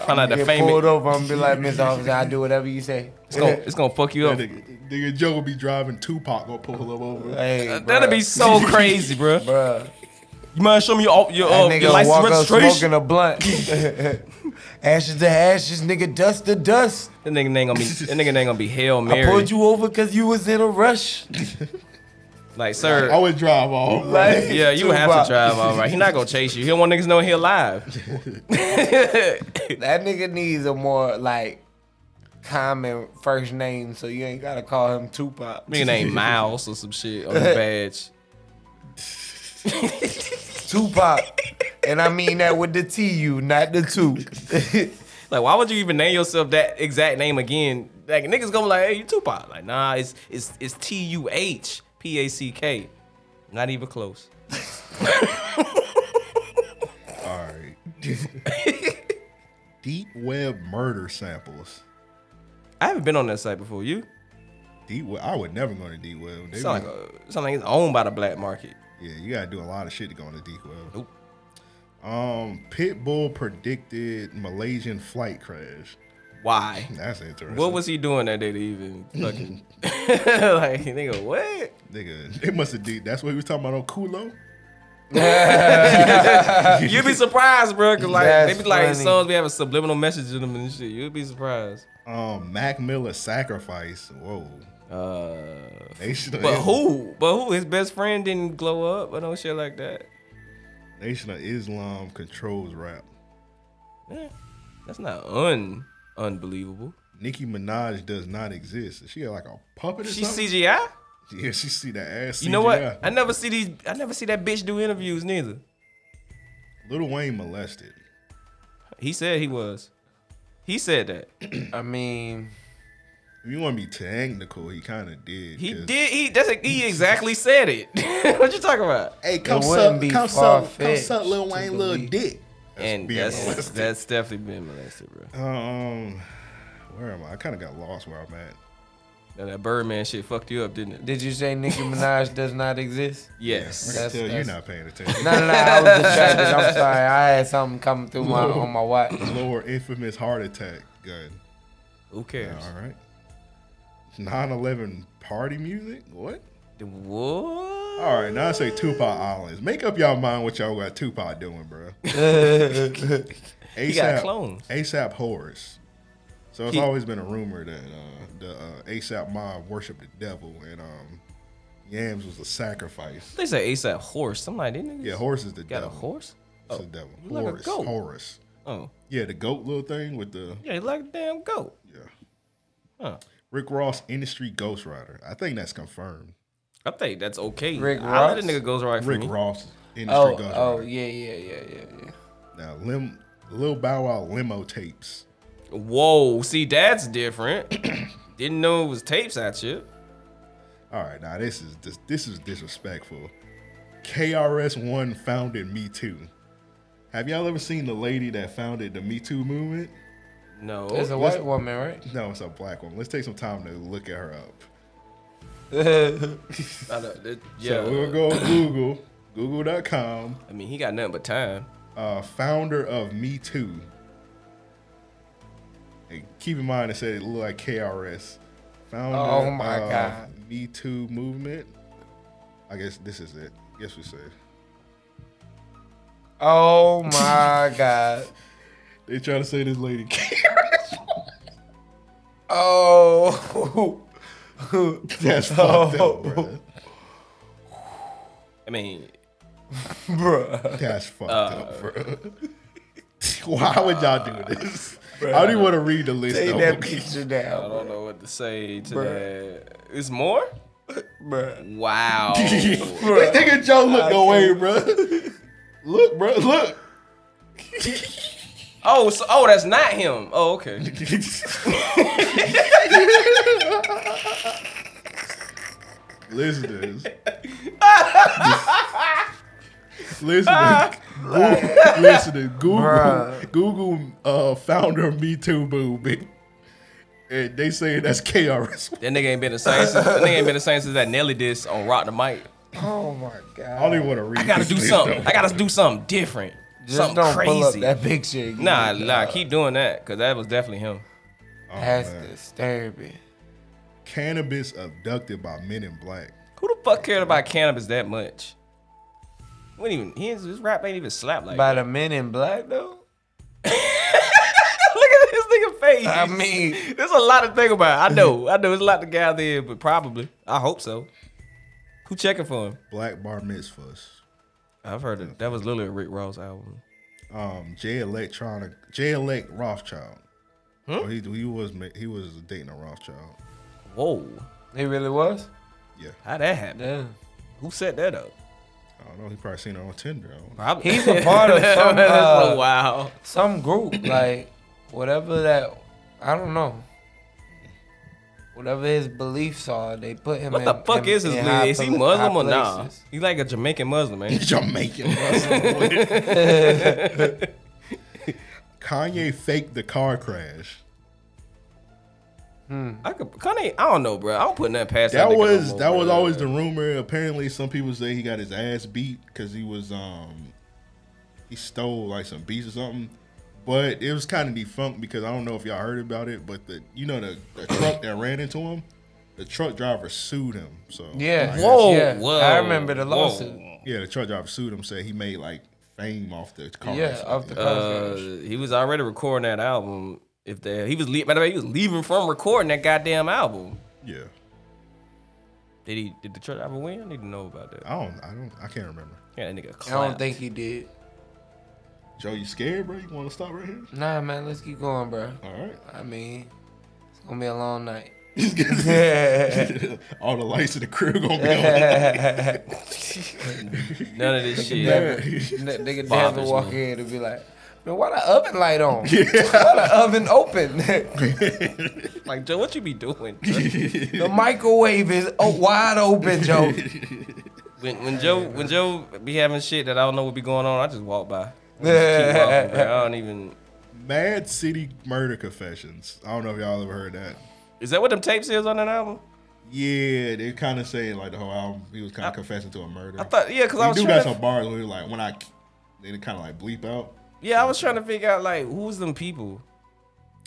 Speaker 10: I'ma
Speaker 9: out the
Speaker 10: get
Speaker 9: famous-
Speaker 10: pulled over. I'm gonna be like, Miss Officer, I do whatever you say.
Speaker 9: It's gonna, it's gonna fuck you up.
Speaker 8: That nigga, nigga Joe will be driving Tupac gonna pull him over.
Speaker 10: Hey,
Speaker 8: Uh,
Speaker 9: That'd be
Speaker 10: [laughs]
Speaker 9: so crazy, bro.
Speaker 10: Bruh.
Speaker 9: You mind show me your your, uh,
Speaker 10: That nigga
Speaker 9: your license
Speaker 10: walk up
Speaker 9: registration?
Speaker 10: smoking a blunt. [laughs] ashes to ashes, nigga. Dust to dust.
Speaker 9: That nigga ain't gonna be. That nigga ain't gonna be hell
Speaker 10: I
Speaker 9: Mary.
Speaker 10: pulled you over because you was in a rush.
Speaker 9: Like,
Speaker 10: [laughs]
Speaker 9: sir.
Speaker 8: I would drive off.
Speaker 10: Like,
Speaker 9: yeah, you would have
Speaker 10: Tupac.
Speaker 9: to drive all right. He not gonna chase you. He don't want niggas knowing he
Speaker 10: [laughs]
Speaker 9: alive. [laughs]
Speaker 10: that nigga needs a more like common first name, so you ain't gotta call him Tupac.
Speaker 9: Nigga named Miles or some shit on the badge.
Speaker 10: Tupac, and I mean that with the T U, not the two. [laughs]
Speaker 9: Like, why would you even name yourself that exact name again? Like, niggas gonna be like, hey, you Tupac. Like, nah, it's it's it's T U H P A C K. Not even close.
Speaker 8: All right.
Speaker 9: [laughs]
Speaker 8: Deep web murder samples.
Speaker 9: I haven't been on that site before. You?
Speaker 8: Deep web. I would never go to deep web. They
Speaker 9: Sound
Speaker 8: be-
Speaker 9: like a, sound like it's owned by the black market.
Speaker 8: Yeah, you gotta do a lot of shit to go on the deep web. Nope. Um, Pitbull predicted Malaysian flight crash.
Speaker 9: Why?
Speaker 8: That's interesting.
Speaker 9: What was he doing that day to even fucking [laughs] like nigga? What?
Speaker 8: Nigga, [laughs] it must have did. That's what he was talking about on Kulo.
Speaker 9: You'd be surprised, bro. Cause like
Speaker 8: That's
Speaker 9: they be like
Speaker 8: funny.
Speaker 9: songs be having subliminal messages in them and shit. You'd be surprised.
Speaker 8: Um, Mac Miller sacrifice. Whoa.
Speaker 9: Uh,
Speaker 8: they should.
Speaker 9: But who? But who? His best friend didn't glow up or no shit like that.
Speaker 8: Nation of Islam controls rap.
Speaker 9: Yeah, that's not un unbelievable.
Speaker 8: Nicki Minaj does not exist. Is she like a puppet or
Speaker 9: She
Speaker 8: something?
Speaker 9: CGI.
Speaker 8: Yeah, she see that ass.
Speaker 9: You know what?
Speaker 8: CGI.
Speaker 9: I never see these. I never see that bitch do interviews neither.
Speaker 8: Little Wayne molested.
Speaker 9: He said he was. He said that.
Speaker 10: I mean,
Speaker 8: If you want to be technical, he kind of did.
Speaker 9: He
Speaker 8: 'cause-
Speaker 9: did. He that's a, he exactly said it. [laughs] what you talking about?
Speaker 8: Hey, come suck, come suck, come suck, Lil Wayne, little
Speaker 9: believe.
Speaker 8: dick.
Speaker 9: and
Speaker 8: being
Speaker 9: that's
Speaker 8: molested.
Speaker 9: that's definitely been molested, bro.
Speaker 8: Um, where am I? I kind of got lost where I'm at.
Speaker 9: Now, that Birdman shit fucked you up, didn't it?
Speaker 10: Did you say [laughs] Nicki Minaj does not exist?
Speaker 9: Yes.
Speaker 8: I can tell you're not paying
Speaker 9: [laughs]
Speaker 8: attention.
Speaker 10: No, no, no, I was distracted. I'm sorry. I had something coming through my on my watch.
Speaker 8: Lower infamous heart attack gun.
Speaker 9: Who cares?
Speaker 8: all right. 9/11 party music. What?
Speaker 9: What?
Speaker 8: All right, now I say Tupac Islands. Make up y'all mind what y'all got Tupac doing,
Speaker 9: [laughs]
Speaker 8: bro.
Speaker 9: He got clones.
Speaker 8: ASAP Horus. So it's
Speaker 9: He-
Speaker 8: always been a rumor that uh, the uh, ASAP mob worshiped the devil and um, Yams was a sacrifice.
Speaker 9: They say ASAP horse. I'm like, didn't
Speaker 8: Yeah, Horus is the
Speaker 9: got
Speaker 8: devil.
Speaker 9: a horse. Oh,
Speaker 8: It's the devil.
Speaker 9: you like a
Speaker 8: Horus.
Speaker 9: goat.
Speaker 8: Horus.
Speaker 9: Oh.
Speaker 8: Yeah, the goat little thing with the
Speaker 9: Yeah, he like a damn goat.
Speaker 8: Rick Ross industry ghostwriter. I think that's confirmed.
Speaker 9: I think that's okay.
Speaker 8: Rick
Speaker 9: I let
Speaker 8: Ross?
Speaker 9: a nigga goes right for
Speaker 8: Rick
Speaker 9: me.
Speaker 8: Ross industry
Speaker 10: Oh,
Speaker 8: ghostwriter.
Speaker 10: oh, yeah, yeah, yeah, yeah, yeah.
Speaker 8: Now, lim, Lil Bow Wow limo tapes.
Speaker 10: [clears throat]
Speaker 9: Whoa, see that's different. Didn't know it was tapes out here.
Speaker 8: All right, now this is this, this is disrespectful. KRS One founded Me Too. Have y'all ever seen the lady that founded the Me Too movement? [laughs]
Speaker 9: No.
Speaker 12: It's
Speaker 10: Oh,
Speaker 12: a white woman, right?
Speaker 8: No, it's a black woman. Let's take some time to look at her up.
Speaker 9: I don't- it- yeah.
Speaker 8: So we'll go Google, [coughs] Google.com.
Speaker 9: I mean, he got nothing but time.
Speaker 8: Uh, founder of Me Too. And keep in mind, it said it looked like KRS. Founder
Speaker 10: Oh my
Speaker 8: of
Speaker 10: God.
Speaker 8: Me Too movement. I guess this is it. Yes, we say.
Speaker 10: Oh [laughs] my God.
Speaker 8: They try to say this lady. [laughs]
Speaker 10: Oh. [laughs]
Speaker 8: That's fucked up, bro.
Speaker 9: [laughs] I mean,
Speaker 10: Bruh.
Speaker 8: That's fucked
Speaker 9: Uh,
Speaker 8: up, bro. [laughs] Why would y'all do this? I don't even want to read the list.
Speaker 10: Take
Speaker 8: though. [laughs]
Speaker 10: that picture down.
Speaker 9: I don't know what to say to
Speaker 10: Bruh.
Speaker 9: that. It's more?
Speaker 10: Bruh.
Speaker 9: Wow.
Speaker 10: [laughs]
Speaker 8: Bruh. Nigga Joe looked away, bro. Look, bro, look.
Speaker 9: Oh, so oh, that's not him. Oh, okay.
Speaker 8: Listen to this. Listen to Google, listen to Google,
Speaker 10: Bruh.
Speaker 8: Google uh, founder of Me Too movement. And they say that's KRS.
Speaker 9: That nigga ain't been the same. Since, that nigga ain't been the same since that Nelly diss on Rock the Mic.
Speaker 10: Oh my
Speaker 8: I
Speaker 10: God.
Speaker 8: don't even want to read.
Speaker 9: I gotta
Speaker 8: this
Speaker 10: [laughs]
Speaker 9: do
Speaker 8: list,
Speaker 9: something.
Speaker 8: though.
Speaker 9: I gotta do something different.
Speaker 10: Just
Speaker 9: something
Speaker 10: don't
Speaker 9: crazy.
Speaker 10: pull up that picture again, [laughs]
Speaker 9: Nah,
Speaker 10: dog.
Speaker 9: nah, keep doing that because that was definitely him.
Speaker 8: Oh,
Speaker 10: That's
Speaker 8: man.
Speaker 10: disturbing.
Speaker 8: Cannabis abducted by men in black.
Speaker 9: Who the fuck cared about cannabis that much? What even? He ain't, his rap ain't even slap like.
Speaker 10: By
Speaker 9: that.
Speaker 10: the men in black, though?
Speaker 9: [laughs] Look at this nigga face.
Speaker 10: I mean,
Speaker 9: There's a lot to think about. I know. I know. There's a lot to gather in, but probably. I hope so. Who checking for him?
Speaker 8: Black bar mitzvahs.
Speaker 9: I've heard it. That was literally a Rick Ross album.
Speaker 8: Um, J Electronic, J Elect Rothschild. Oh, he, he was ma- he was dating a Rothschild.
Speaker 9: Whoa.
Speaker 10: [laughs] he really was?
Speaker 8: Yeah,
Speaker 9: How that happened?
Speaker 10: Damn.
Speaker 9: Who set that up?
Speaker 8: I don't know. He probably seen her on Tinder. I don't know. [laughs]
Speaker 9: Probably. [laughs]
Speaker 10: He's a part of [laughs] some,
Speaker 9: That's so
Speaker 10: uh,
Speaker 9: wild. [clears throat]
Speaker 10: Some group, like, whatever that, I don't know. Whatever his beliefs are, they put him
Speaker 9: What
Speaker 10: in
Speaker 9: the fuck
Speaker 10: in-
Speaker 9: is this?
Speaker 10: in
Speaker 9: nigga?
Speaker 10: high
Speaker 9: Is he
Speaker 10: poli-
Speaker 9: Muslim
Speaker 10: high
Speaker 9: or nah?
Speaker 10: places.
Speaker 9: He like a Jamaican Muslim, man.
Speaker 8: Jamaican. Kanye faked the car crash.
Speaker 9: I could Kanye. I don't know, bro. I don't put nothing past that.
Speaker 8: That
Speaker 9: nigga no
Speaker 8: was
Speaker 9: more,
Speaker 8: that was
Speaker 9: bro.
Speaker 8: always the rumor. Apparently, some people say he got his ass beat because he was um he stole like some beats or something. But it was kind of defunct because I don't know if y'all heard about it. But the you know the, the truck that ran into him, the truck driver sued him. So
Speaker 10: Yeah.
Speaker 8: like,
Speaker 9: Whoa,
Speaker 10: yeah.
Speaker 9: whoa,
Speaker 10: I remember the
Speaker 9: whoa.
Speaker 10: lawsuit.
Speaker 8: yeah, the truck driver sued him. Said he made like fame off the car.
Speaker 10: Yeah,
Speaker 8: accident.
Speaker 10: off the car
Speaker 9: Uh,
Speaker 10: crash.
Speaker 9: he was already recording that album. If they, he was le- matter of fact, he was leaving from recording that goddamn album.
Speaker 8: yeah.
Speaker 9: Did he? Did the truck driver win? I need to know about that.
Speaker 8: I don't I don't I can't remember.
Speaker 9: Yeah, that nigga
Speaker 10: I
Speaker 9: clapped.
Speaker 10: don't think he did.
Speaker 8: Joe, you scared, bro? You want to stop right here?
Speaker 10: Nah, man, let's keep going, bro.
Speaker 8: All right. [laughs]
Speaker 10: I mean, it's gonna be a long night. [laughs]
Speaker 8: All the lights in the crib gonna be on.
Speaker 9: none of this shit.
Speaker 10: Never, ne- they could never
Speaker 9: Bothers
Speaker 10: walk
Speaker 9: me.
Speaker 10: in and be like, man, why the oven light on? Why the oven open? [laughs] the
Speaker 9: [laughs] Like Joe, what you be doing? bro?
Speaker 10: microwave is o- wide open, Joe. [laughs]
Speaker 9: when when Joe when Joe be having shit that I don't know what be going on, I just walk by. I just keep walking, bro.
Speaker 10: [laughs]
Speaker 9: I don't even.
Speaker 8: Mad City Murder Confessions. I don't know if y'all ever heard that.
Speaker 9: Is that what them tapes is on that album?
Speaker 8: Yeah, they kind of say like the whole album. He was kind of confessing to a murder.
Speaker 9: I thought yeah, cause I
Speaker 8: he
Speaker 9: was
Speaker 8: do
Speaker 9: trying
Speaker 8: got
Speaker 9: to,
Speaker 8: some bars where he like when I, they kind of like bleep out.
Speaker 9: yeah, I was trying to figure out like who's them people.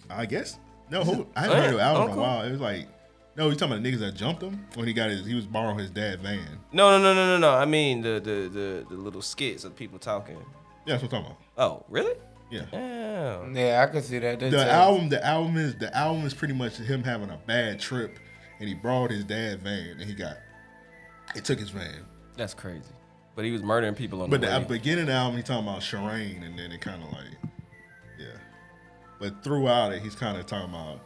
Speaker 8: I guess no. Who I haven't heard the
Speaker 9: Yeah,
Speaker 8: album in
Speaker 9: okay.
Speaker 8: a while. It was like no. You talking about the niggas that jumped him when he got his? He was borrowing his dad van.
Speaker 9: No, no, no, no, no, no. I mean the the the, the little skits of people talking.
Speaker 8: Yeah, that's what I'm talking about.
Speaker 9: Oh, really?
Speaker 8: Yeah.
Speaker 9: Damn.
Speaker 10: yeah, I can see that. They
Speaker 8: The
Speaker 10: tell-
Speaker 8: album, the album is the album is pretty much him having a bad trip, and he borrowed his dad van, and he got, it took his van.
Speaker 9: That's crazy. But he was murdering people on
Speaker 8: But
Speaker 9: the
Speaker 8: the
Speaker 9: way.
Speaker 8: beginning of the album, he talking about Shireen, and then it kind of like, yeah. But throughout it, he's kind of talking about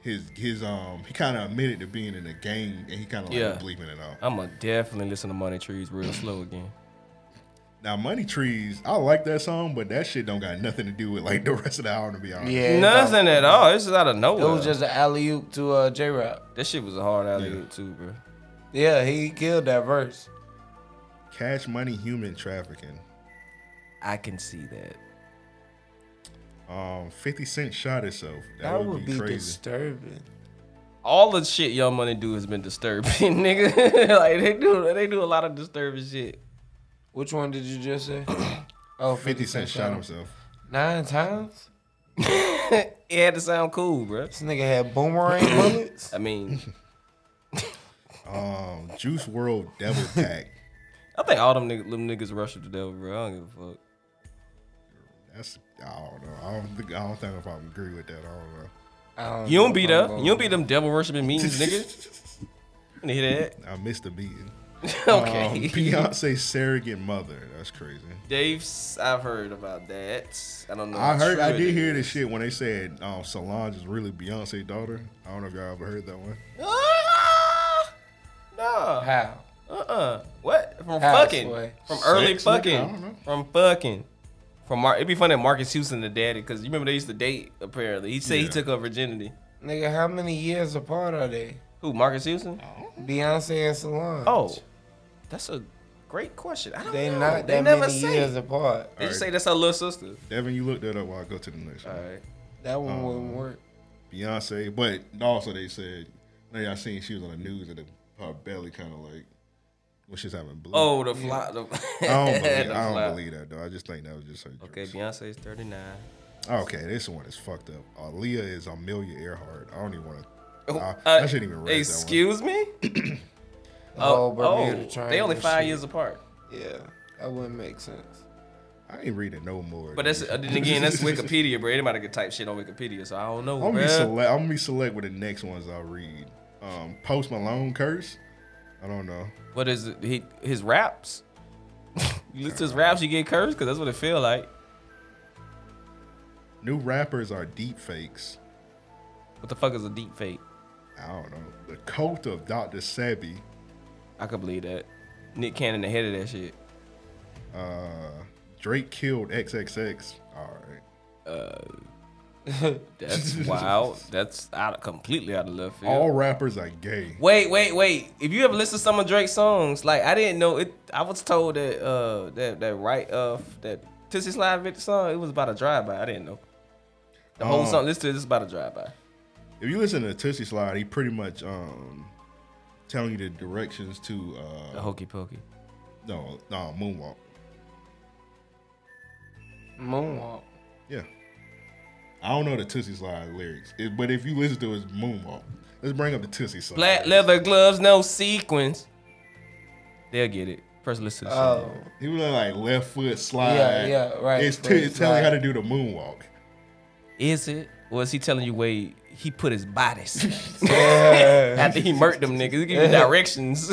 Speaker 8: his his um. He kind of admitted to being in a gang, and he kind of like
Speaker 9: Yeah. Uh,
Speaker 8: bleeping it out.
Speaker 9: I'ma definitely listen to Money Trees real slow again.
Speaker 8: Now, Money Trees, I like that song, but that shit don't got nothing to do with like [laughs] the rest of the album. To be honest,
Speaker 10: Yeah,
Speaker 9: Nothing at all. This is out of
Speaker 10: It
Speaker 9: nowhere.
Speaker 10: was just an alley oop to uh, J Rap.
Speaker 9: that shit was a hard alley oop too, bro.
Speaker 12: Yeah, he killed that verse.
Speaker 8: Cash money human trafficking.
Speaker 9: I can see that.
Speaker 8: Um, Fifty Cent shot himself. That,
Speaker 9: That
Speaker 8: would,
Speaker 9: would
Speaker 8: be,
Speaker 9: be
Speaker 8: crazy.
Speaker 12: disturbing.
Speaker 9: All the shit Young Money do has been disturbing, [laughs] nigga. like they do, they do a lot of disturbing shit.
Speaker 12: Which one did you just say? oh,
Speaker 8: 50 Cent shot himself.
Speaker 12: Nine times?
Speaker 9: [coughs] it had to sound cool, bro. This
Speaker 12: nigga had
Speaker 9: [coughs]
Speaker 12: boomerang bullets.
Speaker 9: I mean,
Speaker 8: um, Juice World Devil Pack.
Speaker 9: I think all them niggas, them niggas rush with the devil, bro. I don't give a fuck.
Speaker 8: That's I don't know. I don't think I don't think if I agree with that. I don't know.
Speaker 9: you don't be there. You don't be them devil worshiping meetings,
Speaker 8: [laughs]
Speaker 9: nigga. You hear that?
Speaker 8: I missed the beating. [laughs]
Speaker 9: Okay.
Speaker 12: [laughs]
Speaker 8: Um, Beyonce surrogate mother. That's crazy.
Speaker 9: Dave's, I've heard about that. I don't know.
Speaker 8: I
Speaker 9: how
Speaker 8: heard. I
Speaker 9: true it
Speaker 8: did hear
Speaker 9: is.
Speaker 8: this shit when they said um, Solange is really Beyonce's daughter. I don't know if y'all ever heard that one.
Speaker 9: No.
Speaker 12: How?
Speaker 9: Uh uh What? From
Speaker 12: How,
Speaker 9: fucking.
Speaker 12: Sway?
Speaker 9: From early
Speaker 12: Sex, nigga? I don't
Speaker 9: fucking.
Speaker 12: know.
Speaker 9: From fucking. From Mar- it'd be funny if Marcus Houston the daddy, because you remember they used to date apparently. He said he
Speaker 12: Yeah.
Speaker 9: took her virginity.
Speaker 12: Nigga, how many years apart are they?
Speaker 9: Who, Marcus Houston?
Speaker 12: Beyonce and Solange.
Speaker 9: Oh. That's a great question. I don't
Speaker 12: They
Speaker 9: know.
Speaker 12: not
Speaker 9: they
Speaker 12: that
Speaker 9: never
Speaker 12: many
Speaker 9: say.
Speaker 12: years apart.
Speaker 9: They just say that's her little sister.
Speaker 8: Devin, you look that up while I go to the next one. All
Speaker 9: right.
Speaker 12: That one
Speaker 9: Oh.
Speaker 12: wouldn't work.
Speaker 8: Beyonce, but also they said, like I seen she was on the news and her belly kind of like, well, she's having blood.
Speaker 9: Oh, the fly- [laughs] the-
Speaker 8: I don't, believe,
Speaker 9: the
Speaker 8: I don't
Speaker 9: fly.
Speaker 8: believe that though. I just think that was just her.
Speaker 9: Okay, Beyonce's 39.
Speaker 8: Okay, this one is fucked up. Aaliyah is Amelia Earhart. I don't even want to.
Speaker 9: Oh,
Speaker 8: I,
Speaker 9: uh,
Speaker 8: I shouldn't even read [clears throat]
Speaker 9: Excuse me?
Speaker 12: Oh, Bermuda
Speaker 9: oh,
Speaker 12: Triangle
Speaker 9: They only five
Speaker 12: shit.
Speaker 9: years apart.
Speaker 12: Yeah, that wouldn't make sense.
Speaker 8: that one. I ain't reading no more.
Speaker 9: But that's uh, then again, that's Wikipedia, bro. Anybody could type shit on Wikipedia, so I don't know,
Speaker 8: I'm gonna,
Speaker 9: bro.
Speaker 8: be select, I'm gonna be select with the next ones I read. Um, Post Malone curse. I don't know.
Speaker 9: What is it? He, his raps? [laughs] you listen to his raps, you get cursed, cause that's what it feel like.
Speaker 8: New rappers are deep fakes.
Speaker 9: What the fuck is a deep fake?
Speaker 8: I don't know. The cult of Dr. Sebi.
Speaker 9: I could believe that. Nick Cannon ahead of that shit.
Speaker 8: Uh, Drake killed XXX. All right.
Speaker 9: Uh,
Speaker 8: [laughs]
Speaker 9: That's wild. That's out of, completely out of left field.
Speaker 8: All rappers are gay.
Speaker 9: Wait, wait, wait. If you ever listen to some of Drake's songs, like I didn't know it. I was told that uh that that right uh that Tissy Slide Victor song it was about a drive by. I didn't know. The whole
Speaker 8: Um,
Speaker 9: song. Listen to this it's about a drive by.
Speaker 8: If you listen to Tootsie Slide, he pretty much um telling you the directions to uh the
Speaker 9: hokey pokey.
Speaker 8: No, no moonwalk.
Speaker 12: Moonwalk.
Speaker 8: Yeah. I don't know the Tootsie Slide lyrics, it- but if you listen to his moonwalk, let's bring up the Tootsie Slide.
Speaker 9: Black leather gloves, no sequins. They'll get it. First, listen. To the song.
Speaker 12: Oh.
Speaker 8: He was like left foot slide.
Speaker 9: Yeah, yeah, right
Speaker 8: It's,
Speaker 9: foot
Speaker 8: t- it's telling you how to
Speaker 9: slide.
Speaker 8: do the moonwalk.
Speaker 9: Is it? Or is he telling you wait? He put his [laughs] bodies
Speaker 12: Yeah.
Speaker 9: after he murked them niggas. He give you directions.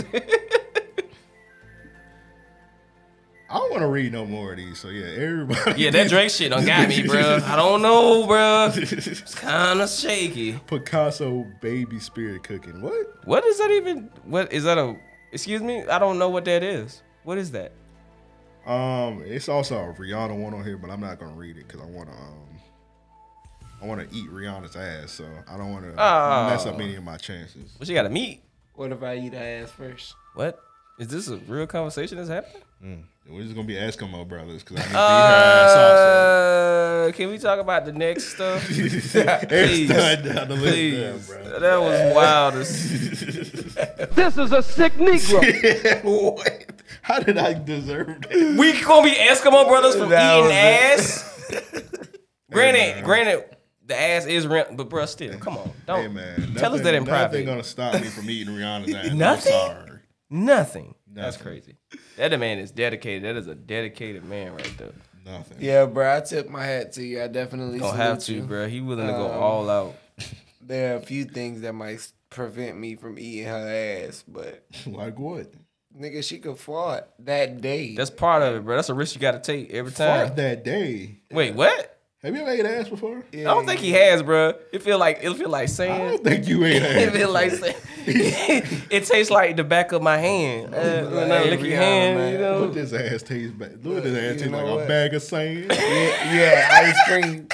Speaker 8: I don't want to read no more of these. So yeah, everybody. [laughs]
Speaker 9: Yeah, that Drake shit done got me, bruh. I don't
Speaker 12: [laughs]
Speaker 9: know, bruh. It's kind of shaky.
Speaker 8: Picasso baby spirit cooking. What?
Speaker 9: What is that even? What is that a? Excuse me, I don't know what that is. What is that?
Speaker 8: Um, it's also a Rihanna one on here, but I'm not gonna read it because I want to. Um, I want to eat Rihanna's ass, so I don't want to
Speaker 9: Oh.
Speaker 8: mess up any of my chances.
Speaker 9: What she got to meet?
Speaker 12: What if I eat her ass first?
Speaker 9: What? Is this a real conversation that's happening?
Speaker 8: We're just gonna be Eskimo brothers because I need to eat her ass also. [laughs]
Speaker 9: Uh, can we talk about the next stuff? please,
Speaker 8: done down the list there,
Speaker 9: please. that was wild. as-
Speaker 15: This is a sick
Speaker 9: [laughs]
Speaker 15: Negro.
Speaker 8: [laughs] what? How did I deserve that?
Speaker 9: we gonna be Eskimo brothers from
Speaker 8: That
Speaker 9: eating
Speaker 8: was
Speaker 9: ass.
Speaker 8: [laughs]
Speaker 9: granted, granted, the ass is rent, but bruh, still, come on, don't
Speaker 8: Man,
Speaker 9: Oh, tell us that in
Speaker 8: nothing-
Speaker 9: private.
Speaker 8: Nothing gonna stop me from eating
Speaker 9: [laughs]
Speaker 8: Rihanna's ass.
Speaker 9: Nothing?
Speaker 8: I'm sorry.
Speaker 9: Nothing. That's
Speaker 8: Nothing.
Speaker 9: crazy. That man is dedicated. That is a dedicated man right there.
Speaker 8: Nothing.
Speaker 12: Yeah, bro, I tip my hat to you. I definitely
Speaker 9: Don't have
Speaker 12: salute
Speaker 9: to,
Speaker 12: you.
Speaker 9: bro. He willing to
Speaker 8: Um,
Speaker 9: go all out.
Speaker 12: There are a few things that might s- prevent me from eating her ass, but
Speaker 8: [laughs] like what?
Speaker 12: Nigga, she could fart that day.
Speaker 10: [laughs]
Speaker 9: That's part of it, bro. That's a risk you got to take every time.
Speaker 8: Fart that day.
Speaker 9: Wait, what?
Speaker 8: Have you ever ate ass before?
Speaker 9: I don't think he has, bro. It feel like it feel like sand. I don't
Speaker 8: think you ate
Speaker 9: [laughs] it
Speaker 8: ass [laughs]
Speaker 9: feel like sand. it tastes like the back of my hand. Uh, when I lick your hand, you know.
Speaker 8: What this ass taste? ba- Look at this ass taste like a bag of sand.
Speaker 12: yeah, ice cream.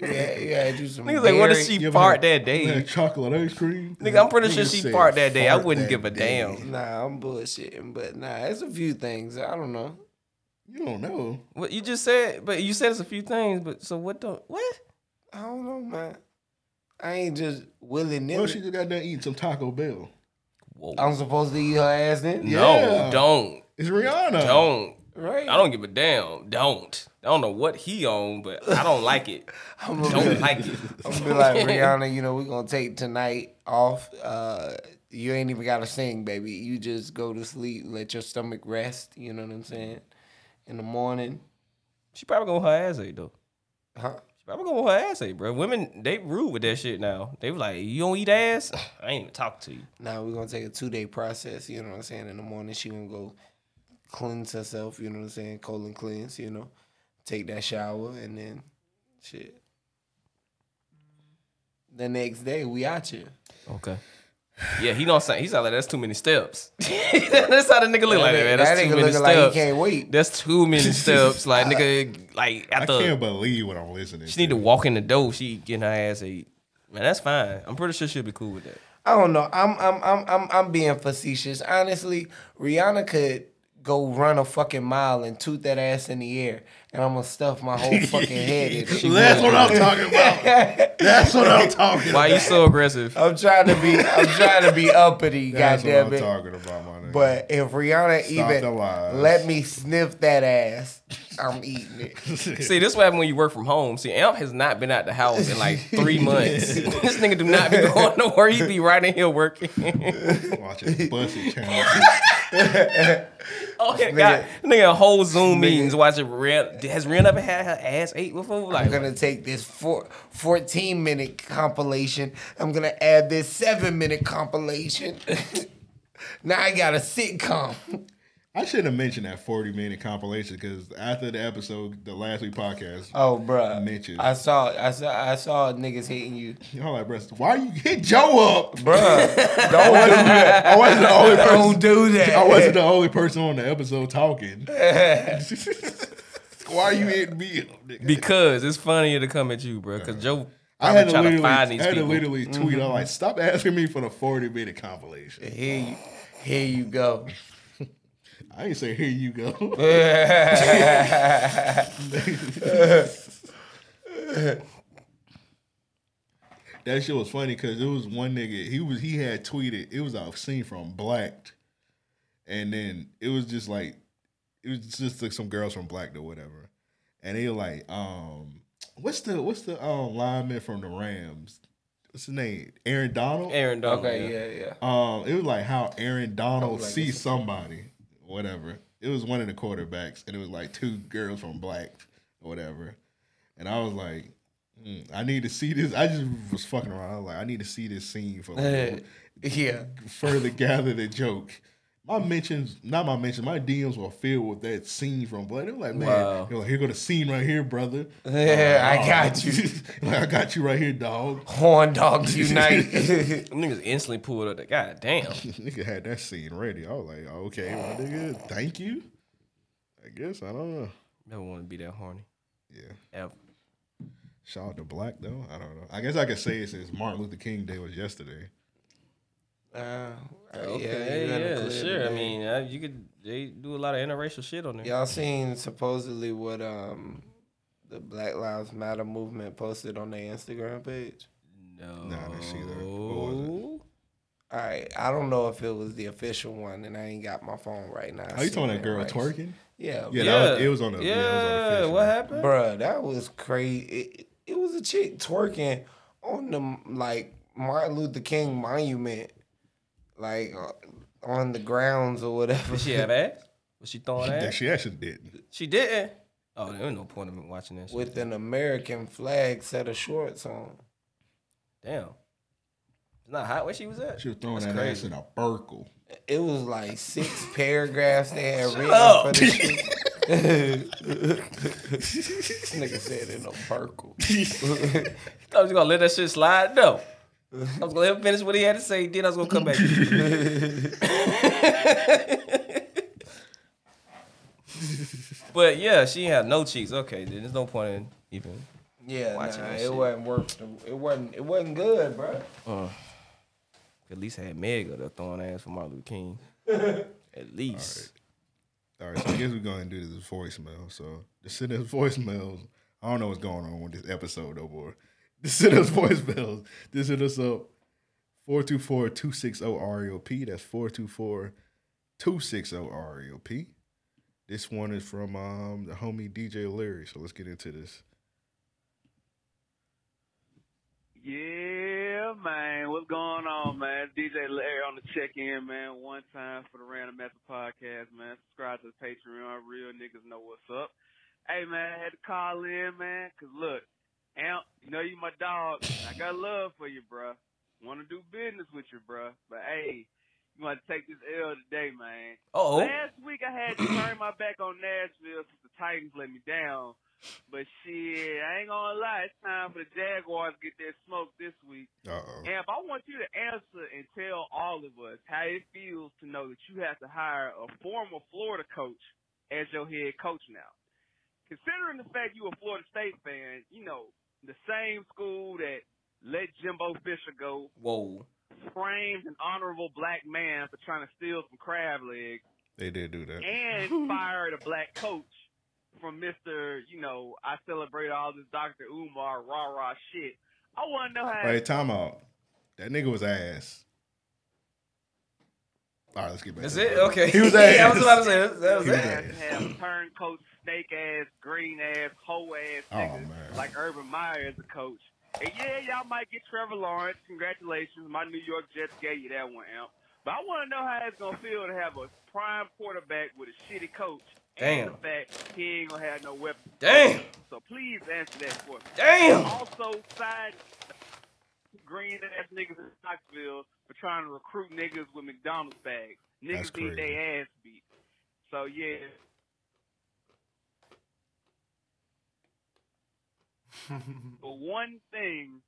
Speaker 10: Yeah, yeah, I do some.
Speaker 9: Niggas like, what if she
Speaker 8: You ever
Speaker 9: fart
Speaker 8: had- [laughs]
Speaker 9: that day?
Speaker 8: you ever had chocolate ice cream.
Speaker 9: Nigga, I'm pretty sure
Speaker 8: Nigga
Speaker 9: she
Speaker 8: said
Speaker 9: farted that day. I
Speaker 8: fart
Speaker 9: wouldn't
Speaker 8: that
Speaker 9: give a
Speaker 8: day.
Speaker 9: damn.
Speaker 10: Nah, I'm bullshitting, but nah, it's a few things. I don't know.
Speaker 8: You don't know.
Speaker 9: What you just said, but you said it's a few things, but so what the what?
Speaker 10: I don't know, man. I ain't just willy nilly.
Speaker 8: Well, she just got done eating some Taco Bell.
Speaker 10: I'm supposed to eat her ass then?
Speaker 9: No, don't.
Speaker 8: It's Rihanna.
Speaker 9: Don't.
Speaker 10: Right.
Speaker 9: I don't give a damn. Don't. I don't know what he on, but I don't like
Speaker 10: [laughs]
Speaker 9: it.
Speaker 10: gonna
Speaker 9: don't
Speaker 10: be-
Speaker 9: like it.
Speaker 10: I'm gonna be like Rihanna. You know, we're gonna take tonight off. Uh, you ain't even gotta sing, baby. You just go to sleep, let your stomach rest. You know what I'm saying? In the morning,
Speaker 9: She probably gonna want her ass ate though.
Speaker 10: Huh?
Speaker 9: She probably gonna want her ass ate, bro. Women, they rude with that shit now. They was like, you don't eat ass? I ain't even talk to you.
Speaker 10: now we're gonna take a two day process. You know what I'm saying? In the morning, she gonna go cleanse herself. You know what I'm saying? Colon cleanse. You know, take that shower and then shit. The next day, we out here.
Speaker 9: Okay. Yeah, he don't say. He's not like that's too many steps. [laughs] that's how the nigga look
Speaker 10: That
Speaker 9: like that.
Speaker 10: nigga-
Speaker 9: Man. That's
Speaker 10: that
Speaker 9: too
Speaker 10: nigga
Speaker 9: many
Speaker 10: looking like he
Speaker 9: steps.
Speaker 10: can't wait.
Speaker 9: That's too
Speaker 10: [laughs]
Speaker 9: many steps. Like nigga, like after
Speaker 8: I can't believe what I'm listening.
Speaker 9: she need to walk in the door. She getting her ass ate. Man, that's fine. I'm pretty sure she'll be cool with that.
Speaker 10: I don't know. I'm I'm I'm I'm I'm being facetious. Honestly, Rihanna could go run a fucking mile and toot that ass in the air, and I'm gonna stuff
Speaker 8: [laughs]
Speaker 10: my whole fucking head. If
Speaker 9: [laughs]
Speaker 10: she
Speaker 8: That's
Speaker 10: went.
Speaker 8: what I'm talking about. That's what I'm talking
Speaker 9: Why you so aggressive?
Speaker 10: [laughs] I'm trying to be. I'm trying to be
Speaker 8: [laughs]
Speaker 10: uppity.
Speaker 8: That's what
Speaker 10: goddamn
Speaker 8: I'm
Speaker 10: it.
Speaker 8: talking about, my nigga.
Speaker 10: But if Rihanna
Speaker 8: Stop the
Speaker 10: even
Speaker 8: lies.
Speaker 10: let me sniff that ass, I'm eating
Speaker 8: [laughs]
Speaker 10: it.
Speaker 9: See, this what happened when you work from home. See, Amp has not been out the house in like three months. this nigga do not be going nowhere. He be right in here working.
Speaker 8: watching Bussy
Speaker 10: [laughs]
Speaker 8: Channel.
Speaker 9: oh yeah,
Speaker 10: Nigga.
Speaker 9: God, nigga, whole Zoom meetings watching Rihanna. Has Rihanna ever had her ass ate before? Like, [laughs]
Speaker 10: I'm gonna take this four, 14 minute compilation. I'm gonna add this seven minute compilation. [laughs] now I got a sitcom.
Speaker 8: I should have mentioned that 40 minute compilation because after the episode, the last week podcast,
Speaker 10: Oh, bruh.
Speaker 8: mentioned.
Speaker 10: I saw, I saw, I saw niggas hitting you,
Speaker 8: Y'all like, bruh, why you hit Joe up? [laughs]
Speaker 10: bruh. Don't do
Speaker 8: I wasn't,
Speaker 10: that.
Speaker 8: I wasn't the
Speaker 10: [laughs]
Speaker 8: only person.
Speaker 10: Don't do that.
Speaker 8: I wasn't the only person on the episode talking.
Speaker 10: [laughs]
Speaker 8: [laughs] why you hitting me up, nigga?
Speaker 9: because it's funnier to come at you, bro. Because Joe,
Speaker 8: I had,
Speaker 9: I'm
Speaker 8: to
Speaker 9: trying
Speaker 8: literally,
Speaker 9: to find these
Speaker 8: I had to
Speaker 9: people.
Speaker 8: literally tweet. I'm like, stop asking me for the 40 minute compilation.
Speaker 10: Mm-hmm. Here you, here you go.
Speaker 8: I ain't say, here you
Speaker 10: [laughs]
Speaker 8: go. that shit was funny because it was one nigga. He was he had tweeted. It was a scene from Blacked, and then it was just like it was just like some girls from Blacked or whatever, and they were like, um, what's the what's the um lineman from the Rams? What's his name? Aaron Donald.
Speaker 9: Aaron Donald.
Speaker 10: Okay,
Speaker 9: yeah.
Speaker 10: yeah, yeah.
Speaker 8: Um, it was like how Aaron Donald
Speaker 10: I was like,
Speaker 8: sees somebody, whatever. It was one of the quarterbacks, and it was like two girls from black, or whatever. And I was like, hmm, I need to see this. I just was fucking around. I was like, I need to see this scene for like,
Speaker 10: yeah.
Speaker 8: further gather the joke. My mentions, not my mentions, my DMs were filled with that scene from Black. They were like, man,
Speaker 9: Wow.
Speaker 8: they were like, here go the scene right here, brother.
Speaker 10: Yeah, I
Speaker 8: I'm like,
Speaker 10: got
Speaker 8: "Oh."
Speaker 10: you.
Speaker 8: [laughs] like, I got you right here, dog. [laughs]
Speaker 9: [laughs]
Speaker 10: Horn dogs unite.
Speaker 9: Them niggas instantly pulled up. The, God damn.
Speaker 8: nigga had that scene ready. I was like, okay, my nigga, thank you. I guess I don't know.
Speaker 9: Never want to be that horny.
Speaker 8: Yeah.
Speaker 9: Ever.
Speaker 8: Shout out to Black though. I don't know. I guess I could say it since Martin Luther King Day was yesterday.
Speaker 10: Uh,
Speaker 9: Okay,
Speaker 10: you gotta
Speaker 9: yeah,
Speaker 10: clear
Speaker 9: sure.
Speaker 10: the
Speaker 9: I
Speaker 10: name.
Speaker 9: mean, uh, you could. They do a lot of interracial shit on there.
Speaker 10: Y'all seen supposedly what um the Black Lives Matter movement posted on their Instagram page?
Speaker 9: No.
Speaker 8: Nah, I didn't see that. What
Speaker 9: Oh,
Speaker 10: All right, I don't know if it was the official one, and I ain't got my phone right now.
Speaker 8: Are Oh, you talking
Speaker 10: Seen
Speaker 8: that girl
Speaker 10: right.
Speaker 8: twerking?
Speaker 10: Yeah,
Speaker 8: Yeah,
Speaker 10: yeah,
Speaker 8: That was- it was on the- yeah,
Speaker 9: Yeah.
Speaker 8: it was on the fish,
Speaker 9: what
Speaker 8: man.
Speaker 9: happened?
Speaker 10: bruh, that was crazy. It, it was a chick twerking on the like Martin Luther King monument, like uh, on the grounds or whatever. [laughs]
Speaker 9: Did she have ass? Was she throwing
Speaker 8: Yeah,
Speaker 9: ass?
Speaker 8: she actually didn't.
Speaker 9: She didn't. Oh, there was no point in watching that shit.
Speaker 10: with an American flag set of shorts on.
Speaker 9: Damn. It's not hot where she was at.
Speaker 8: She was throwing
Speaker 9: That's
Speaker 8: that
Speaker 9: crazy.
Speaker 8: ass in a burkle.
Speaker 10: It was like
Speaker 9: [laughs]
Speaker 10: six paragraphs they had written
Speaker 9: up. [laughs]
Speaker 10: for this shit. This nigga said in a
Speaker 9: [laughs]
Speaker 10: purple.
Speaker 9: I was gonna let that shit slide. No. I was gonna let him finish what he had to say. Then I was gonna come back. but yeah, she had no cheeks. Okay, then there's no point in even
Speaker 12: Yeah,
Speaker 9: watching
Speaker 12: nah,
Speaker 9: that
Speaker 12: it
Speaker 9: shit.
Speaker 12: wasn't worth. the- It wasn't. It wasn't good, bro.
Speaker 9: Uh, at least had Meg up there throwing ass for Martin Luther King. at least.
Speaker 8: All right, so I guess we're going to do this voicemail. So the send us [laughs] voicemails. I don't know what's going on with this episode, though, [laughs] boy. The send us voicemails. This hit us up 424 260 REOP. E That's 424 260 REOP. E This one is from um, the homie DJ Larry. So let's get into this.
Speaker 16: Yeah, man. What's going on, man? DJ Larry on the check in, man. One time for the Random Method Podcast, man. Subscribe to the Patreon. Real niggas know what's up. Hey, man, I had to call in, man, 'cause look, Amp, you know you my dog. I got love for you, bruh. Want to do business with you, bruh. But, hey, you want to take this L today, man.
Speaker 9: Oh.
Speaker 17: Uh-oh.
Speaker 16: Last week I had to turn my back on Nashville since the Titans let me down. But shit, I ain't gonna lie, it's time for the Jaguars to get their smoke this week.
Speaker 8: Uh-oh.
Speaker 16: Amp, I want you to answer and tell all of us how it feels to know that you have to hire a former Florida coach as your head coach now. Considering the fact you a Florida State fan, you know, the same school that let Jimbo Fisher go
Speaker 9: Whoa.
Speaker 16: framed an honorable black man for trying to steal some crab legs
Speaker 8: They did do that. [laughs]
Speaker 16: and fired a black coach from Mr. You know, I celebrate all this Dr. Umar rah rah shit. I want to know how.
Speaker 8: All right, time out. That nigga was ass. All right, let's get back.
Speaker 9: That's
Speaker 8: to
Speaker 9: it? Okay.
Speaker 8: He was ass.
Speaker 9: [laughs] Yeah, I was about to say, that was
Speaker 8: He was
Speaker 9: it.
Speaker 8: ass.
Speaker 16: Have turncoat, snake ass, green ass, hoe ass
Speaker 8: Oh,
Speaker 16: niggas
Speaker 8: man.
Speaker 16: like Urban Meyer as a coach. And yeah, y'all might get Trevor Lawrence. Congratulations, my New York Jets gave you that one, Amp. But I want to know how it's gonna feel to have a prime quarterback with a shitty coach. And
Speaker 9: Damn.
Speaker 16: the fact he ain't gonna have no weapons.
Speaker 9: Damn.
Speaker 16: So please answer that for me.
Speaker 9: Damn.
Speaker 16: Also, side green ass niggas in Knoxville for trying to recruit niggas with McDonald's bags.
Speaker 8: That's
Speaker 16: Niggas need
Speaker 8: crazy.
Speaker 16: their ass beat. So
Speaker 8: [laughs]
Speaker 16: yeah, the one thing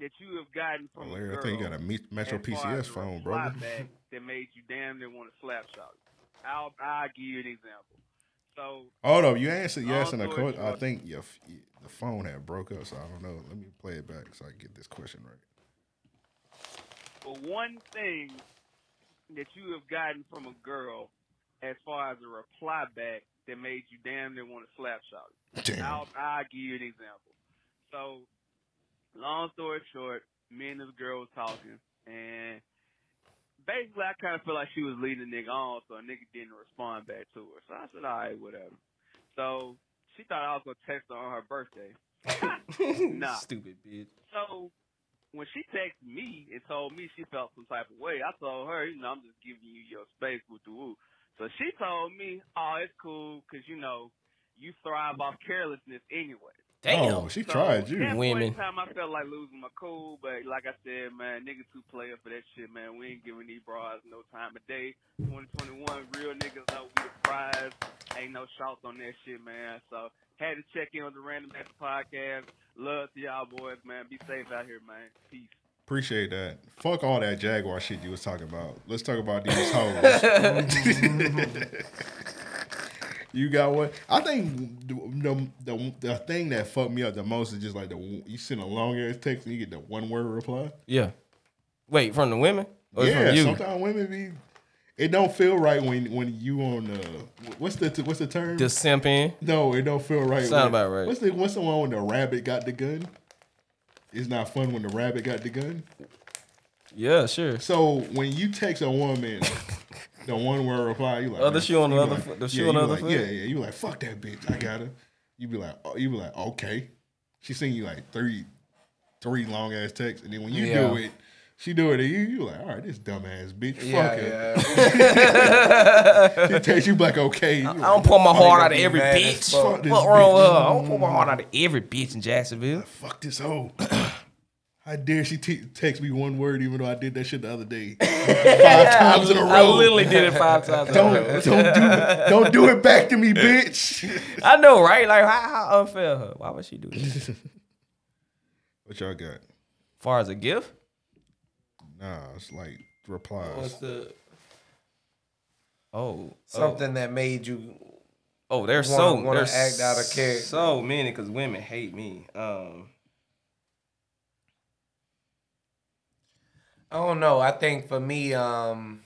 Speaker 16: that you have gotten from a
Speaker 8: Larry, I think you
Speaker 16: Oh, girl
Speaker 8: got a Me- Metro
Speaker 16: as far as
Speaker 8: PCS
Speaker 16: a
Speaker 8: phone, brother.
Speaker 16: fly
Speaker 8: [laughs]
Speaker 16: back that made you damn near want to slap shot. I'll I'll give you an example. So
Speaker 8: Hold up, you answered yes,
Speaker 16: long
Speaker 8: and the
Speaker 16: story
Speaker 8: coach. I think your f- the phone had broke up, so I don't know. Let me play it back so I can get this question right.
Speaker 16: But one thing that you have gotten from a girl as far as a reply back that made you damn near want to slap shot. it.
Speaker 8: Damn.
Speaker 16: I'll, I'll give you an example. So, long story short, me and this girl was talking, and basically I kind of felt like she was leading a nigga on, so a nigga didn't respond back to her. So I said, all right, whatever. So she thought I was going to text her on her birthday. nah.
Speaker 9: [laughs] Stupid bitch.
Speaker 16: So when she texted me and told me she felt some type of way, I told her, you know, I'm just giving you your space with the woo. So she told me, oh, it's cool because, you know, you thrive off carelessness anyway.
Speaker 9: Damn. Oh, she
Speaker 16: So
Speaker 9: tried you.
Speaker 16: at that point in
Speaker 9: Women.
Speaker 16: time, I felt like losing my cool, but like I said, man, niggas who play up for that shit, man, we ain't giving these bras no time of day. 2021, real niggas know we the prize. Ain't no shots on that shit, man. So had to check in with the Random Acts Podcast. Love to y'all boys, man. Be safe out here, man. Peace.
Speaker 8: Appreciate that. Fuck all that Jaguar shit you was talking about. Let's talk about these hoes. [laughs] you got what? I think the, the, the, the thing that fucked me up the most is just like the one- you send a long ass text and you get the one word reply.
Speaker 9: Yeah. Wait, from the women? Or
Speaker 8: yeah,
Speaker 9: from you?
Speaker 8: sometimes women be. It don't feel right when when you on the what's the what's the term?
Speaker 9: The simping.
Speaker 8: No, it don't feel right.
Speaker 9: Sound
Speaker 8: when-
Speaker 9: about right.
Speaker 8: What's the what's the one when the rabbit got the gun? It's not fun when the rabbit got the gun.
Speaker 9: Yeah, sure.
Speaker 8: So when you text a woman, the one word reply, you like
Speaker 9: Other
Speaker 8: man,
Speaker 9: shoe on the
Speaker 8: you
Speaker 9: other
Speaker 8: like-
Speaker 9: foot- the
Speaker 8: yeah,
Speaker 9: shoe on
Speaker 8: you
Speaker 9: the other
Speaker 8: like,
Speaker 9: foot?
Speaker 8: Yeah, yeah. You like fuck that bitch. I got her. You be like, oh, you be like, okay. She send you like three, three long ass texts, and then when you
Speaker 10: Yeah.
Speaker 8: do it, she do it to you. You like, all right, this dumbass bitch.
Speaker 10: Yeah,
Speaker 8: fuck
Speaker 9: yeah.
Speaker 8: her. [laughs] she text you back, okay. You
Speaker 9: I
Speaker 8: like,
Speaker 9: don't pull my
Speaker 8: "Fuck
Speaker 9: heart
Speaker 8: it,
Speaker 9: out of
Speaker 8: I'm
Speaker 9: every
Speaker 8: mad as
Speaker 9: bitch.
Speaker 8: fuck
Speaker 9: Fuck
Speaker 8: this
Speaker 9: wrong with her?
Speaker 8: bitch.
Speaker 9: I don't pull my heart out of every bitch in Jacksonville.
Speaker 8: Fuck this hoe. [clears throat] How dare she te- text me one word, even though I did that shit the other
Speaker 9: [laughs]
Speaker 8: day five times in a row.
Speaker 9: I literally did it five times in a
Speaker 8: Don't
Speaker 9: row.
Speaker 8: [laughs] don't do it. Don't do it back to me, bitch.
Speaker 9: I know, right? Like, how, how unfair of her? Why would she do
Speaker 8: [laughs]
Speaker 9: that? As
Speaker 8: What y'all got?
Speaker 9: far as a gift?
Speaker 8: Nah, it's like replies.
Speaker 9: What's the- Oh,
Speaker 12: Something that made you
Speaker 9: Oh, there's
Speaker 10: Wanna-
Speaker 9: so
Speaker 10: wanna
Speaker 9: there's
Speaker 10: act out of character.
Speaker 9: So many because women hate me. Um,
Speaker 10: I don't know. I think for me, um,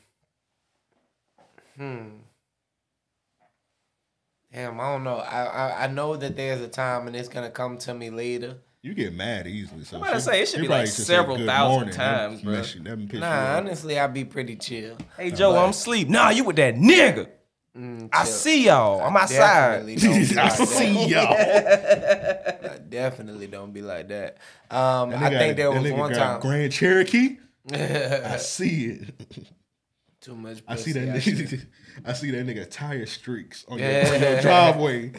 Speaker 10: hmm. Damn, I don't know. I, I I know that there's a time and it's gonna come to me later.
Speaker 8: You get mad easily. So
Speaker 10: I'm about to
Speaker 8: she-
Speaker 10: say, it should
Speaker 8: she
Speaker 10: be
Speaker 8: probably
Speaker 10: like
Speaker 8: should say
Speaker 10: several
Speaker 8: good
Speaker 10: thousand
Speaker 8: morning. That
Speaker 10: times, bruh.
Speaker 8: mess you- that piss you
Speaker 10: Nah,
Speaker 8: [laughs] off.
Speaker 10: honestly, I'd be pretty chill.
Speaker 9: hey Joe, I'm sleep. Nah, you with that nigga.
Speaker 8: Mm,
Speaker 9: I see y'all. I'm outside.
Speaker 10: Definitely
Speaker 9: [laughs]
Speaker 10: don't be like that. [laughs]
Speaker 9: y'all.
Speaker 10: I definitely don't be like that. Um,
Speaker 8: That
Speaker 10: I
Speaker 8: nigga
Speaker 10: think there
Speaker 8: got- that
Speaker 10: was
Speaker 8: nigga
Speaker 10: one
Speaker 8: got
Speaker 10: time.
Speaker 8: Grand
Speaker 10: [laughs]
Speaker 8: Cherokee. I see it.
Speaker 10: Too much.
Speaker 8: I see
Speaker 10: pussy
Speaker 8: that.
Speaker 10: out
Speaker 8: Nigga, [laughs] I see that nigga tire streaks on, your, on
Speaker 10: Yeah.
Speaker 8: your driveway.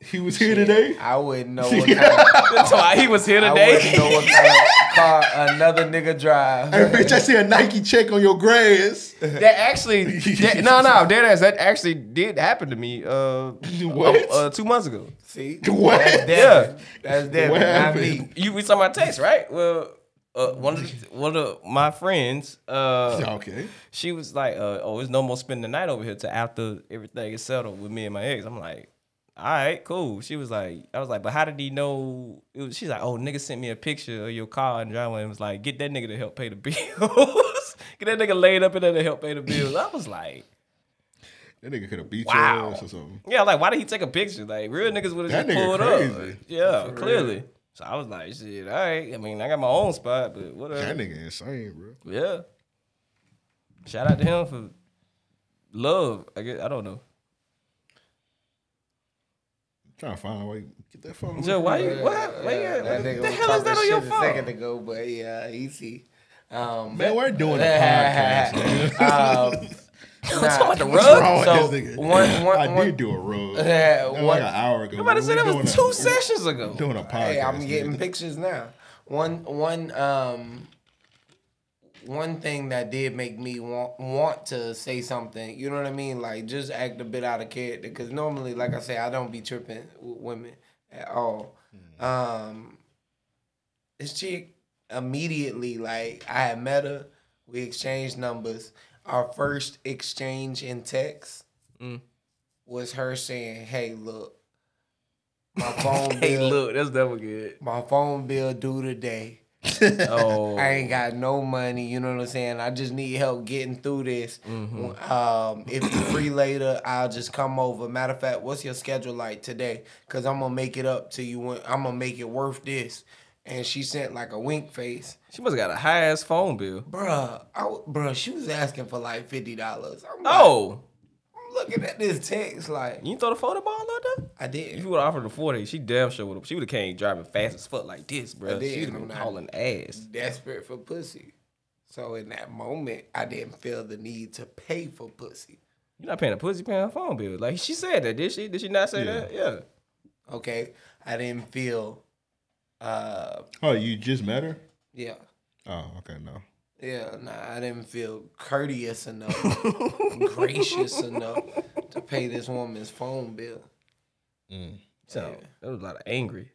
Speaker 8: He was here today.
Speaker 10: [laughs] I
Speaker 8: [laughs]
Speaker 10: wouldn't know what kind of,
Speaker 9: That's why he was here
Speaker 10: I
Speaker 9: today.
Speaker 10: wouldn't know what kind of car [laughs] another
Speaker 8: [laughs]
Speaker 10: nigga drive.
Speaker 8: Hey, bitch, I see a Nike check on your grass.
Speaker 9: [laughs] That actually, that- no,
Speaker 10: [laughs]
Speaker 9: no, dead ass. That actually did happen to me. Uh,
Speaker 8: What?
Speaker 9: Uh, two months ago.
Speaker 10: See,
Speaker 8: [laughs] What?
Speaker 9: That's
Speaker 10: Devin.
Speaker 9: yeah,
Speaker 10: That's Devin, What not happened?
Speaker 9: You we saw my text, right? Well, uh, one of the, one of my friends. Uh,
Speaker 8: okay.
Speaker 9: She was like, uh, "Oh, it's no more spending the night over here till after everything is settled with me and my ex." I'm like. All right, cool. She was like, I was like, but how did he know? It was, she's like, oh, nigga sent me a picture of your car and driveway and was like, get that nigga to help pay the [laughs] bills. get that nigga laid up in there to help pay the bills. I was like,
Speaker 8: That nigga could have beat
Speaker 9: Wow.
Speaker 8: your ass or something.
Speaker 9: Yeah, like why did he take a picture? Like real niggas would have
Speaker 8: That
Speaker 9: just
Speaker 8: nigga
Speaker 9: pulled
Speaker 8: crazy.
Speaker 9: up. Yeah,
Speaker 8: For real.
Speaker 9: clearly. So I was like, shit, all right. I mean, I got my own spot, but whatever.
Speaker 8: That nigga insane, bro.
Speaker 9: Yeah. Shout out to him for love. I guess I don't know.
Speaker 8: trying to find a way. Get that phone.
Speaker 9: Joe, why you- what hap- why you-
Speaker 10: Yeah,
Speaker 9: what
Speaker 10: that
Speaker 9: the
Speaker 10: nigga was
Speaker 9: hell is that
Speaker 10: talking
Speaker 9: on your
Speaker 10: shit
Speaker 9: phone?
Speaker 10: A second ago, but yeah, easy. Um,
Speaker 8: Man, we're
Speaker 10: [laughs]
Speaker 8: doing a podcast,
Speaker 10: um,
Speaker 8: Talking
Speaker 9: [laughs]
Speaker 10: nah.
Speaker 8: about the What's rug? wrong with
Speaker 10: So,
Speaker 8: this nigga?
Speaker 10: One, one,
Speaker 8: I
Speaker 10: one,
Speaker 8: did do a rug.
Speaker 10: [laughs] Yeah,
Speaker 8: That was
Speaker 10: one-
Speaker 8: like an hour ago.
Speaker 10: Nobody said that was
Speaker 8: Doing a-
Speaker 10: two sessions ago.
Speaker 8: Doing a podcast.
Speaker 10: Hey, I'm getting
Speaker 8: nigga.
Speaker 10: pictures now. One one um one thing that did make me want want to say something, you know what I mean? Like just act a bit out of character because normally, like I say, I don't be tripping with women at all. Um, this chick immediately like I had met her, we exchanged numbers. Our first exchange in text
Speaker 9: Mm.
Speaker 10: was her saying, "Hey, look, my phone
Speaker 9: Hey,
Speaker 10: bill,
Speaker 9: look, that's never
Speaker 10: [laughs]
Speaker 9: good.
Speaker 10: my phone bill due today.
Speaker 9: Oh.
Speaker 10: I ain't got no money. You know what I'm saying? I just need help getting through this. Um, if you free later, I'll just come over. Matter of fact, what's your schedule like today? Cause I'm gonna make it up to you. When, I'm gonna make it worth this." And she sent like a wink face.
Speaker 9: She must have got a high ass phone bill.
Speaker 10: Bruh, I, w- bruh, she was asking for like fifty dollars.
Speaker 9: Oh.
Speaker 10: I'm looking at this text like
Speaker 9: you throw the photo ball out there?
Speaker 10: I did.
Speaker 9: If you would have offered the 40, she damn sure would have. She would have came driving fast as fuck like this, bro.
Speaker 10: did,
Speaker 9: She would
Speaker 10: I'm
Speaker 9: have been
Speaker 10: not-
Speaker 9: hauling ass.
Speaker 10: desperate for pussy. So in that moment, I didn't feel the need to pay for pussy.
Speaker 9: You're not paying a pussy paying a phone bill. Like she said that, did she? Did she not say that? Yeah.
Speaker 10: Okay. I didn't feel uh
Speaker 8: Oh, you just met her?
Speaker 10: yeah.
Speaker 8: Oh, okay, no.
Speaker 10: Yeah, nah, I didn't feel
Speaker 9: [laughs]
Speaker 10: courteous enough, gracious enough to pay this woman's phone bill.
Speaker 9: So there was a lot of angry.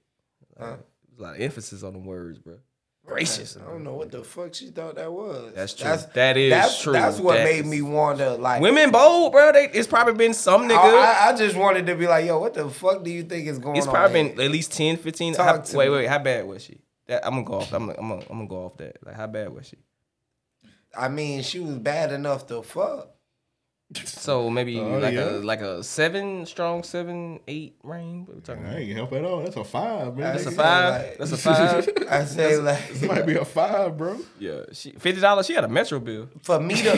Speaker 10: Huh?
Speaker 9: There was a lot of emphasis on the words, bro. Gracious.
Speaker 10: I don't know what the fuck she thought that was.
Speaker 9: That's true. That is true.
Speaker 10: That's what
Speaker 9: That is-
Speaker 10: made me want to like
Speaker 9: Women bold, bro. They, it's probably been some
Speaker 10: I,
Speaker 9: nigga.
Speaker 10: I, I just wanted to be like, yo, what the fuck do you think is going
Speaker 9: it's
Speaker 10: on?
Speaker 9: probably
Speaker 10: here?
Speaker 9: been at least 10, 15.
Speaker 10: Talk
Speaker 9: how-
Speaker 10: to
Speaker 9: wait,
Speaker 10: me.
Speaker 9: wait. How bad was she? That, I'm gonna go off. I'm, gonna- I'm gonna, I'm gonna go off that. Like, how bad was she?
Speaker 10: I mean, she was bad enough to fuck.
Speaker 9: So maybe
Speaker 10: Oh,
Speaker 9: like a
Speaker 10: yeah.
Speaker 9: like a seven strong, seven, eight range. What we talking
Speaker 8: I
Speaker 9: about?
Speaker 8: ain't help at all. That's a five, man.
Speaker 9: That's a
Speaker 8: Nigga.
Speaker 9: five. That's a five.
Speaker 10: [laughs] I say like [laughs]
Speaker 8: This might be a five, bro.
Speaker 9: Yeah, she fifty dollars. She had a metro bill.
Speaker 10: for me to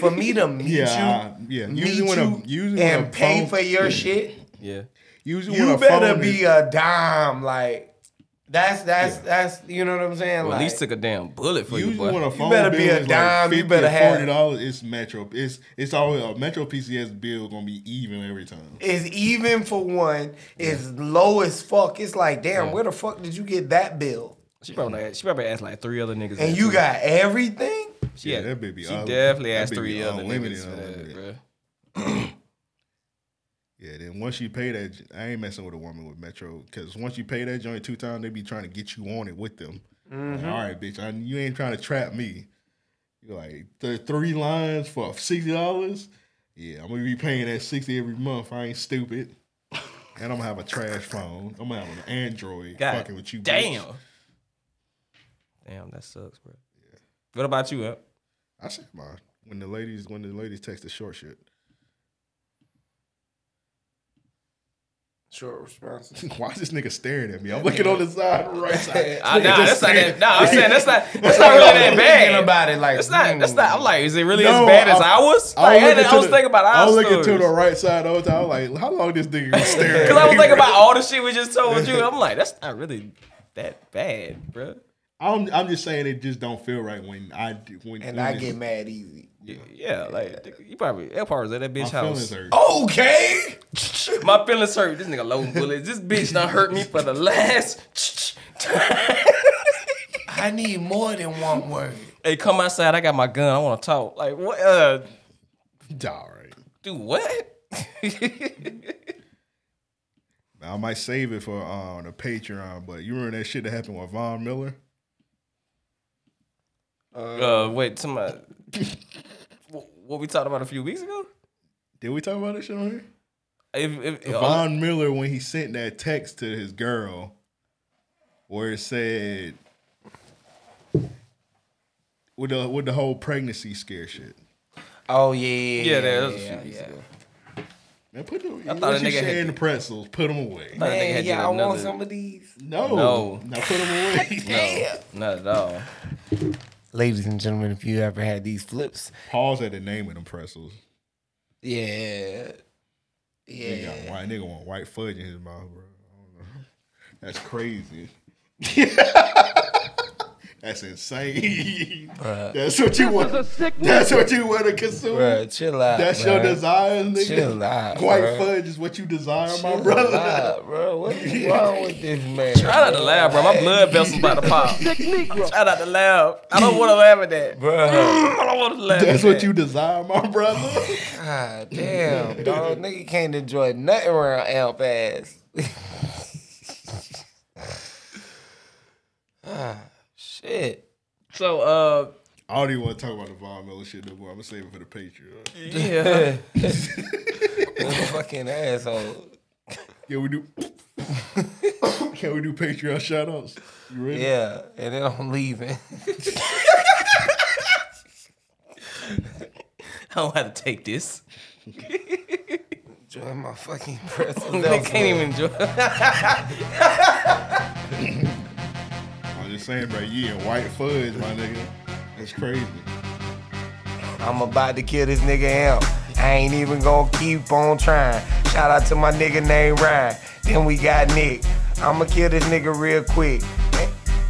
Speaker 10: for me to meet
Speaker 8: Yeah,
Speaker 10: you,
Speaker 8: yeah.
Speaker 10: meet
Speaker 8: Usually when a-
Speaker 10: you,
Speaker 8: usually when
Speaker 10: and
Speaker 8: a
Speaker 10: pay
Speaker 8: phone-
Speaker 10: for your shit.
Speaker 9: Yeah.
Speaker 8: Usually when
Speaker 10: You
Speaker 8: a
Speaker 10: better
Speaker 8: phone
Speaker 10: be
Speaker 8: is-
Speaker 10: a dime. Like that's that's that's you know what I'm saying.
Speaker 9: Well,
Speaker 10: like,
Speaker 9: at least took a damn bullet for you,
Speaker 8: Usually
Speaker 9: boy.
Speaker 8: when a phone
Speaker 10: better
Speaker 8: bill
Speaker 10: be a
Speaker 8: is
Speaker 10: dime,
Speaker 8: like
Speaker 10: you
Speaker 8: 50
Speaker 10: better
Speaker 8: or
Speaker 10: have-
Speaker 8: forty dollars, it's Metro. It's it's always a Metro PCS bill gonna be even every time.
Speaker 10: is even for one is low as fuck. It's like damn,
Speaker 9: Yeah.
Speaker 10: where the fuck did you get that bill?
Speaker 9: She probably had- she probably asked like three other niggas.
Speaker 10: And
Speaker 9: that
Speaker 10: you
Speaker 9: too.
Speaker 10: got everything.
Speaker 9: she
Speaker 8: Yeah,
Speaker 9: had,
Speaker 8: that baby
Speaker 9: She
Speaker 8: un-
Speaker 9: definitely
Speaker 8: that
Speaker 9: asked
Speaker 8: baby
Speaker 9: three other
Speaker 8: unlimited,
Speaker 9: niggas for that, bro.
Speaker 8: Yeah, then once you pay that, I ain't messing with a woman with Metro because once you pay that joint two times, they be trying to get you on it with them. Like,
Speaker 10: Mhm.
Speaker 8: All right, bitch, I, you ain't trying to trap me. You're like the three lines for sixty dollars. Yeah, I'm gonna be paying that sixty every month. I ain't stupid. And I'm gonna have a trash phone. I'm gonna have an Android
Speaker 9: God
Speaker 8: fucking with you.
Speaker 9: damn.
Speaker 8: bitch.
Speaker 9: Damn, that sucks, bro. What about you, Up?
Speaker 8: I said mine. When the ladies when the ladies text the short shit.
Speaker 12: Short responses.
Speaker 8: [laughs] Why is this nigga staring at me? I'm looking on the side right
Speaker 9: [laughs]
Speaker 8: side.
Speaker 9: Ah,
Speaker 8: Nigga
Speaker 9: nah,
Speaker 8: just
Speaker 9: that's
Speaker 8: staring.
Speaker 9: not that.
Speaker 8: [laughs]
Speaker 9: Nah, I'm saying that's not. That's not really that bad. About it, like that's not. That's not. I'm like, is it really as
Speaker 8: hmm. No,
Speaker 9: bad as
Speaker 8: I-
Speaker 9: ours?
Speaker 8: I
Speaker 9: Like,
Speaker 8: was
Speaker 9: I,
Speaker 8: looking to
Speaker 9: I was
Speaker 8: the-
Speaker 9: thinking about
Speaker 8: I
Speaker 9: ours.
Speaker 8: was looking to
Speaker 9: stories.
Speaker 8: the right side all the time. I was like, how long this nigga
Speaker 9: [laughs]
Speaker 8: gonna stare at
Speaker 9: Cause I was
Speaker 8: me,
Speaker 9: thinking
Speaker 8: bro?
Speaker 9: about all the shit we just told you. I'm like, that's not really that bad, bro.
Speaker 8: I'm, I'm just saying it just don't feel right when I do- when
Speaker 9: And
Speaker 8: when
Speaker 9: I
Speaker 8: it's-
Speaker 9: get
Speaker 12: mad easy.
Speaker 9: Yeah, like nigga, you probably that part was at that bitch
Speaker 8: My
Speaker 9: house.
Speaker 8: feelings hurt.
Speaker 9: Okay, [laughs] my feelings hurt. This nigga loading bullets. This bitch done hurt me for the last. [laughs]
Speaker 10: I need more than one
Speaker 9: [laughs]
Speaker 10: word.
Speaker 9: hey, come outside. I got my gun. I want to talk. Like what? Uh,
Speaker 8: all right,
Speaker 9: do what? [laughs]
Speaker 8: I might save it for uh, the Patreon, but you remember that shit that happened with Von Miller?
Speaker 9: Uh, wait, somebody. Wh- what we talked about a few weeks ago?
Speaker 8: Did we talk about that shit on here?
Speaker 9: If, oh, if,
Speaker 8: Von Miller when he sent that text to his girl, where it said with the with the whole pregnancy scare shit.
Speaker 12: Oh yeah, yeah,
Speaker 9: Yeah, that was a few weeks ago.
Speaker 8: Man, put them.
Speaker 9: I
Speaker 8: I
Speaker 9: thought
Speaker 8: thought
Speaker 9: a nigga had
Speaker 8: sharing the pretzels. Put them away.
Speaker 9: thought a nigga had did another-
Speaker 12: these.
Speaker 8: No,
Speaker 9: No.
Speaker 8: now put them
Speaker 9: [laughs]
Speaker 8: away.
Speaker 9: No, not at all.
Speaker 10: Ladies and gentlemen, if you ever had these flips,
Speaker 8: pause at the name of them pretzels.
Speaker 12: Yeah.
Speaker 8: Nigga, got
Speaker 12: Yeah.
Speaker 8: white, nigga want white fudge in his mouth, bro. I don't know. [laughs] That's crazy. [laughs] That's insane.
Speaker 10: Bruh.
Speaker 8: That's what you
Speaker 10: This
Speaker 8: want.
Speaker 10: is a sick
Speaker 8: That's
Speaker 10: nigga.
Speaker 8: what you want to consume.
Speaker 10: Bruh, chill out,
Speaker 8: That's
Speaker 10: bruh.
Speaker 8: your desires, nigga.
Speaker 10: Chill out,
Speaker 8: White
Speaker 10: bruh.
Speaker 8: fudge is what you desire, my
Speaker 10: Chill
Speaker 8: brother. [laughs]
Speaker 10: out, bro. What is wrong with this man?
Speaker 9: Try not to laugh, bro. My blood vessels about to pop. Try not to laugh. I don't want to laugh at that,
Speaker 10: bro.
Speaker 9: I don't want to laugh.
Speaker 8: That's
Speaker 9: at
Speaker 8: what
Speaker 9: that.
Speaker 8: you desire, my
Speaker 10: [laughs]
Speaker 8: brother.
Speaker 10: God damn, dog. Nigga can't enjoy nothing around Alp ass. [laughs] ah, shit.
Speaker 9: So, uh,
Speaker 8: I don't even want to talk about the Von Miller shit no more. I'm gonna save it for the Patreon.
Speaker 10: Yeah. fucking asshole.
Speaker 8: Yeah, we do. [coughs] Can we do Patreon shout outs? You ready?
Speaker 10: Yeah, and then I'm leaving.
Speaker 9: [laughs] I don't have to take this.
Speaker 10: Enjoy my fucking breath.
Speaker 9: [laughs] They can't even enjoy.
Speaker 8: I'm just saying, bro. You in white fudge, my nigga. That's crazy.
Speaker 10: I'm about to kill this nigga out. I ain't even gonna keep on trying. Shout out to my nigga named Ryan. Then we got Nick. I'ma kill this nigga real quick.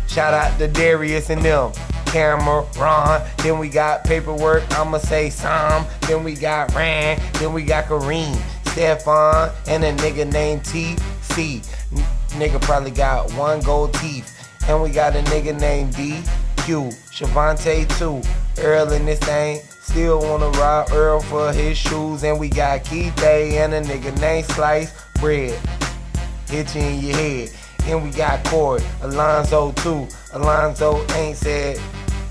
Speaker 10: Shout out to Darius and them. Cameron. Then we got paperwork. I'ma say Sam. Then we got Ran. Then we got Kareem. Stefan and a nigga named TC. N- nigga probably got one gold teeth. And we got a nigga named DQ. Shavante too. Earl in this thing. Still wanna rob Earl for his shoes. And we got Keith A and a nigga named Slice Bread itching in your head. And we got Corey, Alonzo too. Alonzo ain't said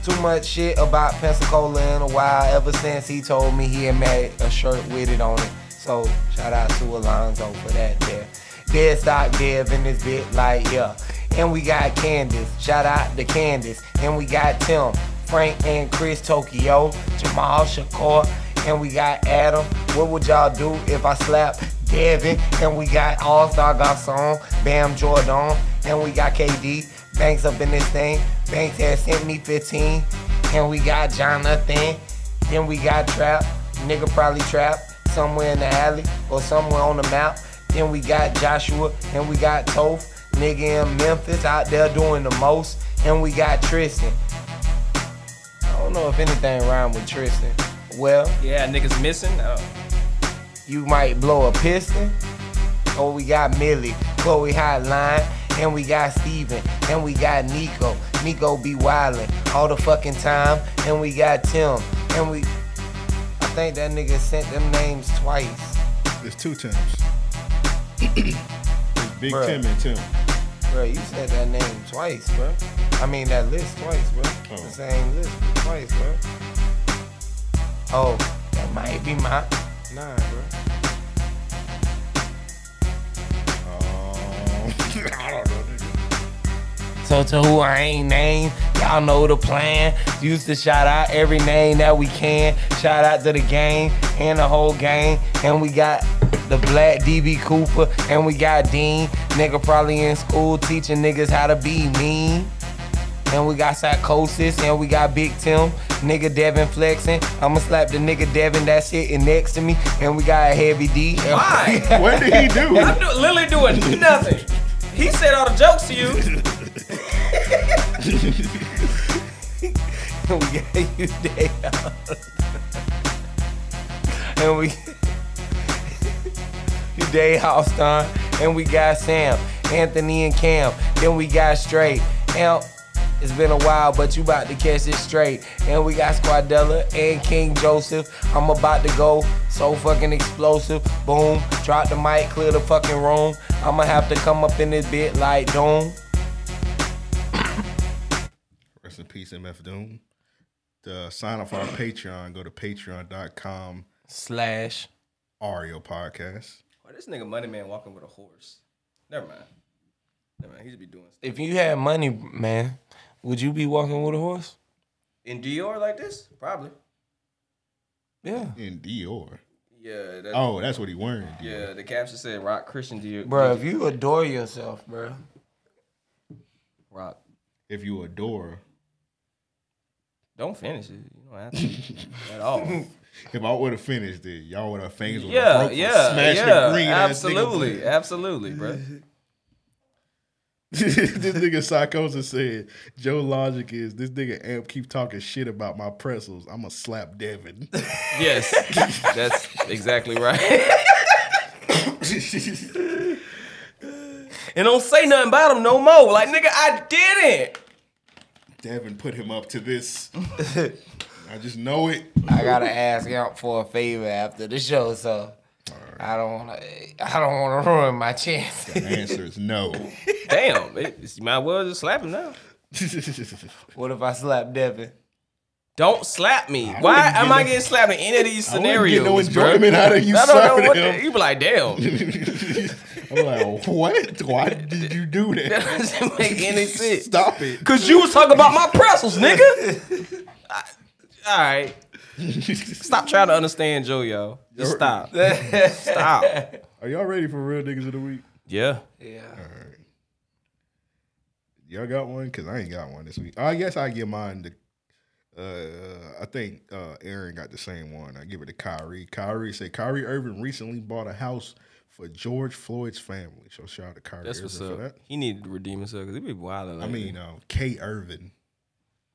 Speaker 10: too much shit about Pensacola in a while ever since he told me he had made a shirt with it on it. So shout out to Alonzo for that there. Dead stock dev in this bit like yeah. And we got Candace, shout out to Candace. And we got Tim, Frank and Chris Tokyo, Jamal Shakur, and we got Adam. What would y'all do if I slap Devin? And we got All Star Garcon, Bam Jordan, and we got KD. Banks up in this thing. Banks has sent me 15. And we got Jonathan. Then we got Trap. Nigga probably Trap somewhere in the alley or somewhere on the map. Then we got Joshua and we got Toph. Nigga in Memphis out there doing the most. And we got Tristan. I don't know if anything rhyme with Tristan. Well,
Speaker 9: Yeah, niggas missing. Oh.
Speaker 10: you might blow a piston. Oh, we got Millie, Chloe Hotline, and we got Steven, and we got Nico. Nico be wildin' all the fucking time, and we got Tim, and we. I think that nigga sent them names twice.
Speaker 8: It's two Tims. it's Big
Speaker 10: Bruh.
Speaker 8: Tim and Tim. Um, [laughs]
Speaker 10: Bro, you said that name twice, bro. I mean that list twice, bro. The same list twice, bro. Oh, that might be my. Nah, bro. So to who I ain't named, y'all know the plan. Used to shout out every name that we can. Shout out to the gang and the whole gang. And we got the black DB Cooper and we got Dean. Nigga probably in school teaching niggas how to be mean. And we got psychosis and we got Big Tim. Nigga Devin flexing. I'ma slap the nigga Devin that's sitting next to me. And we got a heavy D.
Speaker 9: Why?
Speaker 10: what did he
Speaker 8: [laughs]
Speaker 10: do?
Speaker 9: I do literally doing nothing. He said all the jokes to you.
Speaker 10: we got you down. and we [laughs] you day house done. And we got Sam, Anthony, and Cam. Then we got straight. Now it's been a while, but you about to catch it straight. And we got Squadella and King Joseph. I'm about to go so fucking explosive. Boom, drop the mic, clear the fucking room. I'ma have to come up in this bit like doom.
Speaker 8: Rest in peace, MF Doom. The sign up for our Patreon, go to patreon.com
Speaker 9: slash
Speaker 8: Ario Podcast.
Speaker 9: Why this nigga Money Man walking with a horse? Never mind. Never mind. He should be doing stuff.
Speaker 10: If you had money, man, would you be walking with a horse?
Speaker 9: in Dior like this, probably.
Speaker 10: Yeah.
Speaker 8: In Dior.
Speaker 9: Yeah. that-
Speaker 8: Oh, that's what he wearing. Dior.
Speaker 9: Yeah, the caption said Rock Christian Dior.
Speaker 10: Bro, if you adore yourself, bro.
Speaker 9: Rock.
Speaker 8: If you adore.
Speaker 9: Don't finish it. You don't have
Speaker 10: [laughs]
Speaker 9: to at all.
Speaker 8: If I would have finished it, y'all would have fingers would have
Speaker 9: Yeah,
Speaker 8: broke for
Speaker 9: yeah,
Speaker 8: smashing
Speaker 9: yeah.
Speaker 8: the green ass nigga
Speaker 9: absolutely,
Speaker 8: booty.
Speaker 9: absolutely,
Speaker 10: [laughs]
Speaker 9: bro.
Speaker 8: [laughs] this nigga psychosis said Joe Logic is this nigga amp keep talking shit about my pretzels. I'ma slap Devin.
Speaker 9: [laughs] Yes, that's exactly right. [laughs] and don't say nothing about him no more. Like nigga, I didn't.
Speaker 8: Devin put him up to
Speaker 9: [laughs]
Speaker 8: this. I just know it.
Speaker 12: I gotta ask out for a favor after the show, so I don't wanna I don't wanna [laughs] ruin my chances.
Speaker 10: [laughs]
Speaker 8: The answer is
Speaker 9: [laughs]
Speaker 8: no.
Speaker 9: Damn, it, you might well just slap him now.
Speaker 10: what if I slap Devin?
Speaker 9: Don't slap me.
Speaker 10: wouldn't
Speaker 9: Why
Speaker 10: get
Speaker 9: am I
Speaker 10: no-
Speaker 9: getting slapped in any of these
Speaker 10: I wouldn't
Speaker 9: scenarios?
Speaker 10: get no
Speaker 9: bruh.
Speaker 8: enjoyment out of you
Speaker 9: I don't
Speaker 8: slapping
Speaker 9: know what
Speaker 8: him.
Speaker 9: the- you be like, damn.
Speaker 8: [laughs] I'm like, what? Why did you do that?
Speaker 9: [laughs] That doesn't make
Speaker 8: [laughs]
Speaker 9: any sense.
Speaker 8: Stop it.
Speaker 9: Cause you was talking about my pretzels, nigga.
Speaker 8: [laughs]
Speaker 9: I- all right. Stop trying to understand Joe, yo. Just stop.
Speaker 8: [laughs]
Speaker 9: stop.
Speaker 8: Are y'all ready for real niggas of the week?
Speaker 9: Yeah.
Speaker 12: Yeah.
Speaker 8: Y'all got one? Cause I ain't got one this week. I guess I give mine to uh I think uh Aaron got the same one. I give it to Kyrie. Kyrie said Kyrie Irving recently bought a house for George Floyd's family. So shout out to Kyrie
Speaker 9: That's
Speaker 8: Irving
Speaker 9: what's
Speaker 8: for
Speaker 9: up.
Speaker 8: that.
Speaker 9: He needed to redeem himself because he be wild.
Speaker 8: I mean, uh, K Irvin.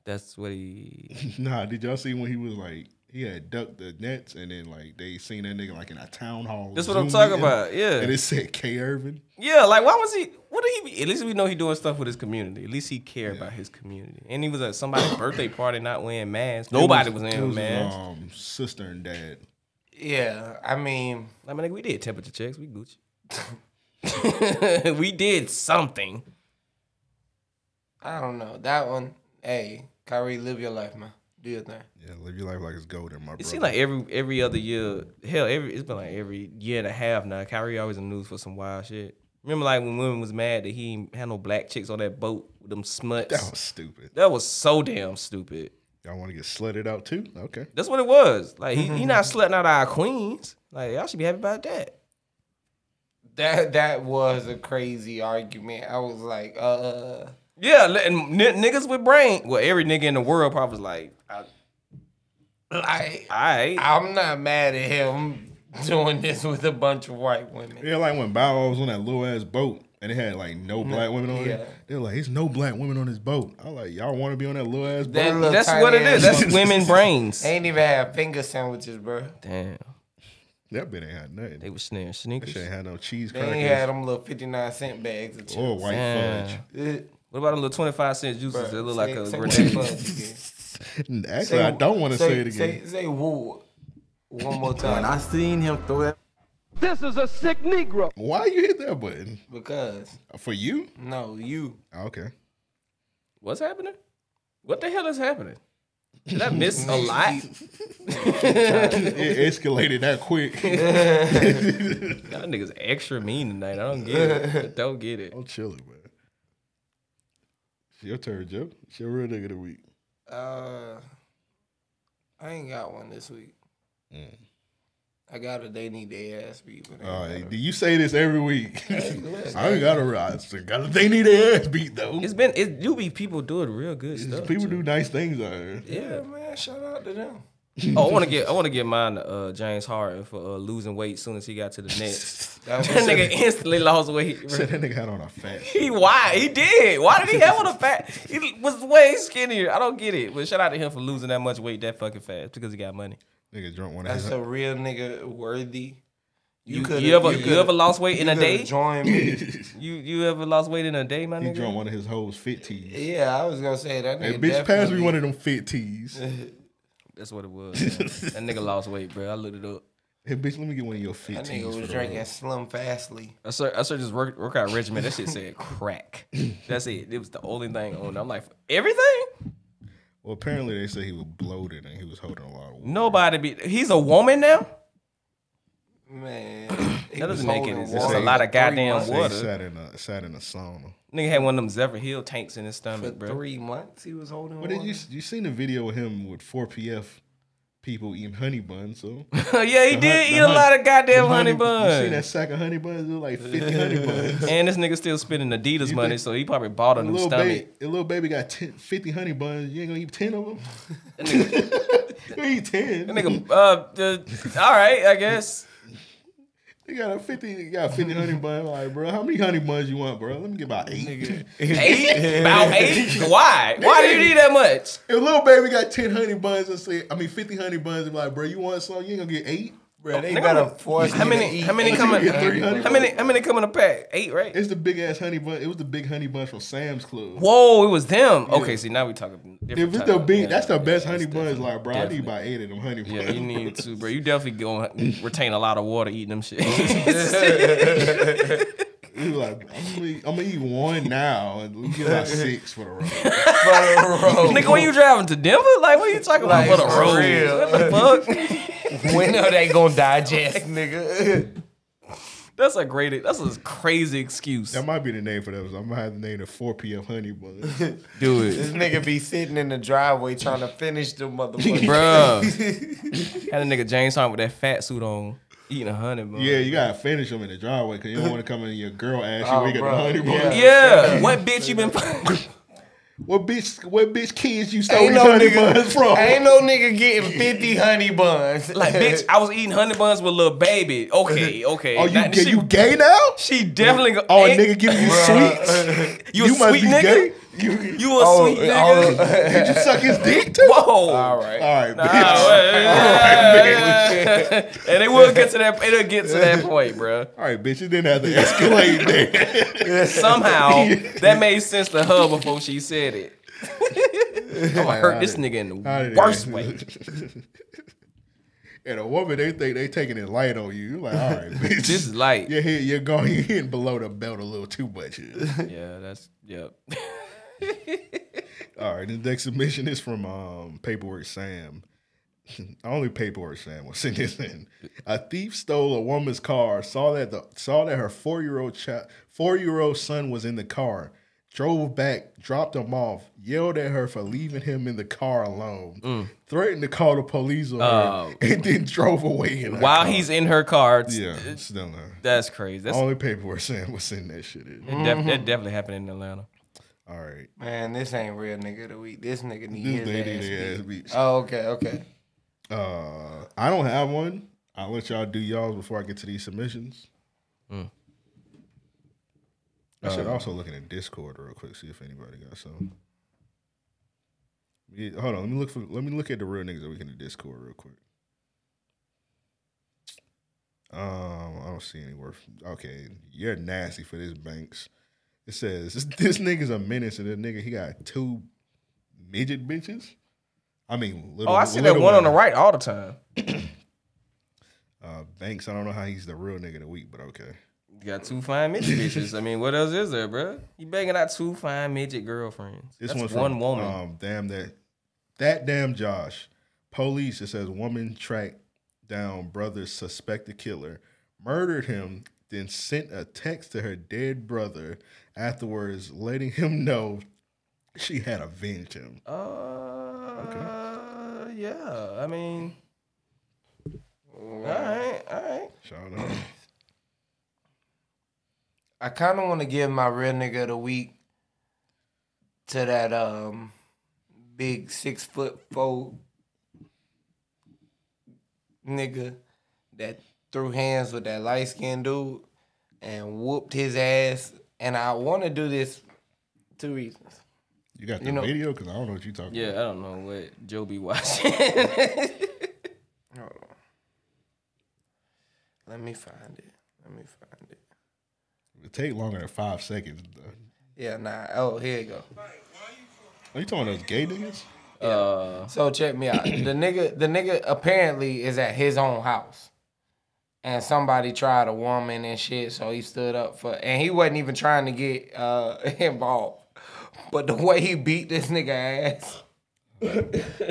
Speaker 9: That's
Speaker 8: [laughs]
Speaker 9: what he.
Speaker 8: nah, did y'all see when he was like he had ducked the nets and then like they seen that nigga like in a town hall.
Speaker 9: That's what I'm
Speaker 8: Zoom
Speaker 9: talking
Speaker 8: meeting,
Speaker 9: about, yeah.
Speaker 8: And it said K Irvin.
Speaker 9: Yeah, like why was he? What did he? Be? At least we know he doing stuff with his community. At least he cared about his community. And he was at [coughs] somebody's birthday party, not wearing masks. Nobody was,
Speaker 8: in
Speaker 9: wearing masks.
Speaker 8: Um, sister and dad.
Speaker 10: Yeah, I mean,
Speaker 9: I mean, like, we did temperature checks. We Gucci. [laughs] we did something.
Speaker 12: I don't know. That one, hey, Kyrie, live your life, man. Do your thing.
Speaker 8: Yeah, live your life like it's golden, my brother.
Speaker 9: It seems like every every other year, hell, every it's been like every year and a half now. Kyrie always in the news for some wild shit. Remember, like when women was mad that he ain't had no black chicks on that boat with them smuts.
Speaker 8: That was stupid.
Speaker 9: That was so damn stupid.
Speaker 8: Y'all want to get slutted out too? Okay.
Speaker 9: That's what it was. Like he, he not slutting out our queens. Like y'all should be happy about that.
Speaker 12: That that was a crazy argument. I was like, uh,
Speaker 9: Yeah, li- and n- niggas with brain. Well, every nigga in the world probably was like, I,
Speaker 12: like
Speaker 9: I
Speaker 12: I'm not mad at him [laughs] doing this with a bunch of white women.
Speaker 8: Yeah, like when Bow Wow was on that little ass boat and it had like no black women on
Speaker 12: yeah.
Speaker 8: it. They're like, "It's no black women on this boat." I like, y'all want to be on that little ass boat?
Speaker 12: That little tiny ass mother- [laughs] They ain't even have finger sandwiches, bro.
Speaker 9: damn.
Speaker 8: That bitch ain't had nothing. They
Speaker 9: was snaring
Speaker 8: That
Speaker 9: sneakers.
Speaker 8: shit ain't had no cheese
Speaker 12: They ain't
Speaker 8: crackers.
Speaker 12: had them little 59 cent bags of chips.
Speaker 8: Or white fudge. [laughs]
Speaker 9: What about them little twenty five cent juices
Speaker 12: Bruh,
Speaker 9: that look like
Speaker 12: say-
Speaker 9: a
Speaker 12: say
Speaker 9: grenade?
Speaker 12: white fudge again.
Speaker 8: Actually,
Speaker 12: Say-
Speaker 8: I don't want to say, it
Speaker 12: say-
Speaker 8: again.
Speaker 12: Say woo one more time.
Speaker 8: When I
Speaker 12: seen him throw that
Speaker 15: This is a sick Negro.
Speaker 8: Why you hit that button?
Speaker 12: [laughs] because
Speaker 8: For you? Ah,
Speaker 12: no, you
Speaker 8: Okay. [laughs]
Speaker 9: What's happening? What the hell is happening? Did
Speaker 12: [laughs]
Speaker 9: I miss a lot?
Speaker 8: it escalated that quick.
Speaker 9: Y'all niggas extra mean tonight. I don't get it. I don't get it.
Speaker 8: I'm chilling, man. It's your turn, Joe. It's your real nigga of the week.
Speaker 12: Uh, I ain't got one this week. I got a they need their ass beat. but I ain't
Speaker 8: All
Speaker 12: got
Speaker 8: right. Do you say this every week?
Speaker 12: look.
Speaker 8: I ain't got a rise. Got a, they need their ass beat though.
Speaker 9: It's been it do be people doing real good stuff.
Speaker 8: People do nice things out here.
Speaker 9: Yeah.
Speaker 12: man, shout out to them.
Speaker 9: oh, I want to get I want to get mine to, uh, James Harden for uh, losing weight as soon as he got to the
Speaker 12: [laughs]
Speaker 9: Nets. that
Speaker 12: That was-
Speaker 9: nigga instantly lost weight. bro.
Speaker 8: Said [laughs] that nigga had on a fat.
Speaker 9: He why he did? Why did he have on a fat? He was way skinnier. I don't get it. But shout out to him for losing that much weight that fucking fast because he got money.
Speaker 8: Nigga drunk one
Speaker 12: That's a real nigga worthy.
Speaker 9: You-
Speaker 12: coulda-
Speaker 9: you ever- you
Speaker 12: coulda-
Speaker 9: ever lost weight in
Speaker 12: you
Speaker 9: a
Speaker 12: coulda
Speaker 9: day?
Speaker 12: Joined me.
Speaker 8: [laughs]
Speaker 9: You you ever lost weight in a day, my
Speaker 8: He
Speaker 9: nigga?
Speaker 8: drunk one of his hoes fit tees.
Speaker 12: yeah, I was gonna say that
Speaker 8: Hey,
Speaker 12: nigga.
Speaker 8: bitch, pass me
Speaker 12: definitely-
Speaker 8: one of them fit tees.
Speaker 9: That's what it was. man. that nigga lost weight, bro. I looked it up.
Speaker 8: Hey, bitch, let me get one of your fit
Speaker 12: That
Speaker 8: tees.
Speaker 12: nigga
Speaker 8: for
Speaker 12: was
Speaker 8: the
Speaker 12: drinking
Speaker 8: road.
Speaker 12: Slim Fastly.
Speaker 9: I searched, I searched his work, workout regimen. That shit said crack. That's it. It was the only thing on. it. I'm like everything.
Speaker 8: Well, apparently they say he was bloated and he was holding a lot of.
Speaker 9: Nobody be. He's a woman now.
Speaker 12: Man,
Speaker 9: That doesn't make any
Speaker 8: They
Speaker 9: sense. That's
Speaker 8: say-
Speaker 9: a lot of goddamn
Speaker 8: they say he Sat
Speaker 9: water.
Speaker 8: in a sat in a sauna.
Speaker 9: Nigga had one of them Zephyr Hill tanks in his stomach, bro.
Speaker 12: Three months he was holding.
Speaker 8: But did
Speaker 12: water.
Speaker 8: you you seen the video of him with four PF people eating honey buns?
Speaker 9: [laughs]
Speaker 8: So The
Speaker 9: [laughs] yeah, he
Speaker 8: hun-
Speaker 9: did
Speaker 8: the
Speaker 9: eat a
Speaker 8: hun-
Speaker 9: lot of goddamn
Speaker 8: the
Speaker 9: honey,
Speaker 8: You see that
Speaker 9: buns.
Speaker 8: sack of honey buns? It was like fifty honey
Speaker 9: [laughs]
Speaker 8: buns.
Speaker 9: and this nigga still spending Adidas money, so he probably bought a
Speaker 8: A
Speaker 9: new
Speaker 8: little,
Speaker 9: stomach.
Speaker 8: baby, a little baby got 10, 50 honey buns. You ain't gonna eat ten of them. [laughs] you eat ten. [laughs]
Speaker 9: That nigga, uh, the- all right, I guess.
Speaker 8: You got a fifty. You got a fifty honey bun. Like, bro, how many honey buns you want, bro? Let me get about eight. [laughs]
Speaker 9: [laughs] Eight? About eight? Why? Why do you need that much?
Speaker 8: If little baby got ten honey buns and say, I mean fifty honey buns, and be like, bro, you want some? You ain't gonna get eight.
Speaker 12: Bro, they
Speaker 9: Nigga,
Speaker 12: gotta force
Speaker 9: How
Speaker 12: you to
Speaker 9: many?
Speaker 12: eat
Speaker 9: How many
Speaker 12: eight
Speaker 9: coming?
Speaker 12: honey buns.
Speaker 9: How many? How many coming a pack? Eight, right?
Speaker 8: It's the big ass honey bun. It was the big honey buns from Sam's Club.
Speaker 9: Whoa, it was them. Okay, see now we talking. different
Speaker 8: If it's
Speaker 9: type
Speaker 8: the
Speaker 9: of-
Speaker 8: big,
Speaker 9: yeah,
Speaker 8: that's the
Speaker 9: yeah,
Speaker 8: best
Speaker 9: that's
Speaker 8: honey
Speaker 9: different.
Speaker 8: buns. Like, bro, I need
Speaker 9: Definitely.
Speaker 8: about eight of them honey buns.
Speaker 9: Yeah, you need to, bro. You definitely gonna retain a lot of water eating them
Speaker 8: [laughs]
Speaker 9: shit. [laughs]
Speaker 8: He was like, I'm gonna, eat, I'm gonna eat one now and we get
Speaker 9: [laughs]
Speaker 8: about six for the road.
Speaker 9: Nigga, when you driving to Denver? Like, what are you talking about?
Speaker 10: Like,
Speaker 9: For the
Speaker 10: for
Speaker 9: road?
Speaker 10: real.
Speaker 9: What
Speaker 8: [laughs]
Speaker 9: the fuck?
Speaker 10: When are they gonna
Speaker 12: [laughs]
Speaker 10: digest, nigga?
Speaker 9: [laughs] That's a great. That's a crazy excuse.
Speaker 8: That might be the name for that. I'm gonna have the name the four PF honey
Speaker 9: [laughs]
Speaker 8: buns.
Speaker 9: Do it,
Speaker 10: This
Speaker 8: [laughs]
Speaker 10: nigga be sitting in the driveway trying to finish the motherfucker.
Speaker 9: bro.
Speaker 8: [laughs]
Speaker 9: Had a nigga James Harden with that fat suit on, eating a honey bun.
Speaker 8: yeah, you gotta finish them in the driveway because you don't want to come in and your girl ass you
Speaker 10: Oh,
Speaker 8: where you got
Speaker 10: bro.
Speaker 8: the honey buns.
Speaker 10: Yeah.
Speaker 9: Yeah, what bitch you been? [laughs] fucking?
Speaker 8: What bitch? What bitch kids you stole
Speaker 10: Ain't
Speaker 8: these
Speaker 10: no
Speaker 8: honey
Speaker 10: nigga,
Speaker 8: buns from?
Speaker 10: [laughs] ain't no nigga getting fifty honey buns.
Speaker 9: like, bitch, I was eating honey buns with little baby.
Speaker 8: [laughs]
Speaker 9: Okay, okay.
Speaker 8: Are Oh, you
Speaker 9: Not-
Speaker 8: gay-
Speaker 9: she,
Speaker 8: you gay now?
Speaker 9: she definitely. go-
Speaker 8: Oh,
Speaker 9: Hey,
Speaker 8: a nigga giving you sweets?
Speaker 9: [laughs] You a
Speaker 8: must
Speaker 9: sweet
Speaker 8: be
Speaker 9: nigga?
Speaker 8: gay. You,
Speaker 9: You a
Speaker 10: Oh,
Speaker 9: sweet
Speaker 10: oh,
Speaker 9: nigga.
Speaker 8: did you suck his dick too?
Speaker 9: Whoa.
Speaker 10: All right.
Speaker 8: [laughs] All right, bitch.
Speaker 9: Ah, well, [laughs] yeah, yeah. [laughs] and it will get to that. It'll get to that point, bro.
Speaker 8: All right, bitch. You didn't have to escalate there. [laughs]
Speaker 9: [laughs] Somehow that made sense to her before she said it. I'm gonna hurt this nigga in
Speaker 8: How
Speaker 9: the
Speaker 8: did
Speaker 9: worst
Speaker 8: it-
Speaker 9: way.
Speaker 8: [laughs] And a woman, they think they taking it light on you. You're like, all
Speaker 9: [laughs]
Speaker 8: right, bitch.
Speaker 9: This is light.
Speaker 8: You're, hit, you're [laughs] going you're hitting below the belt a little too much. here.
Speaker 9: Yeah, that's yep.
Speaker 8: All right, the next submission is from um, Paperwork Sam. [laughs] Only Paperwork Sam will send this in. A thief stole a woman's car. Saw that the saw that her four year old child, four year old son was in the car. Drove back, dropped him off, yelled at her for leaving him in the car alone, threatened to call the police on her,
Speaker 9: Mm. Oh.
Speaker 8: [laughs] and then drove away. In her
Speaker 9: While uh,
Speaker 8: car.
Speaker 9: he's in her car, it's-
Speaker 8: yeah, Oh, still her.
Speaker 9: that's crazy. That's
Speaker 8: Only Paperwork Sam was sending that shit in.
Speaker 9: that, def-
Speaker 8: mm-hmm.
Speaker 9: that definitely happened in Atlanta.
Speaker 8: All right,
Speaker 12: Man, this ain't real nigga of the week. This nigga need his
Speaker 8: This nigga
Speaker 12: ass,
Speaker 8: need his ass
Speaker 12: beat.
Speaker 8: beat.
Speaker 12: Oh, okay, okay.
Speaker 8: Uh, I don't have one. I'll let y'all do y'all's before I get to these submissions.
Speaker 9: Mm.
Speaker 8: I should
Speaker 9: Uh,
Speaker 8: also look in the Discord real quick, see if anybody got some. Yeah, hold on, let me look for. Let me look at the real niggas that we can the Discord real quick. Um, I don't see any worth. Okay, you're nasty for this Banks. It says [laughs] this, this nigga's a menace, and this nigga he got two midget bitches. I mean, little,
Speaker 9: Oh, I see that
Speaker 8: little
Speaker 9: one on the
Speaker 8: women.
Speaker 9: right all the time.
Speaker 8: Uh, Banks, I don't know how he's the real nigga of the week, but okay.
Speaker 9: You got two fine midget bitches. I mean, what else is there, bro? You banging out two fine midget girlfriends.
Speaker 8: This
Speaker 9: That's
Speaker 8: one's
Speaker 9: one
Speaker 8: from,
Speaker 9: woman.
Speaker 8: Um, damn that That damn Josh. Police, it says woman tracked down brother's suspected killer, murdered him, then sent a text to her dead brother afterwards, letting him know she had avenged him.
Speaker 9: Uh, yeah. I mean, all right, all right.
Speaker 8: Shout out.
Speaker 10: I kind of want to give my real nigga of the week to that um big six foot four nigga that threw hands with that light skinned dude and whooped his ass. And I want to do this two reasons. [laughs]
Speaker 8: You got the
Speaker 10: You know-
Speaker 8: video? Because I don't know what you're talking
Speaker 9: Yeah, I
Speaker 8: about.
Speaker 9: don't know what Joe be
Speaker 10: [laughs]
Speaker 9: watching.
Speaker 10: Hold on. Let me find it. Let me find it.
Speaker 8: It take longer than five seconds. though.
Speaker 10: Yeah, nah. Oh, here you go.
Speaker 8: Are you talking those gay niggas?
Speaker 9: [laughs] Uh,
Speaker 10: so check me out. the nigga, the nigga apparently is at his own house, and somebody tried a woman and shit. So he stood up for, and he wasn't even trying to get uh, [laughs] involved. But the way he beat this nigga ass, [laughs]
Speaker 8: I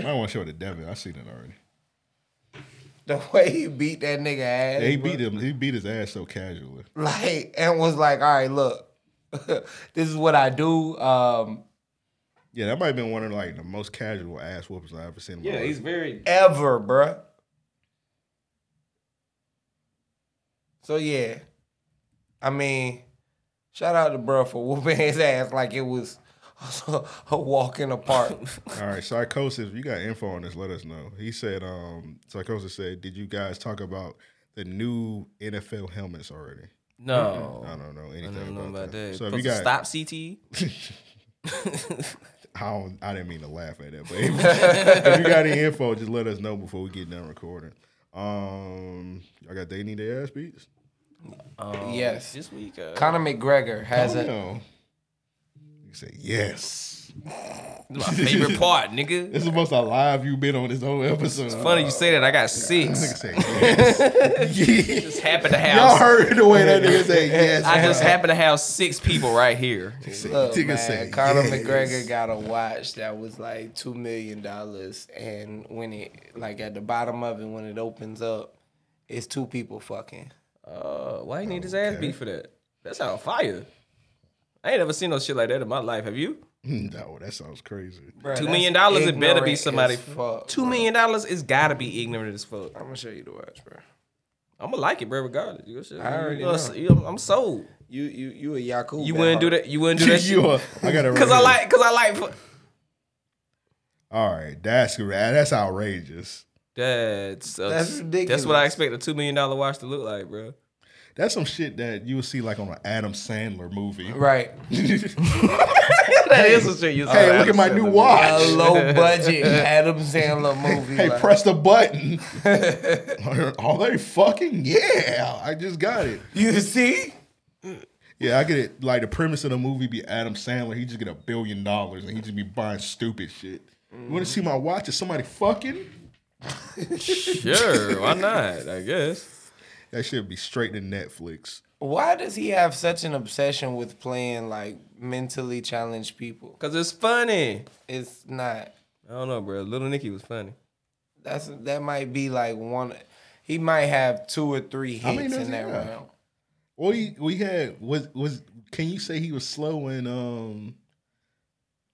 Speaker 8: don't want to show it to Devin. I seen it already.
Speaker 10: the way he beat that nigga ass,
Speaker 8: Yeah, he
Speaker 10: bro.
Speaker 8: beat him. He beat his ass so casually.
Speaker 10: like, and was like, all right, look, [laughs] this is what I do. Um,
Speaker 8: Yeah, that might have been one of like the most casual ass whoopers I ever seen. In my life.
Speaker 9: very
Speaker 10: ever, bruh. So yeah, I mean, shout out to bruh for whooping his ass like it was [laughs] a walk in
Speaker 9: [laughs]
Speaker 10: the park.
Speaker 8: All right, psychosis. If you got info on this, let us know. He said, um, psychosis said, did you guys talk about the new NFL helmets already?
Speaker 9: No.
Speaker 8: I don't know anything
Speaker 9: Oh, I don't know
Speaker 8: about,
Speaker 9: about
Speaker 8: that.
Speaker 9: that.
Speaker 8: So if
Speaker 9: Put
Speaker 8: you
Speaker 9: some
Speaker 8: got
Speaker 9: stop CTE?
Speaker 8: [laughs] I don't, I didn't mean to laugh at that, but if, if you got any info, just let us know before we get done recording. Um, I got they need their ass beats.
Speaker 10: yes,
Speaker 9: this week, uh,
Speaker 10: Conor McGregor has
Speaker 9: Oh,
Speaker 8: it.
Speaker 10: a
Speaker 8: Oh, You say yes.
Speaker 9: This is my
Speaker 10: [laughs]
Speaker 9: favorite part, nigga.
Speaker 8: It's the most alive you've been on this whole episode.
Speaker 9: It's funny you say that. I got
Speaker 8: Nigga
Speaker 10: [laughs]
Speaker 9: six.
Speaker 8: say yes. Yes.
Speaker 9: just happened to have.
Speaker 8: Y'all heard the way that nigga say yes.
Speaker 9: I just happen to have six people right
Speaker 10: [laughs]
Speaker 9: here.
Speaker 10: Look, man, Conor McGregor got a watch that was like two million dollars, and when it like at the bottom of it, when it opens up, it's two people fucking.
Speaker 9: Uh, why you need his ass beat for that? That's how fire. I ain't never seen no shit like that in my life. Have you?
Speaker 8: No, Hmm, that sounds crazy.
Speaker 10: Bruh,
Speaker 9: Two
Speaker 10: that's
Speaker 9: million dollars. It better be
Speaker 10: ignorant
Speaker 9: somebody.
Speaker 10: as fuck,
Speaker 9: Two million dollars. It's gotta be ignorant as fuck.
Speaker 10: I'm gonna show you the watch, bro.
Speaker 9: I'm gonna like it, bro. Regardless, you shit.
Speaker 10: I already
Speaker 9: you know,
Speaker 10: know.
Speaker 9: you- I'm sold.
Speaker 10: You you you a Yaku.
Speaker 9: You wouldn't do that. You [laughs] wouldn't do
Speaker 8: [laughs]
Speaker 9: that.
Speaker 8: You
Speaker 9: shit?
Speaker 8: are- I got it right
Speaker 9: [laughs] Cause I
Speaker 8: here.
Speaker 9: like. Cause I like. fu-
Speaker 8: All right, that's ah, that's outrageous.
Speaker 9: That's uh,
Speaker 8: That's
Speaker 9: that's
Speaker 8: ridiculous.
Speaker 9: what I expect a two million dollar watch to look like, bro.
Speaker 8: That's some shit that you would see like on an Adam Sandler movie, [laughs]
Speaker 10: right?
Speaker 9: [laughs] Oh, That is some shit you
Speaker 8: Hey, look at my new watch.
Speaker 10: A
Speaker 8: [laughs]
Speaker 10: low budget Adam Sandler movie.
Speaker 8: Hey,
Speaker 10: like-
Speaker 8: press the
Speaker 9: [laughs]
Speaker 8: button. [laughs] Are they fucking? Yeah, I just got it.
Speaker 10: You
Speaker 9: [laughs]
Speaker 10: see?
Speaker 8: Yeah, I get it. Like the premise of the movie be Adam Sandler. He just get a billion dollars and he just be buying stupid shit. You want to see my watch? Is somebody fucking?
Speaker 9: Sure, why not? I guess
Speaker 8: that should be straight to Netflix.
Speaker 10: Why does he have such an obsession with playing like mentally challenged people?
Speaker 9: Cause it's funny.
Speaker 10: It's not.
Speaker 9: I don't know, bro. Little Nicky was funny.
Speaker 10: That's that might be like one. He might have two or three
Speaker 8: How many
Speaker 10: hits
Speaker 8: does
Speaker 10: in
Speaker 8: he
Speaker 10: that
Speaker 8: have?
Speaker 10: round.
Speaker 8: We we had was was. Can you say he was slow in um?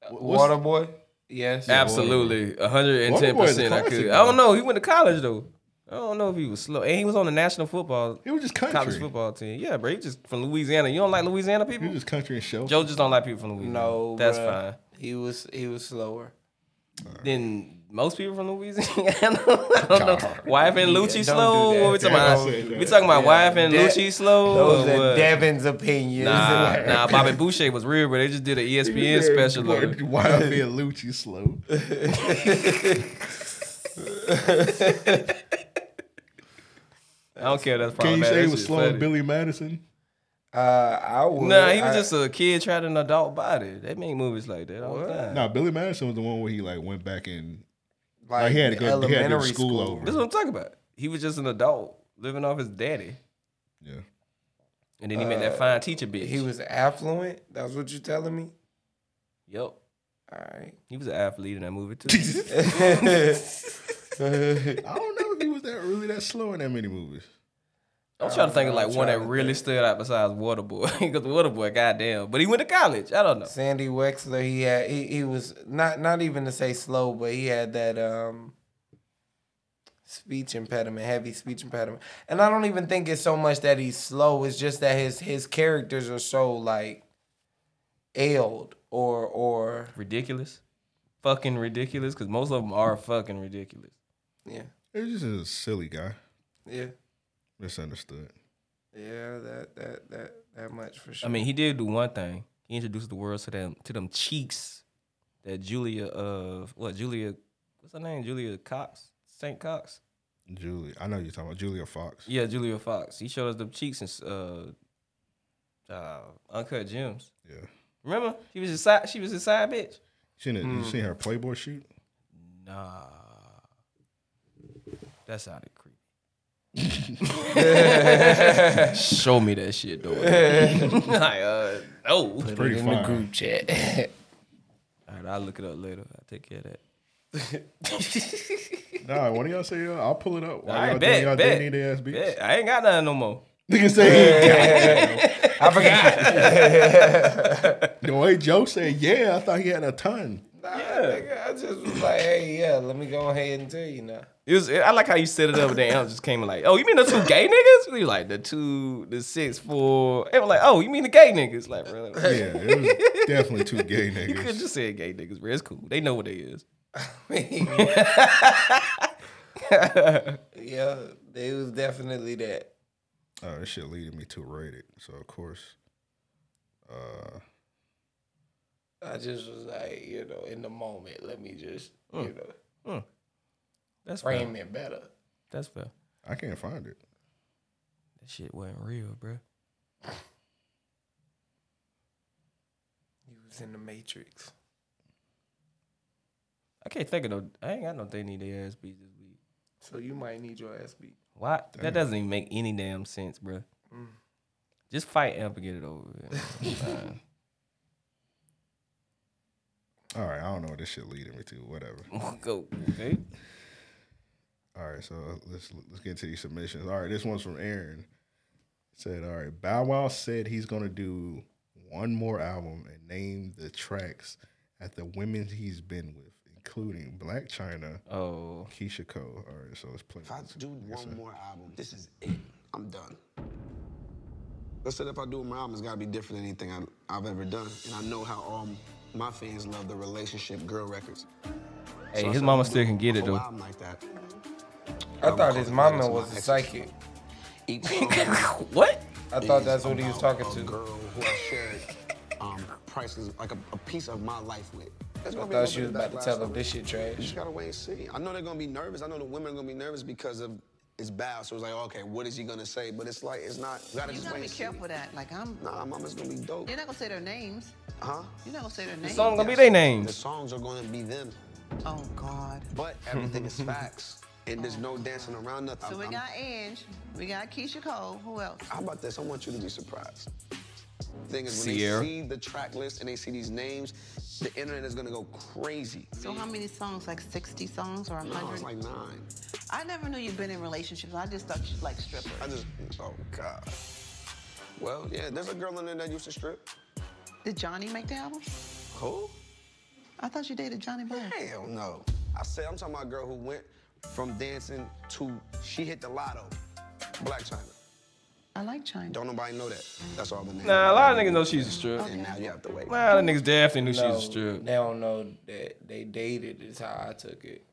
Speaker 9: Uh,
Speaker 8: what's-
Speaker 10: Waterboy. Yes.
Speaker 9: Absolutely, one hundred and ten
Speaker 8: Waterboy is a
Speaker 9: percent. I
Speaker 8: classic,
Speaker 9: could.
Speaker 8: though.
Speaker 9: I don't know. He went to college though. I don't know if he was slow, and he was on the national football.
Speaker 8: He was just country.
Speaker 9: college football team. Yeah, bro. He just from Louisiana. You don't like Louisiana people?
Speaker 8: He was country and show.
Speaker 9: Joe just don't like people from Louisiana.
Speaker 10: No,
Speaker 9: that's
Speaker 10: bruh.
Speaker 9: fine.
Speaker 10: He was he was slower.
Speaker 9: Then most people from Louisiana. [laughs] I don't know.
Speaker 10: Nah.
Speaker 9: Wife and Lucci
Speaker 10: Yeah, don't
Speaker 9: slow.
Speaker 10: do that.
Speaker 9: What we talking
Speaker 10: Don't
Speaker 9: about?
Speaker 10: say that.
Speaker 9: We talking about
Speaker 10: Yeah.
Speaker 9: wife and
Speaker 10: De-
Speaker 9: Lucci slow.
Speaker 10: Those
Speaker 9: or
Speaker 10: are
Speaker 9: what?
Speaker 10: Devin's opinions.
Speaker 9: Nah, nah. Bobby Boucher was real, but they just did E an ESPN special. Oh, on it.
Speaker 8: Why I
Speaker 9: [laughs]
Speaker 8: feel Lucci slow?
Speaker 9: I don't care. That's
Speaker 8: Can
Speaker 9: probably
Speaker 8: you
Speaker 9: bad.
Speaker 8: say he
Speaker 9: That
Speaker 8: was
Speaker 9: shit's
Speaker 8: slow in
Speaker 9: funny.
Speaker 8: Billy Madison?
Speaker 10: [laughs] Uh, I would.
Speaker 9: Nah, he was
Speaker 10: I-
Speaker 9: just a kid trying an adult body. They make movies like that all the time.
Speaker 8: Nah, Billy Madison was the one where he like went back and
Speaker 10: Like,
Speaker 8: like, he had to go he had to go to
Speaker 10: elementary
Speaker 8: school,
Speaker 10: school.
Speaker 8: over.
Speaker 9: That's what I'm talking about. He was just an adult living off his daddy.
Speaker 8: Yeah.
Speaker 9: And then he met
Speaker 10: Uh,
Speaker 9: that fine teacher bitch.
Speaker 10: He was affluent. That's what you're telling me.
Speaker 9: Yep.
Speaker 12: All right.
Speaker 9: He was an athlete in that movie too. I'm
Speaker 8: I don't know if he was that really that slow in that many movies.
Speaker 9: trying to think of like one that really stood out besides Waterboy, [laughs] because Waterboy, goddamn. But he went to college. I don't know.
Speaker 12: Sandy Wexler, he had he, he was not not even to say slow, but he had that um speech impediment, heavy speech impediment. And I don't even think it's so much that he's slow, it's just that his his characters are so like ailed or or
Speaker 9: ridiculous, fucking ridiculous. Because most of them are fucking ridiculous.
Speaker 12: Yeah.
Speaker 8: He was just a silly guy.
Speaker 12: Yeah.
Speaker 8: Misunderstood.
Speaker 12: Yeah, that that that that much for sure.
Speaker 9: I mean, he did do one thing. He introduced the world to them to them cheeks that Julia uh what Julia what's her name Julia Cox Saint Cox
Speaker 8: Julia, I know you're talking about Julia Fox.
Speaker 9: yeah Julia Fox he showed us them cheeks and uh, uh uncut gems
Speaker 8: yeah
Speaker 9: remember she was his side she was his side bitch
Speaker 8: She in it-
Speaker 9: Hmm.
Speaker 8: You seen her Playboy shoot?
Speaker 9: nah that's out of creep [laughs] show me that shit though [laughs] like uh no
Speaker 10: Put it Pretty in the fire. group chat.
Speaker 9: [laughs] all right I'll look it up later I'll take care of that.
Speaker 8: nah, one of y'all say y'all, I'll pull it up. While
Speaker 9: I
Speaker 8: y'all doing y'all
Speaker 9: bet, bet,
Speaker 8: Danny ass beats.
Speaker 9: bet. I ain't got nothing no more.
Speaker 8: Nigga [laughs] say
Speaker 10: I forgot.
Speaker 8: the way Joe said, yeah, I thought he had a ton.
Speaker 12: Nigga, I just was like, hey, yeah, let me go ahead and tell you now.
Speaker 9: It was. I like how you set it up, and then Elm just came in like, "Oh, you mean the two gay niggas?" We like the two, the six, four. And we're like, "Oh, you mean the gay niggas?" Like,
Speaker 12: [laughs]
Speaker 9: really?
Speaker 8: Yeah, it was definitely two gay
Speaker 9: [laughs] you
Speaker 8: niggas.
Speaker 9: could just say gay niggas, bro. It's cool. They know what they is.
Speaker 12: Yeah, Uh, they was definitely that.
Speaker 8: Uh, this shit leading me to rated. So of course, uh,
Speaker 12: I just was like, you know, in the moment, let me just, you know,
Speaker 9: Mm. That's
Speaker 12: frame
Speaker 9: fair.
Speaker 12: it better.
Speaker 9: That's fair.
Speaker 8: I can't find it.
Speaker 9: That shit wasn't real, bro.
Speaker 12: He was in the Matrix.
Speaker 9: I can't think of no. I ain't got no thing need their ass beat this week.
Speaker 12: So you might need your ass beat.
Speaker 9: Why?
Speaker 12: Damn.
Speaker 9: That doesn't even make any damn sense, bro.
Speaker 12: Mm.
Speaker 9: Just fight Amp and get it over. with. Uh,
Speaker 8: All right, I don't know what this shit leading me to. Whatever.
Speaker 9: [laughs] Go. Okay.
Speaker 8: All right, so let's let's get to these submissions. All right, this one's from Aaron. said, all right, Bow Wow said he's gonna do one more album and name the tracks at the women he's been with, including Black China,
Speaker 9: oh,
Speaker 8: Keisha Cole. All right, so let's play.
Speaker 17: If I do one more album, this is it. I'm done. Let's say if I do my album, it's gotta be different than anything I, I've ever done. And I know how all my fans love the relationship girl records.
Speaker 9: Hey,
Speaker 17: So I
Speaker 9: his
Speaker 17: said,
Speaker 9: mama
Speaker 17: I'm
Speaker 9: still can
Speaker 17: gonna do a
Speaker 9: get it,
Speaker 17: whole
Speaker 9: though.
Speaker 17: album like that.
Speaker 12: I thought his mama was a psychic. [laughs]
Speaker 9: what?
Speaker 12: I thought that's what he was talking to.
Speaker 17: girl who I shared um, prices, like a, a piece of my life with. That's
Speaker 12: I
Speaker 17: gonna be
Speaker 12: thought
Speaker 17: a
Speaker 12: she was
Speaker 17: little bit of
Speaker 12: about to tell
Speaker 17: backlash.
Speaker 12: him this shit
Speaker 17: You
Speaker 12: trash.
Speaker 17: just gotta wait and see. I know they're gonna be nervous. I know the women are gonna be nervous because of it's Bow. So it's like, okay, what is he gonna say? But it's like, it's not. You gotta
Speaker 14: You
Speaker 17: just wait
Speaker 14: gotta be
Speaker 17: and see.
Speaker 14: careful with that. Like I'm.
Speaker 17: Nah, mama's gonna be dope.
Speaker 14: You're not gonna say their names.
Speaker 17: Huh?
Speaker 14: You're not gonna say their names.
Speaker 9: their names.
Speaker 17: The songs are gonna be them.
Speaker 14: Oh God.
Speaker 17: But everything is facts, and there's no dancing around nothing.
Speaker 14: So we
Speaker 17: I'm-
Speaker 14: got Ange. We got Keisha Cole. Who else?
Speaker 17: How about this? I want you to be surprised. Thing is, when
Speaker 9: Sierra.
Speaker 17: they see the track list and they see these names, the internet is gonna go crazy.
Speaker 14: So how many songs? Like 60 songs or
Speaker 17: No, it's
Speaker 14: 100?
Speaker 17: like nine.
Speaker 14: I never knew you've been in relationships. I just thought you like strippers.
Speaker 17: I just, oh God. Well, yeah, there's a girl in there that used to strip.
Speaker 14: Did Johnny make the album?
Speaker 17: Cool.
Speaker 14: I thought you dated Johnny Black.
Speaker 17: Hell no. I said, I'm talking about a girl who went from dancing to she hit the lotto. Black China.
Speaker 14: I like China.
Speaker 17: Don't nobody know that. That's all the name.
Speaker 9: Nah, a lot of niggas know she's a strip.
Speaker 17: And now you have to wait.
Speaker 9: A lot of niggas definitely knew she was a
Speaker 12: No,
Speaker 9: strip.
Speaker 12: They don't know that they dated is how I took it.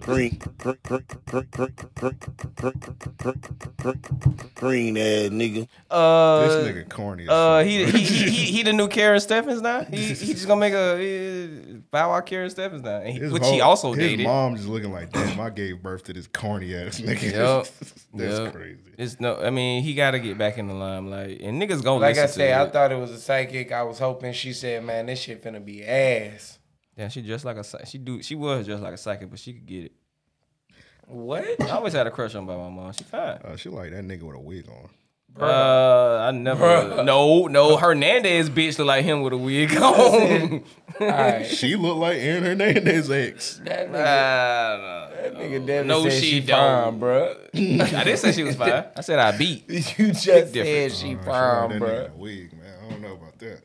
Speaker 11: Green, green, green, green, green, green, green, green, green, green ass nigga.
Speaker 9: Uh,
Speaker 11: This nigga corny as
Speaker 9: Uh,
Speaker 11: fuck,
Speaker 9: he,
Speaker 11: bro.
Speaker 9: he, he he he the new Karen Steffens now.
Speaker 8: [laughs]
Speaker 9: He he just gonna make a uh, bow wow Karen Steffens now, and he-
Speaker 8: His
Speaker 9: which he
Speaker 8: whole-
Speaker 9: also
Speaker 8: his
Speaker 9: dated.
Speaker 8: mom just looking like, damn, I gave birth to this corny
Speaker 9: [laughs]
Speaker 8: ass nigga.
Speaker 9: Yup,
Speaker 8: [laughs] That's
Speaker 9: yup.
Speaker 8: crazy.
Speaker 9: It's no, I mean he got to get back in the limelight, and niggas gonna
Speaker 12: Like I
Speaker 9: listen
Speaker 12: said,
Speaker 9: to
Speaker 12: I
Speaker 9: it.
Speaker 12: thought it was a psychic. I was hoping she said, man, this shit finna be ass.
Speaker 9: Damn, she dressed like a psy- she do she was dressed like a psychic, but she could get it.
Speaker 12: What?
Speaker 9: I always had a crush on by my mom. She fine.
Speaker 8: Uh, she like that nigga with a wig on.
Speaker 9: Uh, I never.
Speaker 10: Bruh.
Speaker 9: No, no. Hernandez bitch look like him with
Speaker 12: [laughs]
Speaker 9: a wig on.
Speaker 8: She look like Aaron Hernandez ex.
Speaker 9: nigga,
Speaker 10: That that nigga Devin
Speaker 9: Ah, No,
Speaker 10: said
Speaker 9: she
Speaker 10: she,
Speaker 9: don't.
Speaker 10: fine, bro.
Speaker 9: I didn't say she was fine. I said I beat.
Speaker 10: [laughs] You just said
Speaker 9: Different.
Speaker 10: she
Speaker 9: Oh,
Speaker 10: fine,
Speaker 9: that
Speaker 10: bro.
Speaker 9: nigga
Speaker 8: Wig, man. I don't know about that.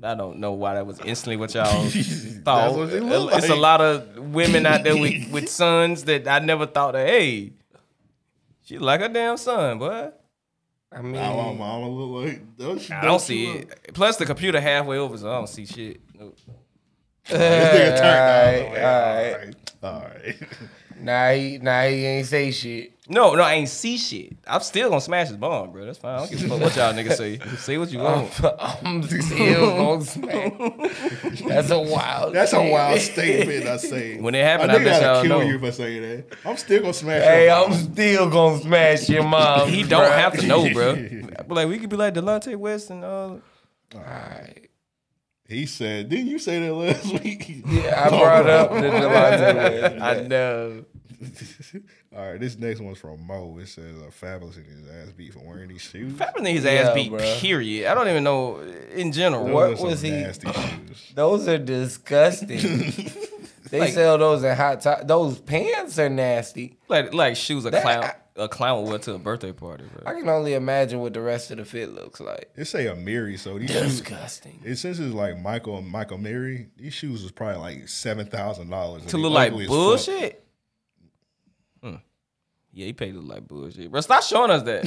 Speaker 9: I don't know why that was instantly what
Speaker 10: [laughs]
Speaker 9: y'all
Speaker 8: That's
Speaker 9: thought.
Speaker 8: what it look
Speaker 9: it's a
Speaker 8: like.
Speaker 9: lot of women out there with,
Speaker 10: [laughs]
Speaker 9: with sons that I never thought that. Hey, she like her damn son, boy.
Speaker 10: I mean,
Speaker 8: I want mama look like. Don't she,
Speaker 9: I don't see it. Plus, the computer halfway over, so I don't see shit. Nope.
Speaker 8: This nigga turned
Speaker 10: Alright,
Speaker 8: all right, all right. [laughs]
Speaker 10: Nah, he, nah, he ain't say shit. [laughs]
Speaker 9: No, no, I ain't see shit. I'm still gonna smash his bomb, bro. That's fine. I don't give a fuck what y'all niggas
Speaker 10: [laughs]
Speaker 9: say. Say what you want.
Speaker 10: I'm still gonna smack.
Speaker 9: [laughs]
Speaker 10: That's a wild.
Speaker 8: That's a
Speaker 10: [laughs]
Speaker 8: wild
Speaker 10: statement.
Speaker 8: statement. I say.
Speaker 9: When it happened,
Speaker 8: I,
Speaker 9: I
Speaker 8: think
Speaker 9: bet
Speaker 8: I'd
Speaker 9: y'all
Speaker 8: kill
Speaker 9: know.
Speaker 8: you if I say that. I'm still gonna smash.
Speaker 10: Hey,
Speaker 8: your
Speaker 10: I'm
Speaker 8: mama.
Speaker 10: still gonna
Speaker 9: [laughs]
Speaker 10: smash your mom.
Speaker 9: He don't
Speaker 10: bruh.
Speaker 9: have to know, bro. But Um, [laughs] like we could be like Delonte West and uh,
Speaker 8: He said, "Didn't you say that last [laughs] week?"
Speaker 10: Yeah, I brought
Speaker 9: [laughs]
Speaker 10: up the Delonte West.
Speaker 9: I know.
Speaker 8: All right, this next one's from Mo. It says a fabulous in his ass beat for wearing these shoes.
Speaker 9: I think his
Speaker 10: Yeah,
Speaker 9: ass beat.
Speaker 10: bruh.
Speaker 9: Period. I don't even know in general.
Speaker 8: Those
Speaker 10: What
Speaker 8: are some
Speaker 10: was he-
Speaker 8: Nasty shoes.
Speaker 10: Those
Speaker 9: [laughs]
Speaker 10: are disgusting. they
Speaker 9: Like-
Speaker 10: sell those in hot top. Those pants are nasty.
Speaker 9: Like like shoes a
Speaker 10: That-
Speaker 9: clown a clown would wear to a birthday party, bro.
Speaker 10: I can only imagine what the rest of the fit looks like.
Speaker 8: It say a Mary, so these
Speaker 10: Disgusting.
Speaker 8: Shoes, it since it's like Michael Michael Mary, these shoes was probably like seven thousand dollars.
Speaker 9: To look like bullshit. Hmm. Yeah, he paid to look like bullshit, bro. Stop showing us
Speaker 10: [laughs]
Speaker 9: that.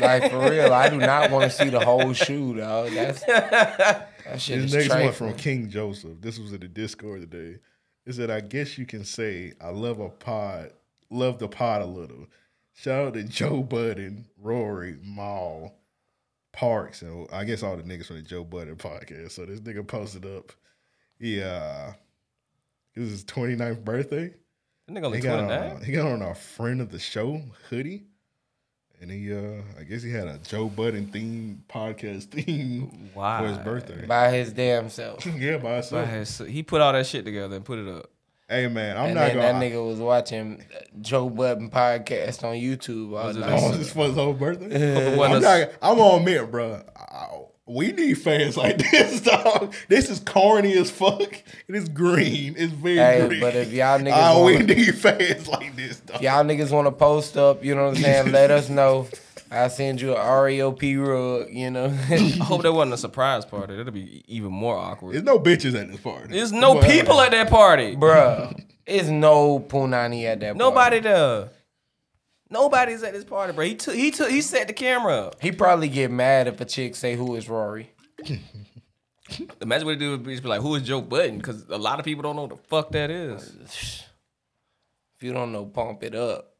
Speaker 10: Like for real, I do not want to see
Speaker 9: [laughs]
Speaker 10: the whole shoe, dog. That's that shit
Speaker 8: This
Speaker 10: is
Speaker 8: next one
Speaker 10: trifling.
Speaker 8: from King Joseph. This was in the Discord today. It said, "I guess you can say I love a pod, love the pod a little." Shout out to Joe Budden, Rory, Maul, Parks, and I guess all the niggas from the Joe Budden podcast. So this nigga posted up. Yeah, this is his 29th birthday.
Speaker 9: That nigga only
Speaker 8: he, got on a-
Speaker 9: 29?
Speaker 8: he got on a friend of the show hoodie. And he, uh, I guess he had a Joe Budden theme podcast [laughs] theme for his
Speaker 9: Why?
Speaker 8: birthday.
Speaker 10: by his
Speaker 8: [laughs]
Speaker 10: damn self.
Speaker 8: yeah, by
Speaker 9: But
Speaker 8: himself.
Speaker 9: his- he put all that shit together and put it
Speaker 10: [laughs]
Speaker 9: up.
Speaker 8: Hey man, I'm
Speaker 10: and
Speaker 8: not
Speaker 10: then
Speaker 8: gonna.
Speaker 10: that nigga was watching Joe Budden podcast on YouTube all
Speaker 9: Was
Speaker 8: [laughs]
Speaker 9: it
Speaker 10: night.
Speaker 8: Oh, this for his whole birthday.
Speaker 10: Yeah.
Speaker 8: I'm, not, I'm gonna admit, bro. We need fans [laughs] like this, dog. This is corny as fuck. It is green. It's very
Speaker 10: Hey,
Speaker 8: green. [laughs]
Speaker 10: but if y'all niggas
Speaker 8: Ah, we
Speaker 10: wanna-
Speaker 8: need fans [laughs] like this, dog.
Speaker 10: If y'all niggas want to post up, you know what
Speaker 8: [laughs]
Speaker 10: I'm saying? Let us know. I send you a REOP rug, you know. [laughs]
Speaker 9: I hope that wasn't a surprise party. That'd be even more awkward.
Speaker 8: There's no bitches at this party.
Speaker 9: There's no
Speaker 8: But-
Speaker 9: people at that party.
Speaker 10: Bruh, it's no punani at that
Speaker 9: Nobody
Speaker 10: party.
Speaker 9: there. Nobody's at this party, bro. He took he took he set the camera up.
Speaker 10: He probably get mad if a chick say who is Rory.
Speaker 9: Imagine what he do would be just be like, who is Joe Button? Because a lot of people don't know what the fuck that is.
Speaker 10: If you don't know, pump it up.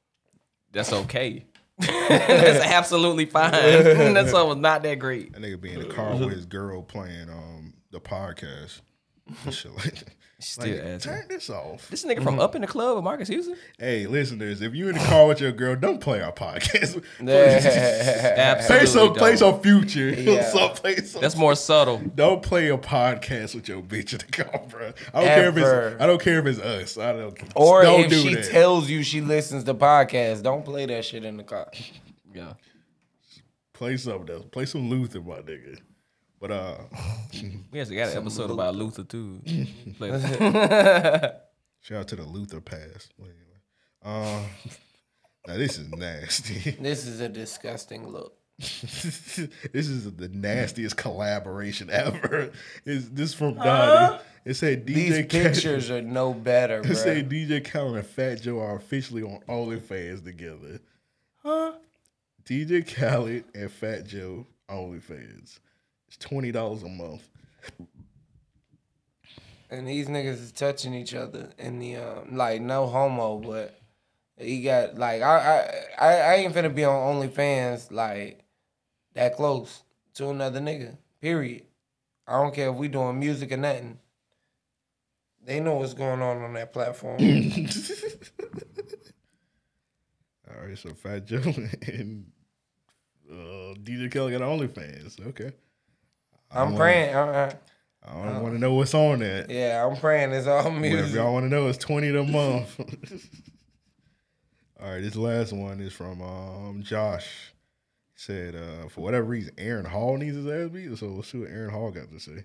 Speaker 9: That's
Speaker 10: [laughs]
Speaker 9: okay. That's absolutely fine. [laughs] that song was not that great.
Speaker 8: That nigga be in the car with his girl playing um the podcast.
Speaker 10: [laughs]
Speaker 8: And shit like that.
Speaker 9: Still
Speaker 8: Like,
Speaker 9: asking. Mm-hmm.
Speaker 8: turn this off.
Speaker 9: This nigga from Up in the Club with Marcus
Speaker 10: [laughs]
Speaker 9: Houston?
Speaker 8: Hey, listeners, if you in the car with your girl, don't play our podcast. [laughs]
Speaker 9: Absolutely
Speaker 8: play some, play
Speaker 9: don't.
Speaker 8: some future.
Speaker 10: Yeah.
Speaker 8: Some- [laughs] play some-
Speaker 9: That's more subtle.
Speaker 8: Don't play a podcast with your bitch in the car, bro. I don't care if
Speaker 10: Ever.
Speaker 8: it's I don't care if it's us. I don't care.
Speaker 10: Or
Speaker 8: don't
Speaker 10: if
Speaker 8: do
Speaker 10: she
Speaker 8: that.
Speaker 10: tells you she listens to podcasts, don't play that shit in the car.
Speaker 9: Yeah.
Speaker 8: play something else. Play some Luther, my nigga. But uh,
Speaker 9: We actually got an
Speaker 10: Some
Speaker 9: episode
Speaker 10: Luther.
Speaker 9: about Luther
Speaker 10: [laughs]
Speaker 9: too. Play
Speaker 8: shout out to the Luther pass. Well, anyway. Uh, [laughs] now this is nasty.
Speaker 10: This is a disgusting look.
Speaker 8: [laughs] this is the nastiest collaboration [laughs] ever. Is this from God? It said DJ
Speaker 10: These
Speaker 8: Khaled-
Speaker 10: pictures are no
Speaker 8: [laughs]
Speaker 10: better,
Speaker 8: It
Speaker 10: bro.
Speaker 8: said DJ Khaled and Fat Joe are officially on OnlyFans together.
Speaker 9: Huh?
Speaker 8: DJ Khaled and Fat Joe OnlyFans. It's twenty dollars a month. [laughs]
Speaker 10: And these niggas is touching each other in the um, like no homo, but he got like I I I, I ain't finna be on OnlyFans like that close to another nigga. Period. I don't care if we doing music or nothing. They know what's going on on
Speaker 8: [clears throat]
Speaker 10: that platform.
Speaker 8: All right, so Fat Joe [laughs] and uh, DJ Khaled got OnlyFans. Okay, I
Speaker 10: I'm
Speaker 8: wanna-
Speaker 10: praying. Uh,
Speaker 8: I don't want to know what's on that.
Speaker 10: yeah, I'm praying. It's all
Speaker 8: But if
Speaker 10: music.
Speaker 8: y'all want to know, it's twenty a month. All right, this last one is from um, Josh. said uh, for whatever reason Aaron Hall needs his ass beat. So we'll see what Aaron Hall got to say.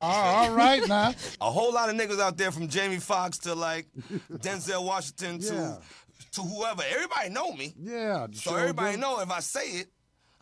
Speaker 18: all right now.
Speaker 19: A whole lot of niggas out there from Jamie Foxx to like Denzel Washington
Speaker 18: Yeah.
Speaker 19: to to whoever. Everybody know me.
Speaker 18: Yeah.
Speaker 19: So
Speaker 18: sure
Speaker 19: everybody
Speaker 18: do.
Speaker 19: know if I say it,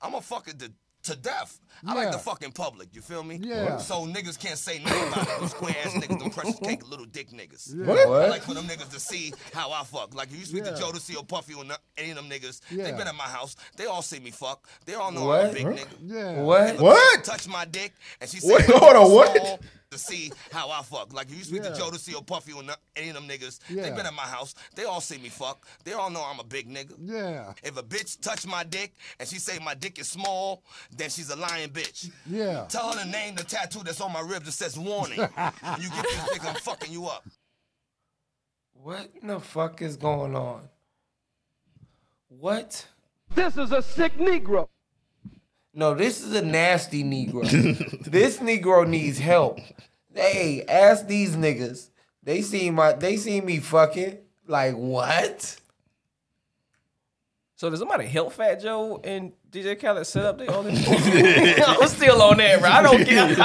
Speaker 19: I'm a fuck it to, to death. I like
Speaker 18: Yeah.
Speaker 19: the fucking public. You feel me?
Speaker 18: Yeah.
Speaker 19: So niggas can't say nothing about it. Them Square ass niggas, them precious cake little dick niggas.
Speaker 18: Yeah. What?
Speaker 19: I like for them niggas to see how I fuck. Like if you speak
Speaker 18: Yeah.
Speaker 19: to Joe to see or Puffy or no- any of them niggas, they
Speaker 18: Yeah.
Speaker 19: been at my house. They all see me fuck. They all know I'm
Speaker 18: What?
Speaker 19: a big
Speaker 18: Huh?
Speaker 19: nigga.
Speaker 18: Yeah.
Speaker 10: What?
Speaker 19: If a
Speaker 10: What?
Speaker 19: bitch Touch my dick and she
Speaker 10: Wait,
Speaker 19: said,
Speaker 10: hold on, what?
Speaker 19: To see how I fuck. Like if you speak
Speaker 10: Yeah.
Speaker 19: to Joe to see or Puffy or no- any of them niggas, they
Speaker 18: Yeah.
Speaker 19: been at my house. They all see me fuck. They all know I'm a big nigga.
Speaker 18: Yeah.
Speaker 19: If a bitch touch my dick and she say my dick is small, then she's a lying bitch.
Speaker 18: Yeah.
Speaker 19: Tell her to name the tattoo that's on my rib that says
Speaker 18: [laughs]
Speaker 19: warning. When you get this dick, I'm fucking you up.
Speaker 10: What in the fuck is going on? What?
Speaker 15: This is a sick Negro.
Speaker 10: No, this is a nasty Negro. this Negro needs help. Hey, ask these niggas. They seen my they seen me fucking. Like what?
Speaker 9: So does somebody help Fat Joe and DJ Khaled set up? They all [laughs] I'm still on that, bro. I don't care.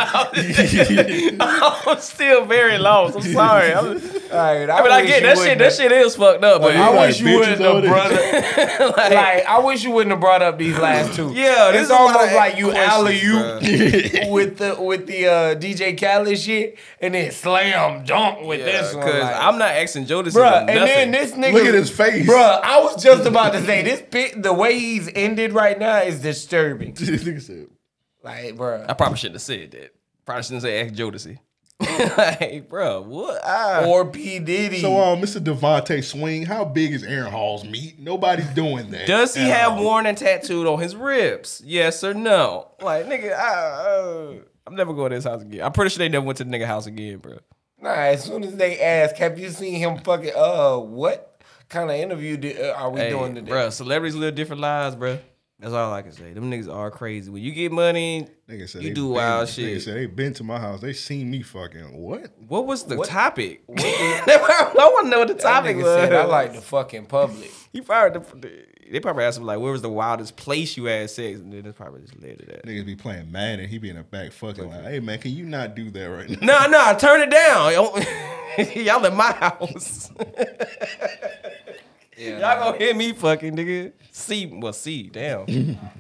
Speaker 9: I'm still very lost. I'm sorry.
Speaker 10: [laughs]
Speaker 9: I'm,
Speaker 10: right,
Speaker 9: I mean, I
Speaker 10: wish
Speaker 9: get
Speaker 10: you
Speaker 9: that shit.
Speaker 10: wouldn't
Speaker 9: That shit is fucked up. But
Speaker 10: I wish you wouldn't have
Speaker 9: brother.
Speaker 10: brother.
Speaker 9: [laughs]
Speaker 10: like, I wish you wouldn't have brought up these last two.
Speaker 9: Yeah, this
Speaker 10: it's
Speaker 9: is why
Speaker 10: almost
Speaker 9: I
Speaker 10: like you
Speaker 9: ask
Speaker 10: alley you
Speaker 9: questions,
Speaker 10: with the with the uh, DJ Khaled shit, and then slam dunk with this one.
Speaker 9: because
Speaker 10: like-
Speaker 9: I'm not asking Joe to
Speaker 10: Bruh,
Speaker 9: set
Speaker 10: and
Speaker 9: up
Speaker 10: then
Speaker 9: nothing.
Speaker 10: this nigga. Bruh, I was just about to say this. Pic, the way he's ended right now is disturbing. like, bruh.
Speaker 9: I probably shouldn't have said that. Probably shouldn't say ask Joe to see. [laughs] like, bro, what? I-
Speaker 10: Or P Diddy.
Speaker 9: uh,
Speaker 8: So um, Mr. Devontae Swing, how big is Aaron Hall's meat? Nobody's doing that.
Speaker 9: Does he
Speaker 8: at
Speaker 9: have
Speaker 8: all.
Speaker 9: warning tattooed on his ribs? Yes or no? Like, nigga, I, uh, I'm never going to his house again. I'm pretty sure they never went to the nigga house again, bro.
Speaker 10: Nah, as soon as they ask, have you seen him fucking? Uh, what kind of interview did, uh, are we
Speaker 9: Hey,
Speaker 10: doing today?
Speaker 9: Bro, celebrities live different lives, bro. That's all I can say. Them niggas are crazy. When you get money,
Speaker 8: Nigga said
Speaker 9: you
Speaker 8: they
Speaker 9: do
Speaker 8: been-
Speaker 9: wild
Speaker 8: Nigga
Speaker 9: shit.
Speaker 8: said they been to my house. They seen me fucking. What?
Speaker 9: What was the [laughs] topic? I want to know what the topic
Speaker 10: nigga
Speaker 9: was.
Speaker 10: said, "I like the fucking public."
Speaker 9: You probably they probably asked him like, "Where was the wildest place you had sex?" And then it's probably just led to that.
Speaker 8: Niggas be playing Madden. He be in the back fucking like, hey man, can you not do that right
Speaker 9: [laughs]
Speaker 8: now?
Speaker 9: No, no, turn it down. Y'all- [laughs] Y'all in my [laughs] house. Y'all gonna hear me fucking nigga. See, well, see, [laughs] damn.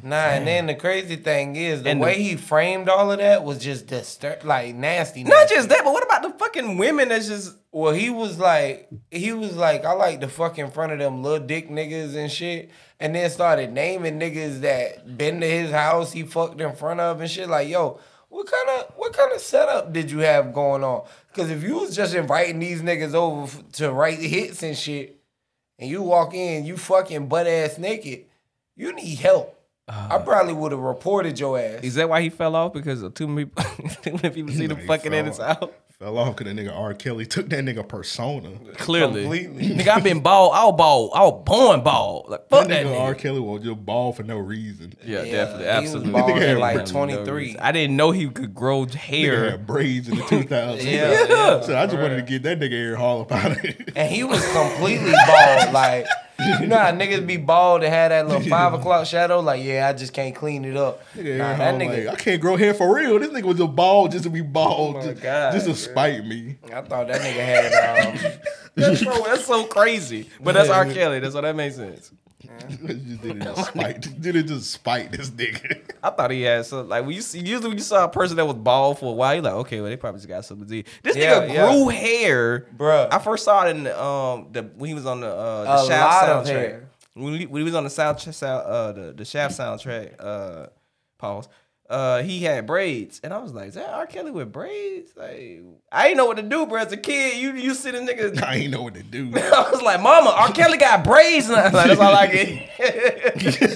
Speaker 10: Nah, and then the crazy thing is the
Speaker 9: And the-
Speaker 10: way he framed all of that was just disturb, like nasty.
Speaker 9: Not just that, but what about the fucking women that's just?
Speaker 10: Well, he was like, he was like, I like to fuck in front of them little dick niggas and shit, and then started naming niggas that been to his house he fucked in front of and shit. Like, yo, what kind of what kind of setup did you have going on? Because if you was just inviting these niggas over f- to write hits and shit, and you walk in, you fucking butt ass naked, you need help. I probably would have reported your ass.
Speaker 9: Is that why he fell off? Because of too many, [laughs] too many people see
Speaker 8: Nah,
Speaker 9: the
Speaker 8: he
Speaker 9: fucking
Speaker 8: fell
Speaker 9: at his
Speaker 8: off.
Speaker 9: house.
Speaker 8: Fell off because the nigga R. Kelly took that nigga persona.
Speaker 9: Clearly, nigga, I've been bald. I was bald. I was born bald. Like fuck
Speaker 8: That
Speaker 9: that
Speaker 8: nigga
Speaker 9: nigga.
Speaker 8: R. Kelly was just bald for no reason.
Speaker 9: Yeah, definitely,
Speaker 10: he was
Speaker 9: absolutely.
Speaker 10: bald
Speaker 8: at like
Speaker 9: Nigga had
Speaker 10: 23.
Speaker 9: I didn't know he could grow
Speaker 8: Nigga
Speaker 9: hair.
Speaker 8: had braids
Speaker 10: [laughs]
Speaker 8: in the 2000s.
Speaker 9: Yeah, yeah.
Speaker 8: [laughs] So I just wanted to get that nigga Aaron Hall up out of here.
Speaker 10: and he was completely bald. Like, you know how niggas be bald and had that little five o'clock shadow? Like, yeah, I just can't clean it up.
Speaker 8: Nigga, [laughs]
Speaker 10: Nah,
Speaker 8: Aaron
Speaker 10: that
Speaker 8: Hall,
Speaker 10: nigga.
Speaker 8: like, I can't grow hair for real. This nigga was just bald just to be bald.
Speaker 10: Oh my
Speaker 8: just,
Speaker 10: God,
Speaker 8: just to
Speaker 10: bro.
Speaker 8: spite me. [laughs]
Speaker 10: I thought that nigga had. Um,
Speaker 9: [laughs] that's, so, that's so crazy. But that's R.
Speaker 8: Yeah.
Speaker 9: Kelly. That's why that makes sense.
Speaker 8: just did it just spite. [laughs] Did it just spite this nigga? [laughs]
Speaker 9: I thought he had some like when you see usually when you saw a person that was bald for a while, you're like, okay, well they probably just got something to do. This
Speaker 10: Yeah,
Speaker 9: nigga
Speaker 10: yeah.
Speaker 9: grew hair,
Speaker 10: Bruh.
Speaker 9: I first saw it in the, um the when he was on the uh the
Speaker 10: A
Speaker 9: Shaft
Speaker 10: lot of
Speaker 9: soundtrack.
Speaker 10: hair.
Speaker 9: When, he, when he was on the South South uh the, the Shaft soundtrack, uh pause. Uh, he had braids, and I was like, "Is that R. Kelly with braids?" Like, I didn't know what to do, bro. As a kid, you you see the nigga.
Speaker 10: [laughs]
Speaker 8: I ain't know what to do.
Speaker 9: I was like, "Mama, R. Kelly got braids." And I was like, that's all I get.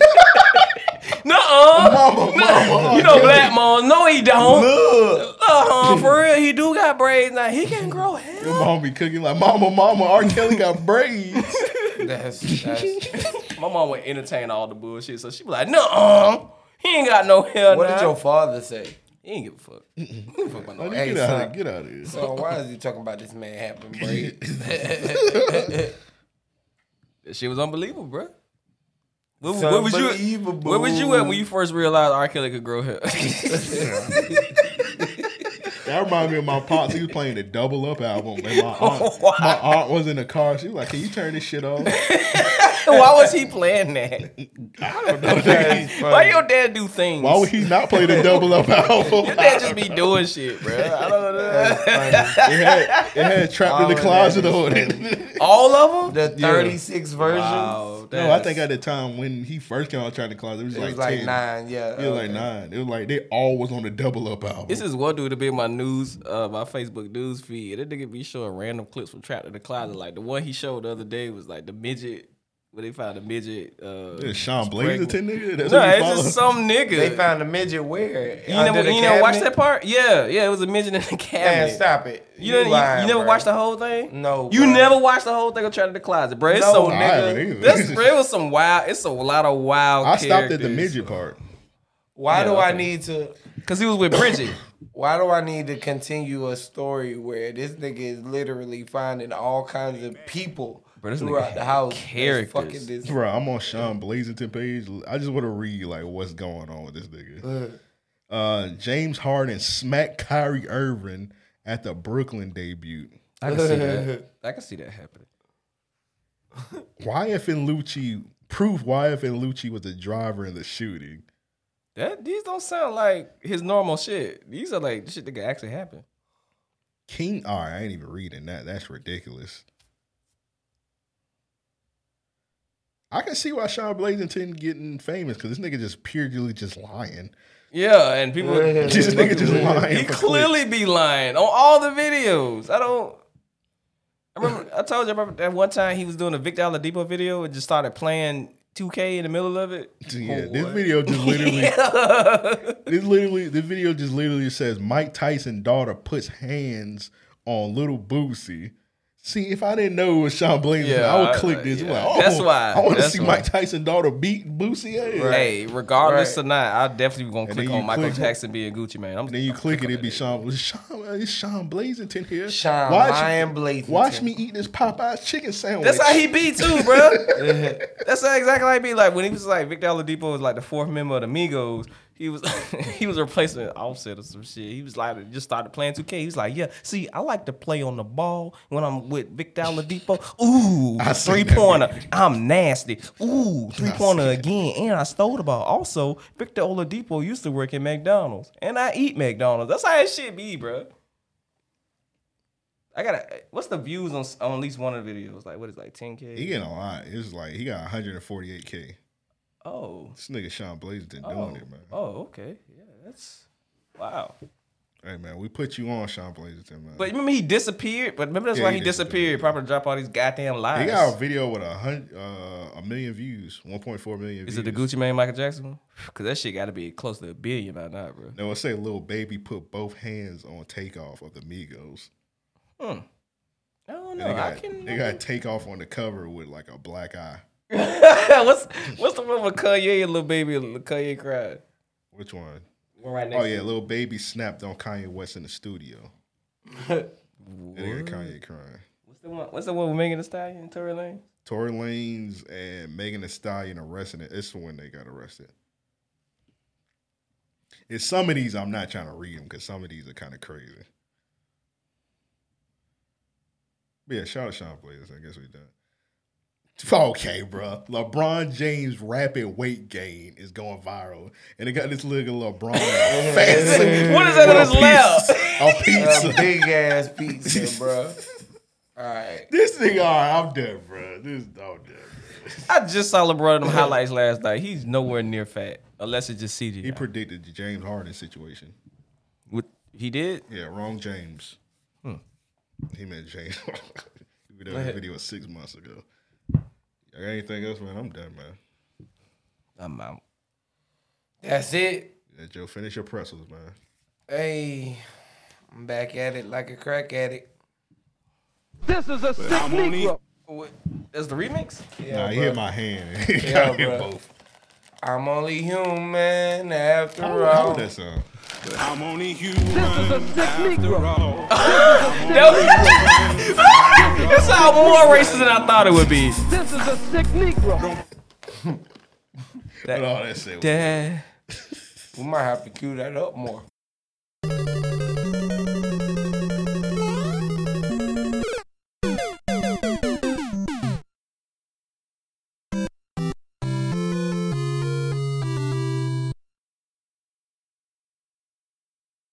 Speaker 9: No,
Speaker 18: Mama, mama,
Speaker 9: you know
Speaker 18: R.
Speaker 9: black mom. No, he don't.
Speaker 8: Look.
Speaker 9: Uh-huh, for real, he do got braids now. He can grow hair.
Speaker 8: Your mom be cooking like mama, mama. R. Kelly got braids.
Speaker 10: that's, that's-
Speaker 9: My mom would entertain all the bullshit, so she be like, "No, he ain't got no hair."
Speaker 10: what did
Speaker 9: now."
Speaker 10: your father say?
Speaker 9: He ain't give a fuck.
Speaker 8: Like,
Speaker 10: [laughs] Hey,
Speaker 8: Oh, get out
Speaker 10: son.
Speaker 8: of here. Get out of here.
Speaker 10: So why is you talking about this man
Speaker 9: [laughs]
Speaker 10: having braids?
Speaker 9: That shit was unbelievable, bro. Where,
Speaker 10: It's
Speaker 9: where was you?
Speaker 10: unbelievable.
Speaker 9: Where was you at when you first realized "Oh, R. Kelly could grow hair? [laughs]
Speaker 8: That reminded me of my pops. He was playing the Double Up album, and
Speaker 10: [laughs]
Speaker 8: my aunt, my aunt was in the car. She was like, "Can you turn this shit off?"
Speaker 9: Why was he playing that?
Speaker 12: [laughs]
Speaker 9: Why your dad do things?
Speaker 8: Why would he not play the Double Up album?
Speaker 9: Your dad just be doing shit, bro. I don't know.
Speaker 8: It had, it had [laughs] trapped in the closet on it.
Speaker 9: [laughs]
Speaker 8: [laughs]
Speaker 9: All of them? [laughs]
Speaker 8: The 36
Speaker 12: versions?
Speaker 8: no, I think at the time when he first came out trying to closet, it was
Speaker 12: It
Speaker 8: like,
Speaker 12: was like
Speaker 8: 10.
Speaker 12: nine, yeah,
Speaker 8: It was like
Speaker 12: okay.
Speaker 8: nine. It was like they all was on the Double Up album.
Speaker 9: This is one dude to be in my news, uh, my Facebook news feed. That nigga be showing random clips from Trapped in the Closet. Like the one he showed the other day was like the midget. Where they found the midget. Uh,
Speaker 8: Yeah, Shawn
Speaker 9: was
Speaker 8: Blaze is
Speaker 9: pregnant.
Speaker 8: a nigga? That's
Speaker 9: no,
Speaker 8: what you
Speaker 9: it's just
Speaker 8: follow?
Speaker 9: some nigga.
Speaker 12: They found a midget where?
Speaker 9: You
Speaker 12: Under
Speaker 9: never,
Speaker 12: the
Speaker 9: you never watched
Speaker 12: cabinet?
Speaker 9: that part? Yeah, yeah. It was a midget in the cabinet.
Speaker 12: stop it.
Speaker 9: You,
Speaker 12: You
Speaker 9: didn't- you,
Speaker 12: lying,
Speaker 9: you never
Speaker 12: bro.
Speaker 9: watched the whole thing?
Speaker 12: No,
Speaker 9: You
Speaker 12: bro.
Speaker 9: never watched the whole thing of Trapped in the Closet, bro. It's
Speaker 12: No,
Speaker 8: [laughs]
Speaker 9: so
Speaker 12: I
Speaker 8: haven't
Speaker 9: nigga.
Speaker 8: either.
Speaker 9: [laughs] That's bro, it was some wild. It's a lot of wild.
Speaker 8: I stopped at the
Speaker 9: characters.
Speaker 8: midget part.
Speaker 12: Why
Speaker 9: Yeah,
Speaker 12: do I
Speaker 9: okay.
Speaker 12: need to?
Speaker 9: Because he was with Bridget.
Speaker 12: Why do I need to continue a story where this nigga is literally finding all kinds of people
Speaker 8: Bro, this nigga
Speaker 12: throughout the
Speaker 8: had
Speaker 12: house? that's
Speaker 9: characters.
Speaker 12: Fucking this.
Speaker 8: Bro, I'm on Sean Blazington page. I just want to read like what's going on with this nigga. Uh, James Harden smacked Kyrie Irving at the Brooklyn debut.
Speaker 9: I can see that. I can see that happening.
Speaker 8: YF and Lucci proof YF and Lucci was the driver in the shooting.
Speaker 9: That these don't sound like his normal shit. These are like shit that could actually happen.
Speaker 8: King, all right, I ain't even reading that. That's ridiculous. I can see why Sean Blazington getting famous because this nigga just purely just lying.
Speaker 9: Yeah, and people [laughs]
Speaker 8: This nigga just lying
Speaker 9: He
Speaker 8: for
Speaker 9: clearly be lying on all the videos. I don't. I remember I told you I remember that one time he was doing a Victor Oladipo video and just started playing 2K in the middle
Speaker 8: [laughs]
Speaker 9: of it.
Speaker 8: Yeah, this video
Speaker 9: [laughs]
Speaker 8: just literally. This literally, this video just literally says Mike Tyson daughter puts hands on little Boosie. See, if I didn't know it was Sean Blaze,
Speaker 9: Yeah,
Speaker 8: I would
Speaker 9: I-
Speaker 8: click this. I'm
Speaker 9: yeah.
Speaker 8: like, oh,
Speaker 9: That's why.
Speaker 8: I want to
Speaker 9: That's
Speaker 8: see
Speaker 9: why.
Speaker 8: Mike Tyson daughter beat Boosie. ass.
Speaker 9: Hey, regardless or not, I definitely gonna
Speaker 8: And
Speaker 9: click
Speaker 8: then you
Speaker 9: on Michael
Speaker 8: click-
Speaker 9: Jackson being Gucci man. I'm,
Speaker 8: Then you click it, it'd be Sean. It's [laughs] Sean, it's Sean Blazington here.
Speaker 12: Sean Lion Blazington.
Speaker 8: Watch me eat this Popeye's chicken sandwich.
Speaker 9: That's how he be too, bro.
Speaker 8: [laughs]
Speaker 9: That's how exactly how he be. Like when he was like Victor Oladipo was like the fourth member of the Migos. He was [laughs] he was replacing Offset or some shit. He was like just started playing 2K. He was like, yeah, see, I like to play on the ball when I'm with Victor Oladipo. Ooh,
Speaker 8: I
Speaker 9: three
Speaker 8: seen that
Speaker 9: pointer. I'm nasty. Ooh, three pointer again, and I stole the ball. Also, Victor Oladipo used to work at McDonald's, and I eat McDonald's. That's how that shit be, bro. I gotta. What's the views on on at least one of the videos? Like, what is it, like 10k?
Speaker 8: He getting a lot. It's like he got 148k.
Speaker 9: Oh.
Speaker 8: This nigga Sean Blazington
Speaker 9: Oh,
Speaker 8: doing it, man.
Speaker 9: oh, okay. Yeah, that's wow.
Speaker 8: Hey man, we put you on Sean Blazington, man.
Speaker 9: But remember he disappeared. But remember that's
Speaker 8: Yeah,
Speaker 9: why
Speaker 8: he
Speaker 9: he, disappeared. Probably to drop all these goddamn lies.
Speaker 8: He got a video with a hundred, uh, a million views, one point four million.
Speaker 9: Is
Speaker 8: views.
Speaker 9: it the Gucci Mane Michael Jackson one? Because that shit got to be close to a billion by now, bro.
Speaker 8: No, it say little baby put both hands on takeoff of the Migos.
Speaker 9: Hmm. I don't
Speaker 8: And
Speaker 9: know.
Speaker 8: they got,
Speaker 9: I can.
Speaker 8: They got takeoff on the cover with like a black eye.
Speaker 9: [laughs] what's what's the one with Kanye and Lil Baby and Lil Kanye cried?
Speaker 8: Which one?
Speaker 9: One right next
Speaker 8: oh yeah,
Speaker 9: to it.
Speaker 8: little baby snapped on Kanye West in the studio. And they got Kanye crying.
Speaker 9: What's the one? What's the one with Megan Thee Stallion and
Speaker 8: [laughs]
Speaker 9: Tory Lane?
Speaker 8: Tory Lanez and Megan Thee Stallion arrested. It. It's when they got arrested. It's some of these I'm not trying to read them because some of these are kind of crazy. But yeah, shout out Sean Blazers. I guess we done. Okay, bruh. LeBron James rapid weight gain is going viral, and it got this little LeBron. fancy-
Speaker 9: [laughs] What is that in his lap?
Speaker 8: A pizza.
Speaker 12: A big ass pizza, bro. All right.
Speaker 8: This nigga, all right, I'm done, bro. This, I'm done.
Speaker 9: [laughs] I just saw LeBron in them highlights last night. He's nowhere near fat, unless it's just CG.
Speaker 8: He predicted the James Harden situation.
Speaker 9: What he did?
Speaker 8: Yeah, wrong James.
Speaker 9: Hmm.
Speaker 8: He meant James. [laughs] we
Speaker 9: Go
Speaker 8: done that
Speaker 9: ahead.
Speaker 8: video six months ago. Y'all got anything else, man? I'm done, man.
Speaker 9: I'm out.
Speaker 12: That's it.
Speaker 8: Yeah, Joe, finish your pretzels, man.
Speaker 12: Hey, I'm back at it like a crack addict.
Speaker 15: This is a sick Negro.
Speaker 9: What? That's the remix?
Speaker 8: nah, he
Speaker 12: bruh.
Speaker 8: hit my hand. [laughs] He
Speaker 12: Yeah,
Speaker 8: got hit
Speaker 12: bruh.
Speaker 8: both.
Speaker 12: I'm only human after
Speaker 8: I don't
Speaker 9: Oh.
Speaker 8: know
Speaker 12: all.
Speaker 8: that song.
Speaker 11: I'm only human.
Speaker 9: That sound more racist than I thought it would be.
Speaker 15: This is a sick Negro.
Speaker 8: But all that shit was-
Speaker 10: Dad. we might have to cue that up more.